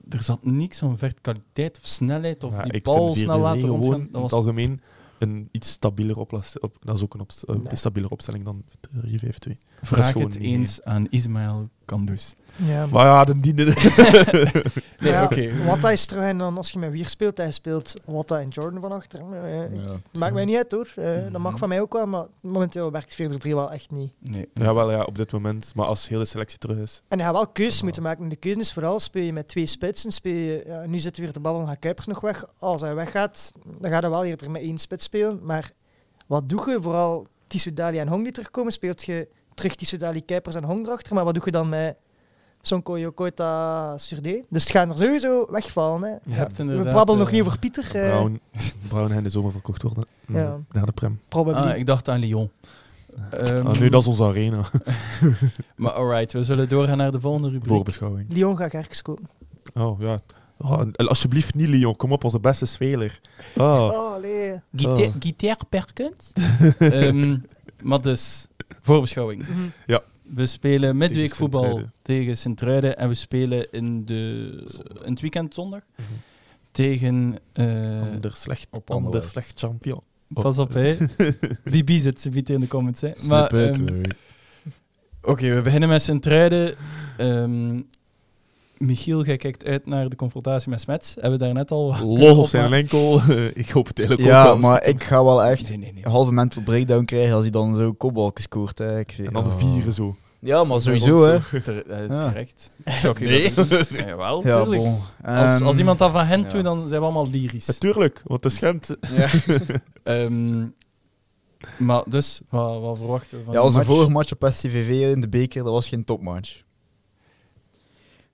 d- er zat niks van verticaliteit of snelheid of
Maar
die
ik
bal
vind
snel
4-3-3
laten
gewoon
rondgaan.
in
Dat
het
was,
algemeen een iets stabieler oplossing. Op, dat is ook een opst- eh,
Nee.
stabielere opstelling dan eh, 3-5-2.
vraag
gewoon
het
niet
eens aan Ismaël Kandus.
Ja.
Maar ja, de diende.
Nee,
Ja,
oké.
Watta is terug en dan als je met Wier speelt, hij speelt Watta en Jordan van achter. hem. Eh, eh,
Ja.
Maakt mij niet uit hoor. Eh, Dat mag
Mhm.
van mij ook wel, maar momenteel werkt 4-3 wel echt niet.
Nee,
Ja, wel ja, op dit moment. Maar als heel de selectie terug is.
En hij had wel keuzes moeten maken. En de keuze is vooral, speel je met twee spitsen, speel je, ja, nu zit weer de babbel, gaat Kuipers nog weg. Als hij weggaat, dan gaat hij wel eerder met één spits spelen. Maar wat doe je? Vooral Tissou Dali en Hong die terugkomen, speelt je terug Tissou Dali, Kuipers en Hong erachter. Maar wat doe je dan met Sonko, Yokota, Surdé? Dus het gaan er sowieso wegvallen. Hè.
Je hebt
We
inderdaad,
babbelen
eh,
nog niet over Pieter. eh,
Brown, Brown en de zomer verkocht worden. Mm,
Ja.
Naar de Prem.
probably.
Ah, ik dacht aan Lyon. Ehm,
Ah, nu, dat is onze arena.
Maar alright, we zullen doorgaan naar de volgende rubriek.
Voorbeschouwing.
Lyon gaat ergens kopen.
Oh ja. Oh, en- en alsjeblieft niet, Lyon. Kom op, onze beste speler. Oh.
Oh, nee.
Guita- Oh.
Guitar Perkins? Ehm, maar dus, voorbeschouwing.
Mhm.
Ja.
We spelen midweek
Tegen
voetbal
Sint-Truiden.
tegen Sint-Truiden en we spelen in, de, in het weekend zondag tegen... eh,
Ander slecht,
op
ander
Anderlecht.
slecht champion.
pas op, hè. Bibi zit ze biedt in de comments, hè. Maar, ehm, Oké, we beginnen met Sint-Truiden. Ehm, Michiel, jij kijkt uit naar de confrontatie met Smets. Hebben we daarnet al... wat
Lol
kunnen
op zijn
opmaken?
enkel. ik hoop het eigenlijk ook
Ja,
wel.
maar ik ga wel echt
Nee, nee, nee.
een halve mental breakdown krijgen als hij dan zo kopbalken scoort. Hè. Ik weet-
En dan de
oh.
vieren zo.
Ja, maar
Zo
sowieso, hè.
Ter- eh,
Ja.
Terecht. Zou ik
Nee.
dat doen? Ja, Jawel,
Ja,
tuurlijk.
bon.
Als, als
Ehm,
iemand dat van hen
ja.
doet, dan zijn we allemaal lyrisch.
Natuurlijk, want het schemt.
Ja.
Ehm, maar dus, wat, wat verwachten we van
Ja,
die
onze
match?
vorige match op SCVV in de beker, dat was geen topmatch.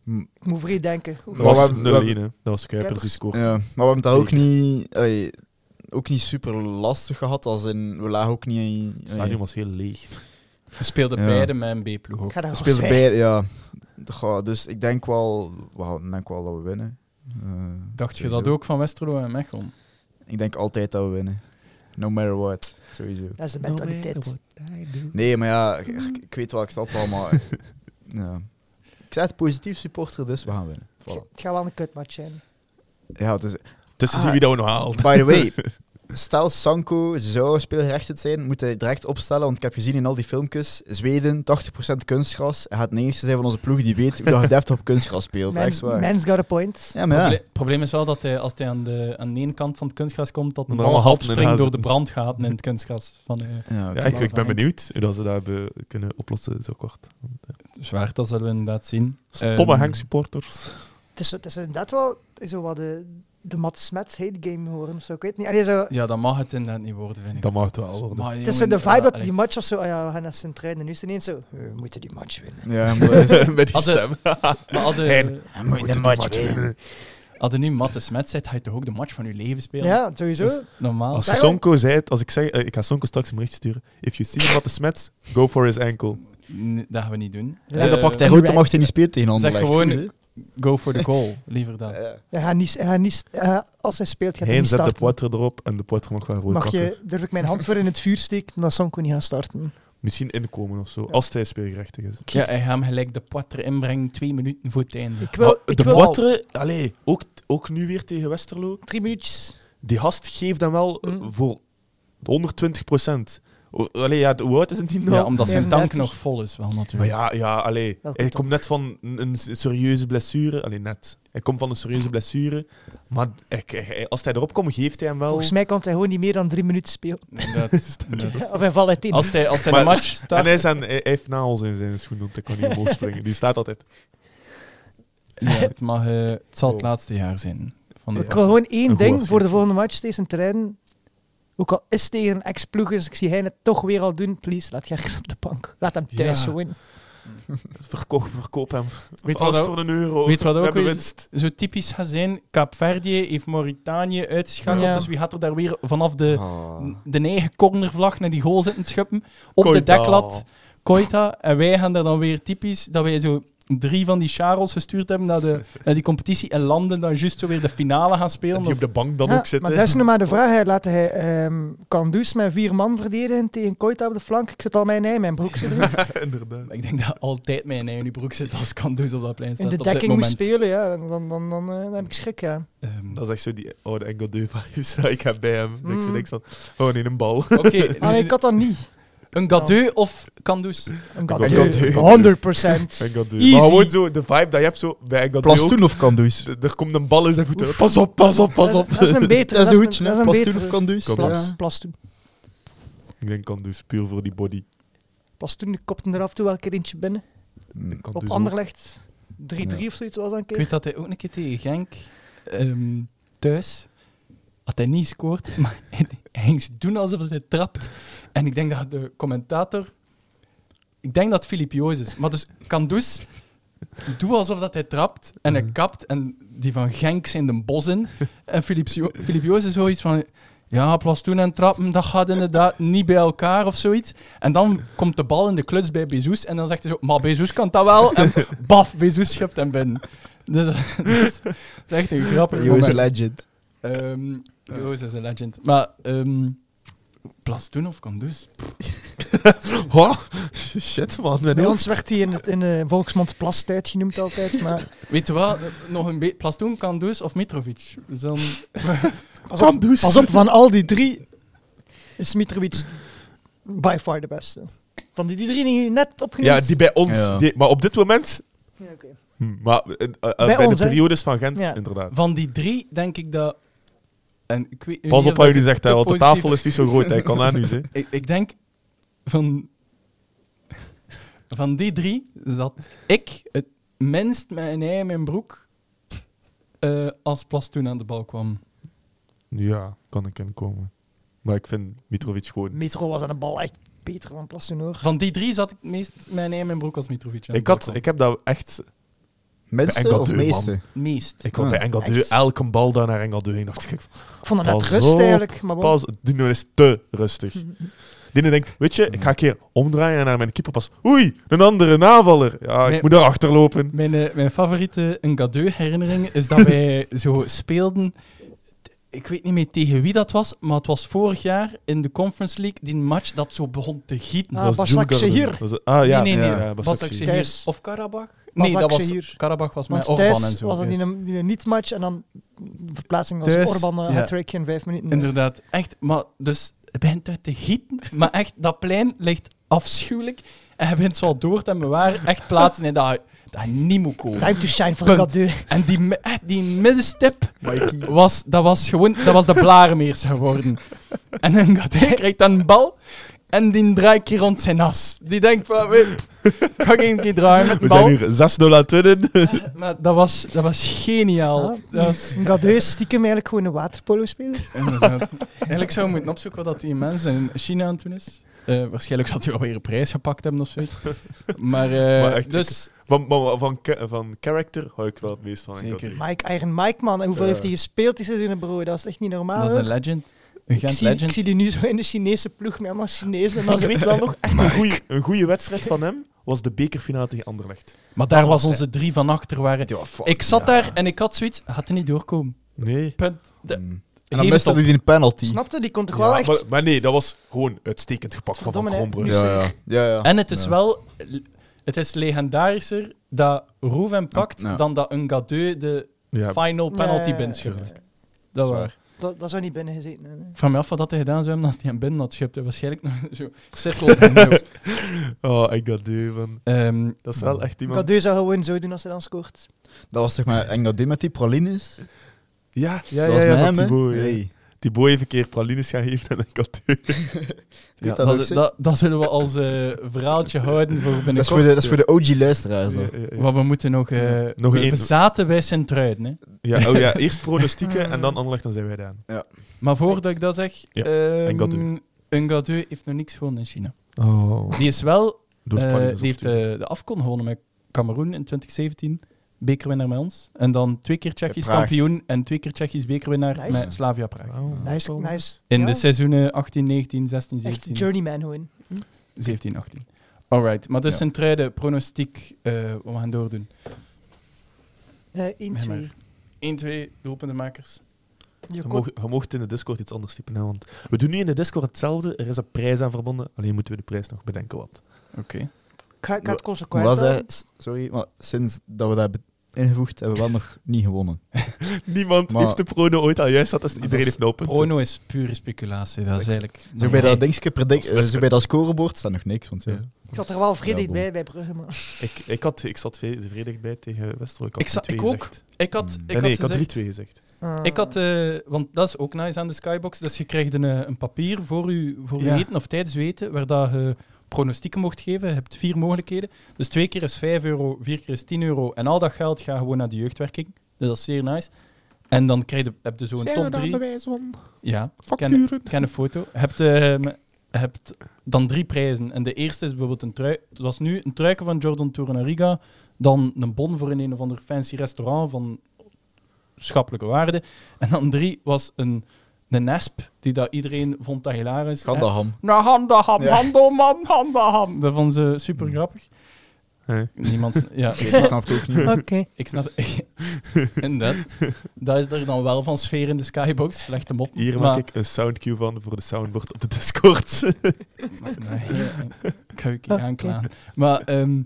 Ik moet vrij denken. Oeh.
Dat was
Maar we-
0-1, hè.
we-
Dat was Kuipers die scoort.
Ja, maar we hebben het daar ook
Beker.
niet, ey, ook niet super lastig gehad. Als in, we lagen ook niet...
Het
ey,
stadion was heel leeg.
We speelden
Ja.
beide met een B-ploeg ook.
Ik ga daar
we
voor
speelden
zwijgen.
bij... Ja, Goh, dus ik denk wel, wauw, ik denk wel dat we winnen. Eh,
Dacht je
sowieso.
dat ook van Westerlo en Mechelen?
Ik denk altijd dat we winnen. No matter what, sowieso.
Dat is de mentaliteit.
Nee, maar ja, ik- ik weet wel, ik snap wel, maar... ja. Ik zei het positief supporter, dus we gaan winnen. Voilà.
Het gaat wel een kutmatch zijn.
Ja, dus
Tussen
Ah.
zien wie dat we nog haalt.
By the way, stel Sanko zou speelgerechtigd zijn, moet hij direct opstellen, want ik heb gezien in al die filmpjes, Zweden, 80% kunstgras. Hij gaat de enige zijn van onze ploeg die weet hoe dat je deftig op kunstgras speelt.
Mens-
Echt waar.
Man's got a point.
Ja, maar ja.
Proble- probleem is wel dat hij, als hij aan de, aan de ene kant van het kunstgras komt, dat
Dan
een
allemaal
bal half
happen in huis
springt door de
zitten.
brandgaten in het kunstgras. Van, eh
Ja, oké.
Ja, ik, ik ben benieuwd hoe dat ze dat hebben kunnen oplossen zo kort. eh,
zwaar, dat zullen we inderdaad zien.
Stomme
Ehm,
Henk supporters.
Het is, het is inderdaad wel zo wat de, de Matt Smets hate game horen. of Zo, ik weet niet. Allee, zo,
Ja, dat mag het inderdaad niet worden, vind ik.
Dat mag het wel worden.
Maar
het is zo
jongen,
de vibe
ja,
dat
allee.
die match of zo. ah ja, we gaan naar Sint-Truiden. En nu is het ineens zo. eh, We moeten die match winnen.
Ja, maar dat is-
Met die
Als het-
stem.
Maar hadden,
Hen.
moet je de match
winnen.
hadden nu Matte Smet zit, ga je toch ook de match van je leven spelen?
Ja,
Dat
sowieso.
is normaal.
Als
Daarom-
Sonko zei het, als ik zeg, eh, ik ga Sonko straks een berichtje sturen. If you see what the smets, go for his ankle.
Nee, dat gaan we niet doen.
Ja,
Eh,
dat pakt hij rood, dan mag hij niet spelen tegen Anderlecht.
Zeg gewoon-
Goed, hè?
Go for the goal, liever dan.
Ja.
Hij gaat niet, hij gaat niet, eh, als hij speelt, gaat hij
Heen
niet
zet de
starten.
poitre erop en de poitre mag wel rood
Mag
pakken.
je, durf ik mijn hand voor in het vuur steken, dan Sanko niet gaan starten.
Misschien inkomen of zo, als hij speelgerechtig is.
Ja, hij gaat hem gelijk de poitre inbrengen, twee minuten voor het einde.
Ik wil,
Maar
ik
de
wil
poitre, allee, ook, ook nu weer tegen Westerlo.
drie minuutjes.
Die gast geeft hem wel eh,
Mm.
voor 120 procent. Allee, ja, de- hoe oud is het niet nou?
Ja, omdat zijn tank
35.
nog vol is, wel
Maar
natuurlijk.
ja, ja allee.
komt
hij
op.
komt net van een, een serieuze blessure. Allee, net. Hij komt van een serieuze blessure. Maar hij- hij- als hij erop komt, geeft hij hem wel...
Volgens mij kan hij gewoon niet meer dan drie minuten spelen.
Inderdaad, inderdaad.
Of hij valt uit één.
Als hij, als hij
Maar-
de match start...
En hij, is aan, hij hij heeft nagels in zijn schoen, want hij kan niet omhoog springen. Die staat altijd...
Ja, het, mag, eh, het zal het
Oh.
laatste jaar zijn. Van de
Ik wil gewoon één
Een goed
ding
advies.
voor de volgende match tegen trein. Ook al is het tegen een ex-ploegers, ik zie hij het toch weer al doen. Please, laat Gerks op de bank. Laat hem thuis
Ja.
winnen.
Verkoop, verkoop hem.
Weet je
Alles
wat
voor een euro.
Weet wat
We
ook
hebben
weer
winst.
zo typisch gaat zijn? Kaapverdië heeft Mauritanië uitgeschakeld.
Ja.
Dus wie gaat er daar weer vanaf de,
Ah.
de eigen cornervlag naar die goal zitten schuppen? Op de
Koita.
deklat. Koita. En wij gaan daar dan weer typisch dat wij zo drie van die charles gestuurd hebben naar, de, naar die competitie en landen dan juist zo weer de finale gaan spelen.
En die
Of-
op de bank dan
Ja,
ook zitten.
Maar dat is nu maar de vraag. hè. Laat hij ehm Kandus met vier man verdedigen tegen Koita op de flank. Ik zit al mijn ei, mijn broek zit erin.
Inderdaad.
Ik denk dat altijd mijn eigen in die broek zit als ik kan dus op dat plein staat.
In de
op dit
dekking moet
moment.
spelen, ja. Dan, dan, dan, dan, eh, dan heb ik schrik, ja.
Ehm,
Dat is echt zo die oude Engel de vibes dat ik heb bij hem. Dat ik zo
Mm.
denk van, oh nee, een bal.
Oké,
Ah, nee, ik had dat niet.
een gadeu of Kandus?
Een
Gadeu.
Gadeu.
Gadeu.
100
Engel de
Easy.
Maar gewoon zo, de vibe dat je hebt zo bij Engel ook.
Plastoen of Kandus?
D- Er komt een bal in zijn voeten. Pas op, pas op, pas op.
Dat is een betere.
Dat is een hoedje,
dat is
hè?
een
Plastoen of
betere.
Kandus?
Kandus.
Ja.
Plastoen.
Ik denk kan dus puur voor die body.
Plastoen, ik kopte eraf toe welke eentje binnen.
Mm.
Kan
Op
dus
Anderlecht. 3-3
Ja.
of zoiets was dat een
Ik
keer.
weet dat hij ook een keer tegen Genk ehm, thuis had hij niet gescoord, maar hij ging zo doen alsof hij trapt. En ik denk dat de commentator, ik denk dat Filip Joos is, maar dus kan dus doe alsof dat hij trapt en
Mhm.
hij kapt en die van Genk zijn de bos in. En Filip Jo- Filip Joos is zoiets van ja, plastoen en trappen, dat gaat inderdaad niet bij elkaar of zoiets. En dan komt de bal in de kluts bij Bezos en dan zegt hij zo, maar Bezos kan dat wel. En baf, Bezos schept hem binnen. Dus, dat, is, dat is echt een grappig
Yo is a
moment.
legend.
Ehm, Yo is een legend. Maar ehm, Plastoen of Kandus?
Wat? Shit, man. Mijn
Bij
hoofd.
ons werd hij in, in eh, Volksmond Plastijd genoemd altijd, maar
Weet je wat? Nog een beetje Plastoen, Kandus of Mitrovic. Dus dan...
pas
Kan
op,
dus.
pas op, van al die drie is Mitrovic by far de beste. Van die, die drie die je net opgenoemd
Ja, die bij ons.
Ja.
die- maar op dit moment.
Ja, oké.
hm, Maar eh, eh, eh, bij,
Bij ons,
de
hè?
periodes van Gent,
Ja.
inderdaad.
Van die drie denk ik dat... En ik weet nu
Pas
niet
op
of
wat jullie
ik
zegt,
te
hè, want de
positief-
tafel is niet zo groot. Hij kan aan nu zijn.
Ik, ik denk van... Van die drie zat ik het minst met een ei in mijn broek eh, als Plastoen aan de bal kwam.
Ja, kan ik in komen. Maar ik vind Mitrovic gewoon.
Metro was aan de bal echt beter dan Plastoen hoor.
Van die drie zat ik het meest met een ei in mijn broek als Mitrovic aan de
Ik,
bal
had,
kwam.
ik heb dat echt.
Minste
Engadeu,
of
man.
meeste?
Meest.
Ik had
Ah,
bij Engeldeu
echt? Ah,
elke bal daar naar Engeldeu heen. Dacht ik,
Ik vond hem net
Pas
rust
op,
eigenlijk, maar bon.
pas, Dino is te rustig.
Hm.
Dino denkt, weet je, ik ga een keer omdraaien en naar mijn keeper pas. Oei, een andere navaller. Ja, ik
Nee.
moet daar achterlopen.
Mijn, eh, mijn favoriete Ngadeu-herinnering is dat wij zo speelden. Ik weet niet meer tegen wie dat was, maar het was vorig jaar in de Conference League die match dat zo begon te gieten.
Ah, Basak
Djurgarden.
Shehir.
Was het- ah ja,
nee, nee, nee.
ja, ja,
Basak
Basak Shehir.
Shehir.
Thuis.
Of Karabach?
Basak
nee, dat was,
Shehir.
Karabach was met
Want
Orban en
thuis
zo.
was dat
geweest.
in een, in een niet-match en dan de verplaatsing was
Thuis,
Orban uh,
ja.
hat-trick in vijf minuten.
Inderdaad, echt. Maar dus, het begint uit te gieten, maar echt, dat plein ligt afschuwelijk. En je bent zo door te bewaren, echt plaatsen in dat, dat niet moet komen.
Time to shine voor
Punt.
Gadeu.
En die, mi- echt, die middenstip was, dat was gewoon, dat was de blaremeers geworden. En dan gaat hij, krijgt dan een bal en die draait hier rond zijn as. Die denkt, van, weet, ga ik een keer draaien met
We
een
zijn
bal.
hier 6-0 aan het winnen.
Maar dat was, dat was geniaal.
Ja.
Dat was,
Gadeu is stiekem eigenlijk gewoon een waterpolo speler.
inderdaad. Eigenlijk zou je moeten opzoeken wat dat die mens in China aan het doen is. Eh, waarschijnlijk zal hij alweer een prijs gepakt hebben of zoiets. Maar, eh,
Maar echt,
dus,
Van, van, van, ca- van character hou ik wel het meest van.
Zeker.
Engeldeu.
Mike, eigen Mike man. En hoeveel
Ja.
heeft hij gespeeld die seizoen, bro? Dat is echt niet normaal.
dat is een
hoor.
legend. Een
ik,
Gent
zie, ik
legend.
zie die nu zo in de Chinese ploeg met allemaal Chinezen. En dan
Maar
zo-
ik weet wel nog, echt een goeie- een goede wedstrijd van hem was de bekerfinale tegen Anderlecht.
Maar daar was onze drie van achter. Waren.
Ja, fuck,
Ik zat
ja.
daar en ik had zoiets, gaat er niet doorkomen.
Nee.
Punt. De-
Mm. En dan
Geef het
miste
op.
hij een penalty.
Snapte, die kon toch
Ja,
wel echt...
maar, maar nee, dat was gewoon uitstekend gepakt van Van
Verdomme, hè.
Krombrug.
ja, ja. ja, ja.
En het is
Ja.
wel... Het is legendarischer dat Roeven pakt
Ja.
dan dat Ngadeu de
Ja,
final penalty
Nee,
binnenschupt.
eh,
Dat
Zwaar.
waar.
Dat, dat zou niet binnen gezeten hebben.
Ik vraag me af wat dat hij gedaan zou hebben als hij hem binnen had schupt. Hij Waarschijnlijk nog zo cirkel. opnieuw.
Oh, Engadeu, man.
Ehm,
Dat is wel echt iemand...
Gadeu zou gewoon zo doen als hij dan scoort.
Dat was toch maar Engadin met die pralines?
Ja, ja,
dat
ja,
was
ja,
met
van
hè?
Thibaut, ja.
Nee.
Thibaut heeft een keer pralines gaan geven en Engadeu.
ja,
dat
dat,
ook
dat,
zin?
dat zullen we als eh, verhaaltje houden voor binnenkort.
Dat is voor de, dat is voor de OG-luisteraars.
Ja,
dan.
ja, ja.
Wat we moeten nog... eh
Nog
we
één.
we zaten bij Sint-Truiden, hè.
Ja, oh ja, eerst pronostieken en dan Anderlecht, dan zijn wij daar.
Maar voordat ik dat zeg...
Ja,
ehm,
Ngadeu.
Ngadeu heeft nog niks gewonnen in China.
Oh.
Die is wel
Door
Eh,
pralines op
die heeft
te doen.
eh, de Afcon gewonnen met Cameroen in 2017. Bekerwinnaar met ons. En dan twee keer Tsjechisch
Praag.
kampioen en twee keer Tsjechisch bekerwinnaar
Nice.
met Slavia Praag.
Oh.
Nice, nice.
In
Ja,
de seizoenen 18, 19, 16,
Echt
17,
journeyman gewoon.
17, 18. Alright, maar dus
Ja.
Sint-Truiden, pronostiek, eh, we gaan doordoen.
Eh 1,
Ja, maar-
2.
1, 2, doelpuntenmakers.
Je
Je
kon-
moog- je mocht in de Discord iets anders typen. Hè, want we doen nu in de Discord hetzelfde. Er is een prijs aan verbonden. Alleen moeten we de prijs nog bedenken wat.
Ik ga ik ga het
Hoe
consequent
was
houden.
dat? Sorry, maar sinds dat we dat hebben ingevoegd, hebben we wel nog niet gewonnen.
Niemand
Maar-
heeft de prono ooit al juist. Dat is,
Maar
iedereen
dat is-
heeft nul punten.
Prono is pure speculatie, dat is eigenlijk...
Zo bij dat dingetje
Dat
predict, eh,
is best
zo bij dat scorebord staat nog niks, want ja.
Ja.
Ik zat er wel vredig
Ja, bon.
bij, bij Brugge. Maar.
Ik, ik, had, ik zat ve- vredig bij tegen Westerlo.
Ik, zat-
had 3-2
ik ook.
gezegd.
Ik had, ik
nee, nee, ik
had
had 3-2
gezegd-
gezegd.
Ah.
Ik had, eh, want dat is ook nice aan de skybox, dus je krijgt een, eh, een papier voor je voor uw
Ja.
eten of tijdens uw eten, waar dat je pronostieken mocht geven. Je hebt vier mogelijkheden. Dus twee keer is 5 euro, vier keer is 10 euro. En al dat geld gaat gewoon naar de jeugdwerking. Dus dat is zeer nice. En dan krijg je, heb je zo'n top drie.
bewijs van?
Ja, ken,
Facturen.
ken een foto. Je hebt, ehm, je hebt dan drie prijzen. En de eerste is bijvoorbeeld een trui. Het was nu een truiken van Jordan Torunariga. Dan een bon voor in een of ander fancy restaurant van schappelijke waarde. En dan drie was een, een nesp die dat iedereen vond dat hilarisch.
Ga dat ham.
Nou, handaham,
Ja.
handelman, handaham. Dat vonden ze super grappig.
Nee.
Niemand... Ja,
Ik snap het ook niet.
Oké.
ik snap... Inderdaad. Dat is er dan wel van sfeer in de skybox. Leg hem op.
Hier
Maar-
maak ik een soundcue van voor de soundboard op de Discord.
Nee, eh, ik ga u een keer aanklaan. Maar, ehm,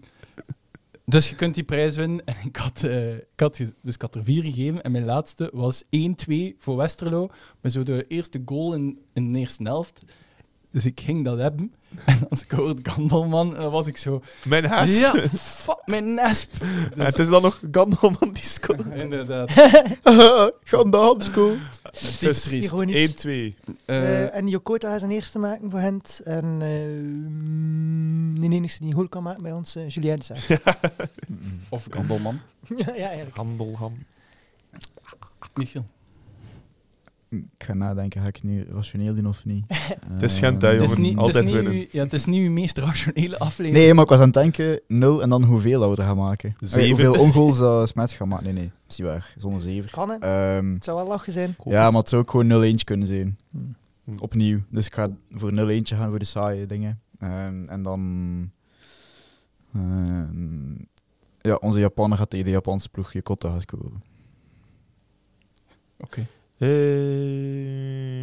dus je kunt die prijs winnen. En ik had, eh, ik had, ge- dus ik had er vier gegeven. En mijn laatste was 1-2 voor Westerlo. Maar zo de eerste goal in, in de eerste helft. Dus ik ging dat hebben. En dan scoorde Gandelman. En dan was ik zo...
Mijn haas.
Ja, dus- fuck, mijn nesp.
En het is dan nog Gandelman die scoort.
Inderdaad.
Gandalf school.
Het
Dus
is triest.
Ironisch.
1-2.
Eh,
Eh, en Jokota gaat zijn eerste maken voor Hent. En eh de enige die een goal kan maken bij ons, eh, Julien de Saar.
of Gandelman.
ja, ja, eigenlijk.
Handelham.
Michiel.
Ik ga nadenken, ga ik nu rationeel doen of niet? Ehm, het
is Gent, hè,
Het is
jongen.
niet, het is
altijd
niet
winnen.
uw- ja, het is niet uw meest rationele aflevering.
Nee, maar ik was aan het denken, nul en dan hoeveel zouden we er gaan maken? Oké,
Zeven.
hoeveel ongoals zou Smet gaan maken? Nee, nee, dat is niet waar. Zonder zeven.
Kan het?
Ehm,
Het zou wel lachen zijn.
ja, maar het zou ook gewoon 0-1 kunnen zijn.
Hmm.
Opnieuw. Dus ik ga voor 0-1 gaan voor de saaie dingen. Ehm, en dan... ehm, ja, onze Japaner gaat tegen de Japanse ploeg Jakotta gaan scoren.
Eh,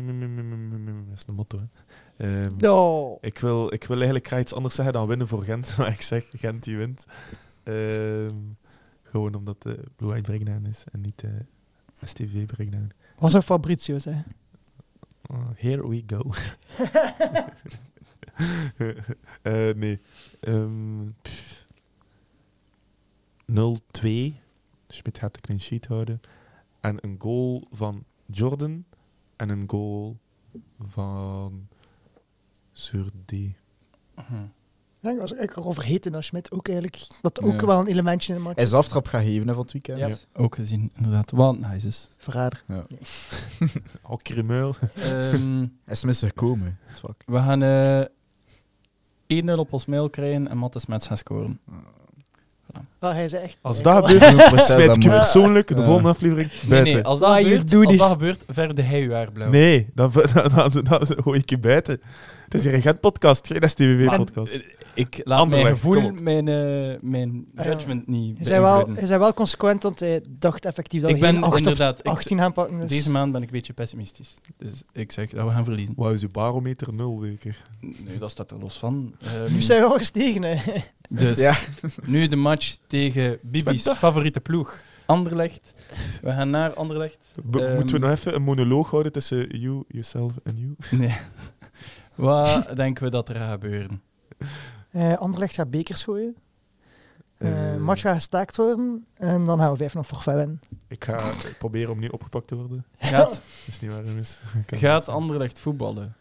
mm, mm, mm, mm, mm, mm. Dat is een motto, hè. Ehm,
Oh.
ik, wil, ik wil eigenlijk graag iets anders zeggen dan winnen voor Gent. Maar ik zeg Gent die wint. Ehm, gewoon omdat de Blue Eyed Breakdown is en niet eh, de STV Breakdown.
Was ook Fabrizio, hè?
Oh, here we go. Eh, nee. Ehm, pff. 0-2. Schmidt gaat de clean sheet houden. En een goal van Jordan. En een goal van Surdi.
Mhm.
Ja, Ik was eigenlijk erover heten naar Schmidt ook eigenlijk. Dat ook
Ja.
wel een elementje in maakt.
Hij is aftrap gaan geven hè, van het weekend.
Ja. Ook gezien, inderdaad. Want nice is.
Verrader.
Al Krimeul.
Ehm,
Hij is tenminste gekomen. Het vak.
we gaan eh 1-0 op ons mail krijgen en Mattes met gaan scoren.
Wel, hij is echt...
Als
hij-
dat
wel-
gebeurt,
Zo'n proces,
smijt
dat
ik je
moet.
persoonlijk de
Ja.
volgende aflevering
Nee,
buiten.
nee, als dat,
Why you
gebeurt,
do
als
this?
dat gebeurt, verde hij uw haar blauw.
Nee, dan, dan, dan, dan hoor ik je buiten. Het is hier een Gent-podcast, geen
Maar,
STWW-podcast.
eh, Ik laat
Anderlecht, kom
mijn gevoel,
op.
mijn, eh, mijn
Ah, ja.
judgment niet
Hij zijn wel,
beïnvloeden.
hij zijn wel consequent, want hij dacht effectief dat
Ik
we geen
ben
8 op
inderdaad... ik-
18 gaan pakken. Dus.
deze maand ben ik een beetje pessimistisch. Dus ik zeg dat we gaan verliezen.
Wat is uw barometer nul, zeker?
Nee, dat staat er los van. Ehm,
Nu zijn we al gestegen, hè.
Dus
Ja.
nu de match tegen Bibi's
Twente.
favoriete ploeg, Anderlecht. We gaan naar Anderlecht.
Be-
Ehm.
moeten we nog even een monoloog houden tussen you, yourself en you?
Nee. Wat denken we dat er gaat gebeuren?
Eh, Anderlecht gaat bekers gooien. Eh
Eh,
match gaat gestaakt worden. En dan gaan we 5 nog voor Fijn.
Ik ga proberen om niet opgepakt te worden.
Gaat,
Dat is niet waar, jongens.
gaat Anderlecht voetballen?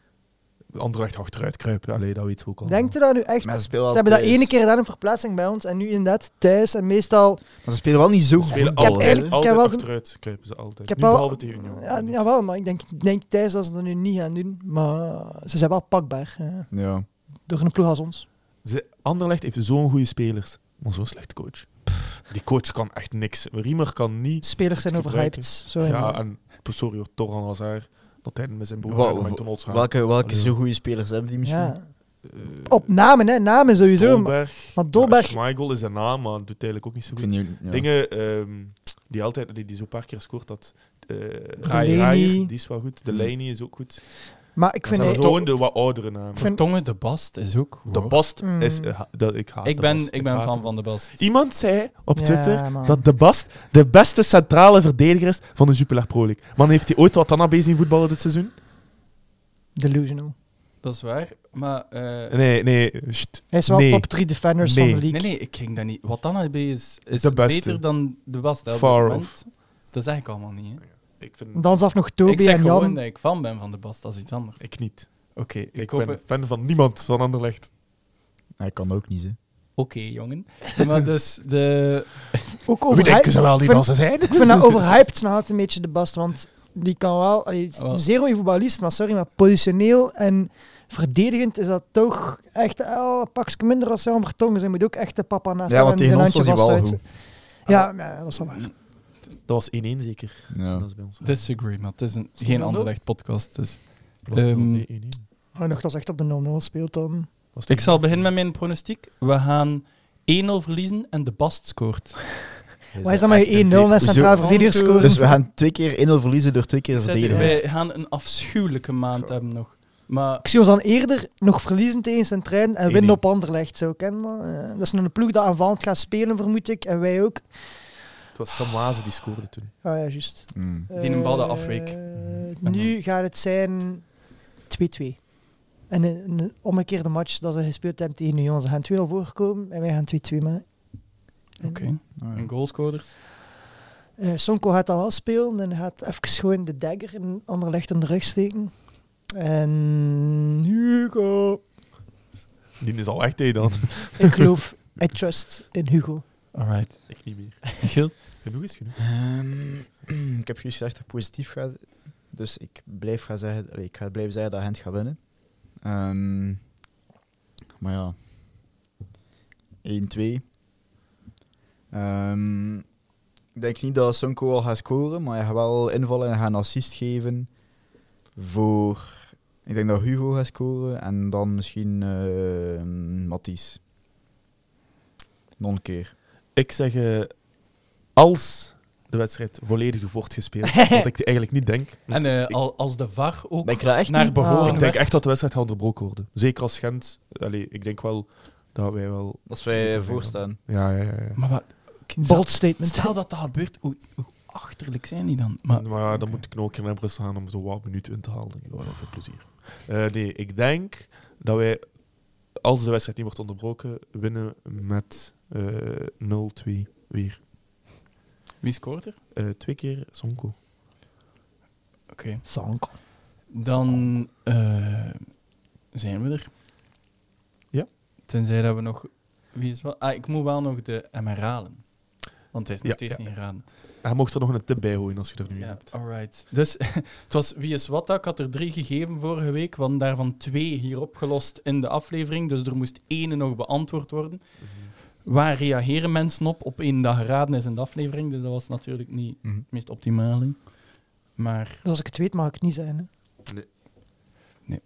Anderlecht achteruit kruipen? Allee, dat weten we ook al.
Denkt u dat nu echt?
Maar ze
Ze
spelen wel
hebben dat
thuis.
ene keer gedaan in verplaatsing bij ons. En nu inderdaad thuis. En meestal...
Maar ze spelen wel niet zo
Ze
goed.
spelen
heb
altijd,
eigenlijk- ik heb
altijd
wel-
achteruit kruipen ze altijd.
Ik heb
nu
wel-
behalve tegen Union.
Ja, jawel, maar ik denk, ik denk thuis dat ze dat nu niet gaan doen. Maar ze zijn wel pakbaar. eh,
Ja.
door een ploeg als ons.
Ze- Anderlecht heeft zo'n goede spelers, maar zo'n slechte coach. Die coach kan echt niks. Riemer kan niet.
Spelers zijn
Gebruiken.
overhyped. Zo
Ja,
ja,
en sorry hoor, Torran Hazard, dat hij met zijn broer
Wel-
naar de McDonald's gaat.
Welke, welke
Allee.
zo goede spelers hebben die misschien?
ja.
Eh,
Op namen, hè. Namen sowieso. Maar,
Dolberg.
maar Dolberg...
Ja, Schmeichel is de naam, maar doet eigenlijk ook niet zo
Ik
goed.
vind die, ja.
Dingen ehm, die altijd die, die zo een paar keer scoort, dat eh
Draaier.
Draaier, die is wel goed. De Leini is ook goed.
Maar ik
Dat
vind...
zijn
hij-
gewoon de wat oudere namen.
vind-
Tongen de Bast is ook goed.
De
hoor.
Bast
Mm.
is eh, ha- dat ik haat.
Ik
De
ben,
Bast.
ik ben
haat
fan
De
van de Bast.
Bast. Iemand zei op
Ja,
Twitter
man.
dat de Bast de beste centrale verdediger is van de Jupiler Pro League. Man, heeft hij ooit wat Watanabe zien voetballen dit seizoen?
Delusional.
Dat is waar, maar... eh,
Nee, nee. sst.
Hij is wel
Nee.
top 3 defenders
Nee.
van de
nee,
league.
nee, ik ging dat niet... Wat dan is, is
De beste.
beter dan de Bast. hè, op
Far
dit moment. Dat zeg ik allemaal niet. Hè.
Ik, vind,
Dan zelf nog
Ik
Toby
zeg
en
gewoon
Jan.
dat ik fan ben van de Bast, dat is iets anders.
ik niet.
Oké, ik,
Ik,
ik
ben fan van niemand van Anderlecht.
Hij kan ook niet, hè.
Oké, jongen. Maar dus de...
Ook
Wie denken
overhyped.
ze wel die
Oh, vind-
dat ze zijn?
Ik vind dat overhyped nog altijd een beetje de bast, want die kan wel... allee, het is
Wel.
een zeer goede voetballist, maar sorry, maar positioneel en verdedigend is dat toch echt al een pakje minder als Jan Vertongen. Ze moet ook echt de papa naast
Ja,
hem
want
en
tegen
zijn
ons was
handje
hij wel
vasthouden.
goed.
Ja, ja, dat is wel waar.
Dat was 1-1 zeker. Dat
Ja.
is bij ons.
Disagree, maar het is een,
het
geen
nul-nul?
anderlecht podcast. Dus.
Dat was
Ehm,
0-1.
Maar nog als echt op de 0-0 speelt dan...
Was het
Ik zal beginnen met mijn pronostiek. We gaan 1-0 verliezen en de Bast scoort.
Waar is dan maar
echt een
1-0 met centraal
Zo-
verdediger
Anto-
scoren?
Dus we gaan twee keer 1-0 verliezen door twee keer
Zet-
verdedigen.
Wij gaan een afschuwelijke maand hebben nog. Maar
Ik zie ons dan eerder nog verliezen tegen zijn trein en winnen
1-1.
op Anderlecht. Zo, ken je dat? Eh, dat is een ploeg dat aanvallend gaat spelen, vermoed ik. En wij ook.
Het was Samwaze die scoorde toen.
Ah ja, juist.
Hmm.
Die een bal dat afweek.
Eh, Nu gaat het zijn 2-2. En een, een omgekeerde match dat ze gespeeld hebben tegen Union. Ze gaan 2-0 voorkomen en wij gaan 2-2 maken. En,
Oké.
Ah, ja.
een goalscorer.
eh, Sonko gaat dat wel spelen en gaat even gewoon de dagger in Anderlecht in de rug steken. En Hugo.
Die is al weg tegen dan.
Ik geloof, I trust in Hugo.
Alright.
Ik niet meer.
Michiel?
Genoeg is genoeg.
Ehm, ik heb juist gezegd dat ik positief ga. Dus ik blijf, gaan zeggen, allee, ik ga blijven zeggen dat Gent gaat winnen. Ehm, maar ja. 1-2. Ehm, ik denk niet dat Sonko al gaat scoren, maar hij gaat wel invallen en hij gaat een assist geven. Voor... Ik denk dat Hugo gaat scoren en dan misschien eh Matthijs. Nog een keer.
Ik zeg, eh, als de wedstrijd volledig wordt gespeeld, wat ik eigenlijk niet denk.
En eh, al, als de VAR ook
Denk je dat echt
naar
niet?
behoren
Ah.
Ik denk
werd.
echt dat de wedstrijd gaat onderbroken worden. Zeker als Gent. Allee, ik denk wel dat wij wel...
Als
Niet te
wij
veel.
voorstaan.
Ja, ja, ja. ja.
Maar wat...
Bold statement.
Stel dat dat gebeurt, hoe, hoe achterlijk zijn die dan? Maar,
Maar, ja, dan moet ik nog een keer naar Brussel gaan om zo wat minuten in te halen. Ik wel veel plezier. Eh, nee, ik denk dat wij, als de wedstrijd niet wordt onderbroken, winnen met eh, 0-2 weer.
wie scoort er?
Eh, twee keer Sonko.
Oké.
Sonko.
Dan eh, zijn we er.
Ja.
Tenzij dat we nog... Wie is wel... Ah, ik moet wel nog de hem herhalen. Want hij is nog
Ja,
steeds
ja.
niet herhalen.
Hij mocht er nog een tip bij gooien als je er nu in
Ja,
hebt.
alright. Dus het was Wie is wat? dat? Ik had er drie gegeven vorige week, want daarvan twee hier opgelost in de aflevering. Dus er moest ene nog beantwoord worden. Waar reageren mensen op? Op één dag raden is in de aflevering. Dus dat was natuurlijk niet
Mhm.
het meest optimale. Maar...
Dus als ik het weet, mag ik het niet zijn. Hè?
Je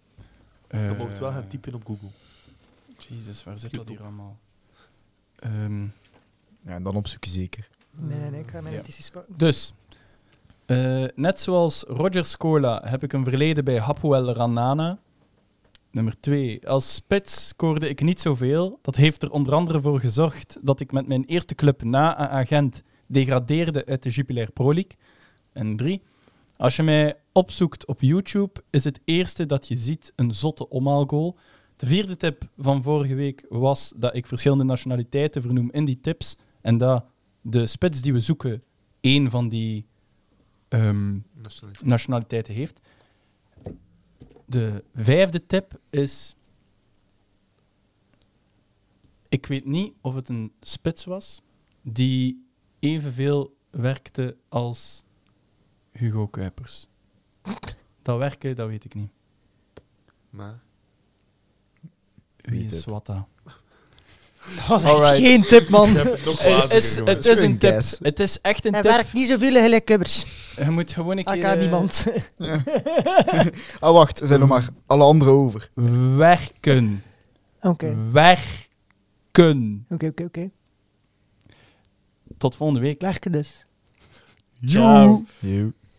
eh,
mocht wel gaan typen op Google.
Jezus, waar zit dat
YouTube.
hier allemaal? Ehm,
Ja, en dan opzoeken zeker.
Nee, nee, nee, ik ga mijn
Ja.
notities pakken.
dus, eh, net zoals Roger Scola heb ik een verleden bij Hapoel Ranana. Nummer 2. Als spits scoorde ik niet zoveel. Dat heeft er onder andere voor gezorgd dat ik met mijn eerste club na een agent degradeerde uit de Jupiler Pro League. En 3. Als je mij opzoekt op YouTube, is het eerste dat je ziet een zotte omhaalgoal. De vierde tip van vorige week was dat ik verschillende nationaliteiten vernoem in die tips. En dat de spits die we zoeken één van die ehm, nationaliteiten heeft. De vijfde tip is. Ik weet niet of het een spits was die evenveel werkte als Hugo Kuipers. Dat werken, dat weet ik niet.
Maar
Wie
Goeie
is
tip.
wat dat?
Dat was
Alright.
echt geen tip, man.
nog
Het Eh, is, het is een tip. Het is echt een
Hij
tip.
werkt niet zoveel gelijk kubbers.
Je moet gewoon een keer...
AK
eh,
niemand.
Ah, wacht, er zijn nog maar alle andere over.
Werken.
Oké,
Werken.
oké, oké, oké.
Tot volgende week.
Werken dus.
Ciao.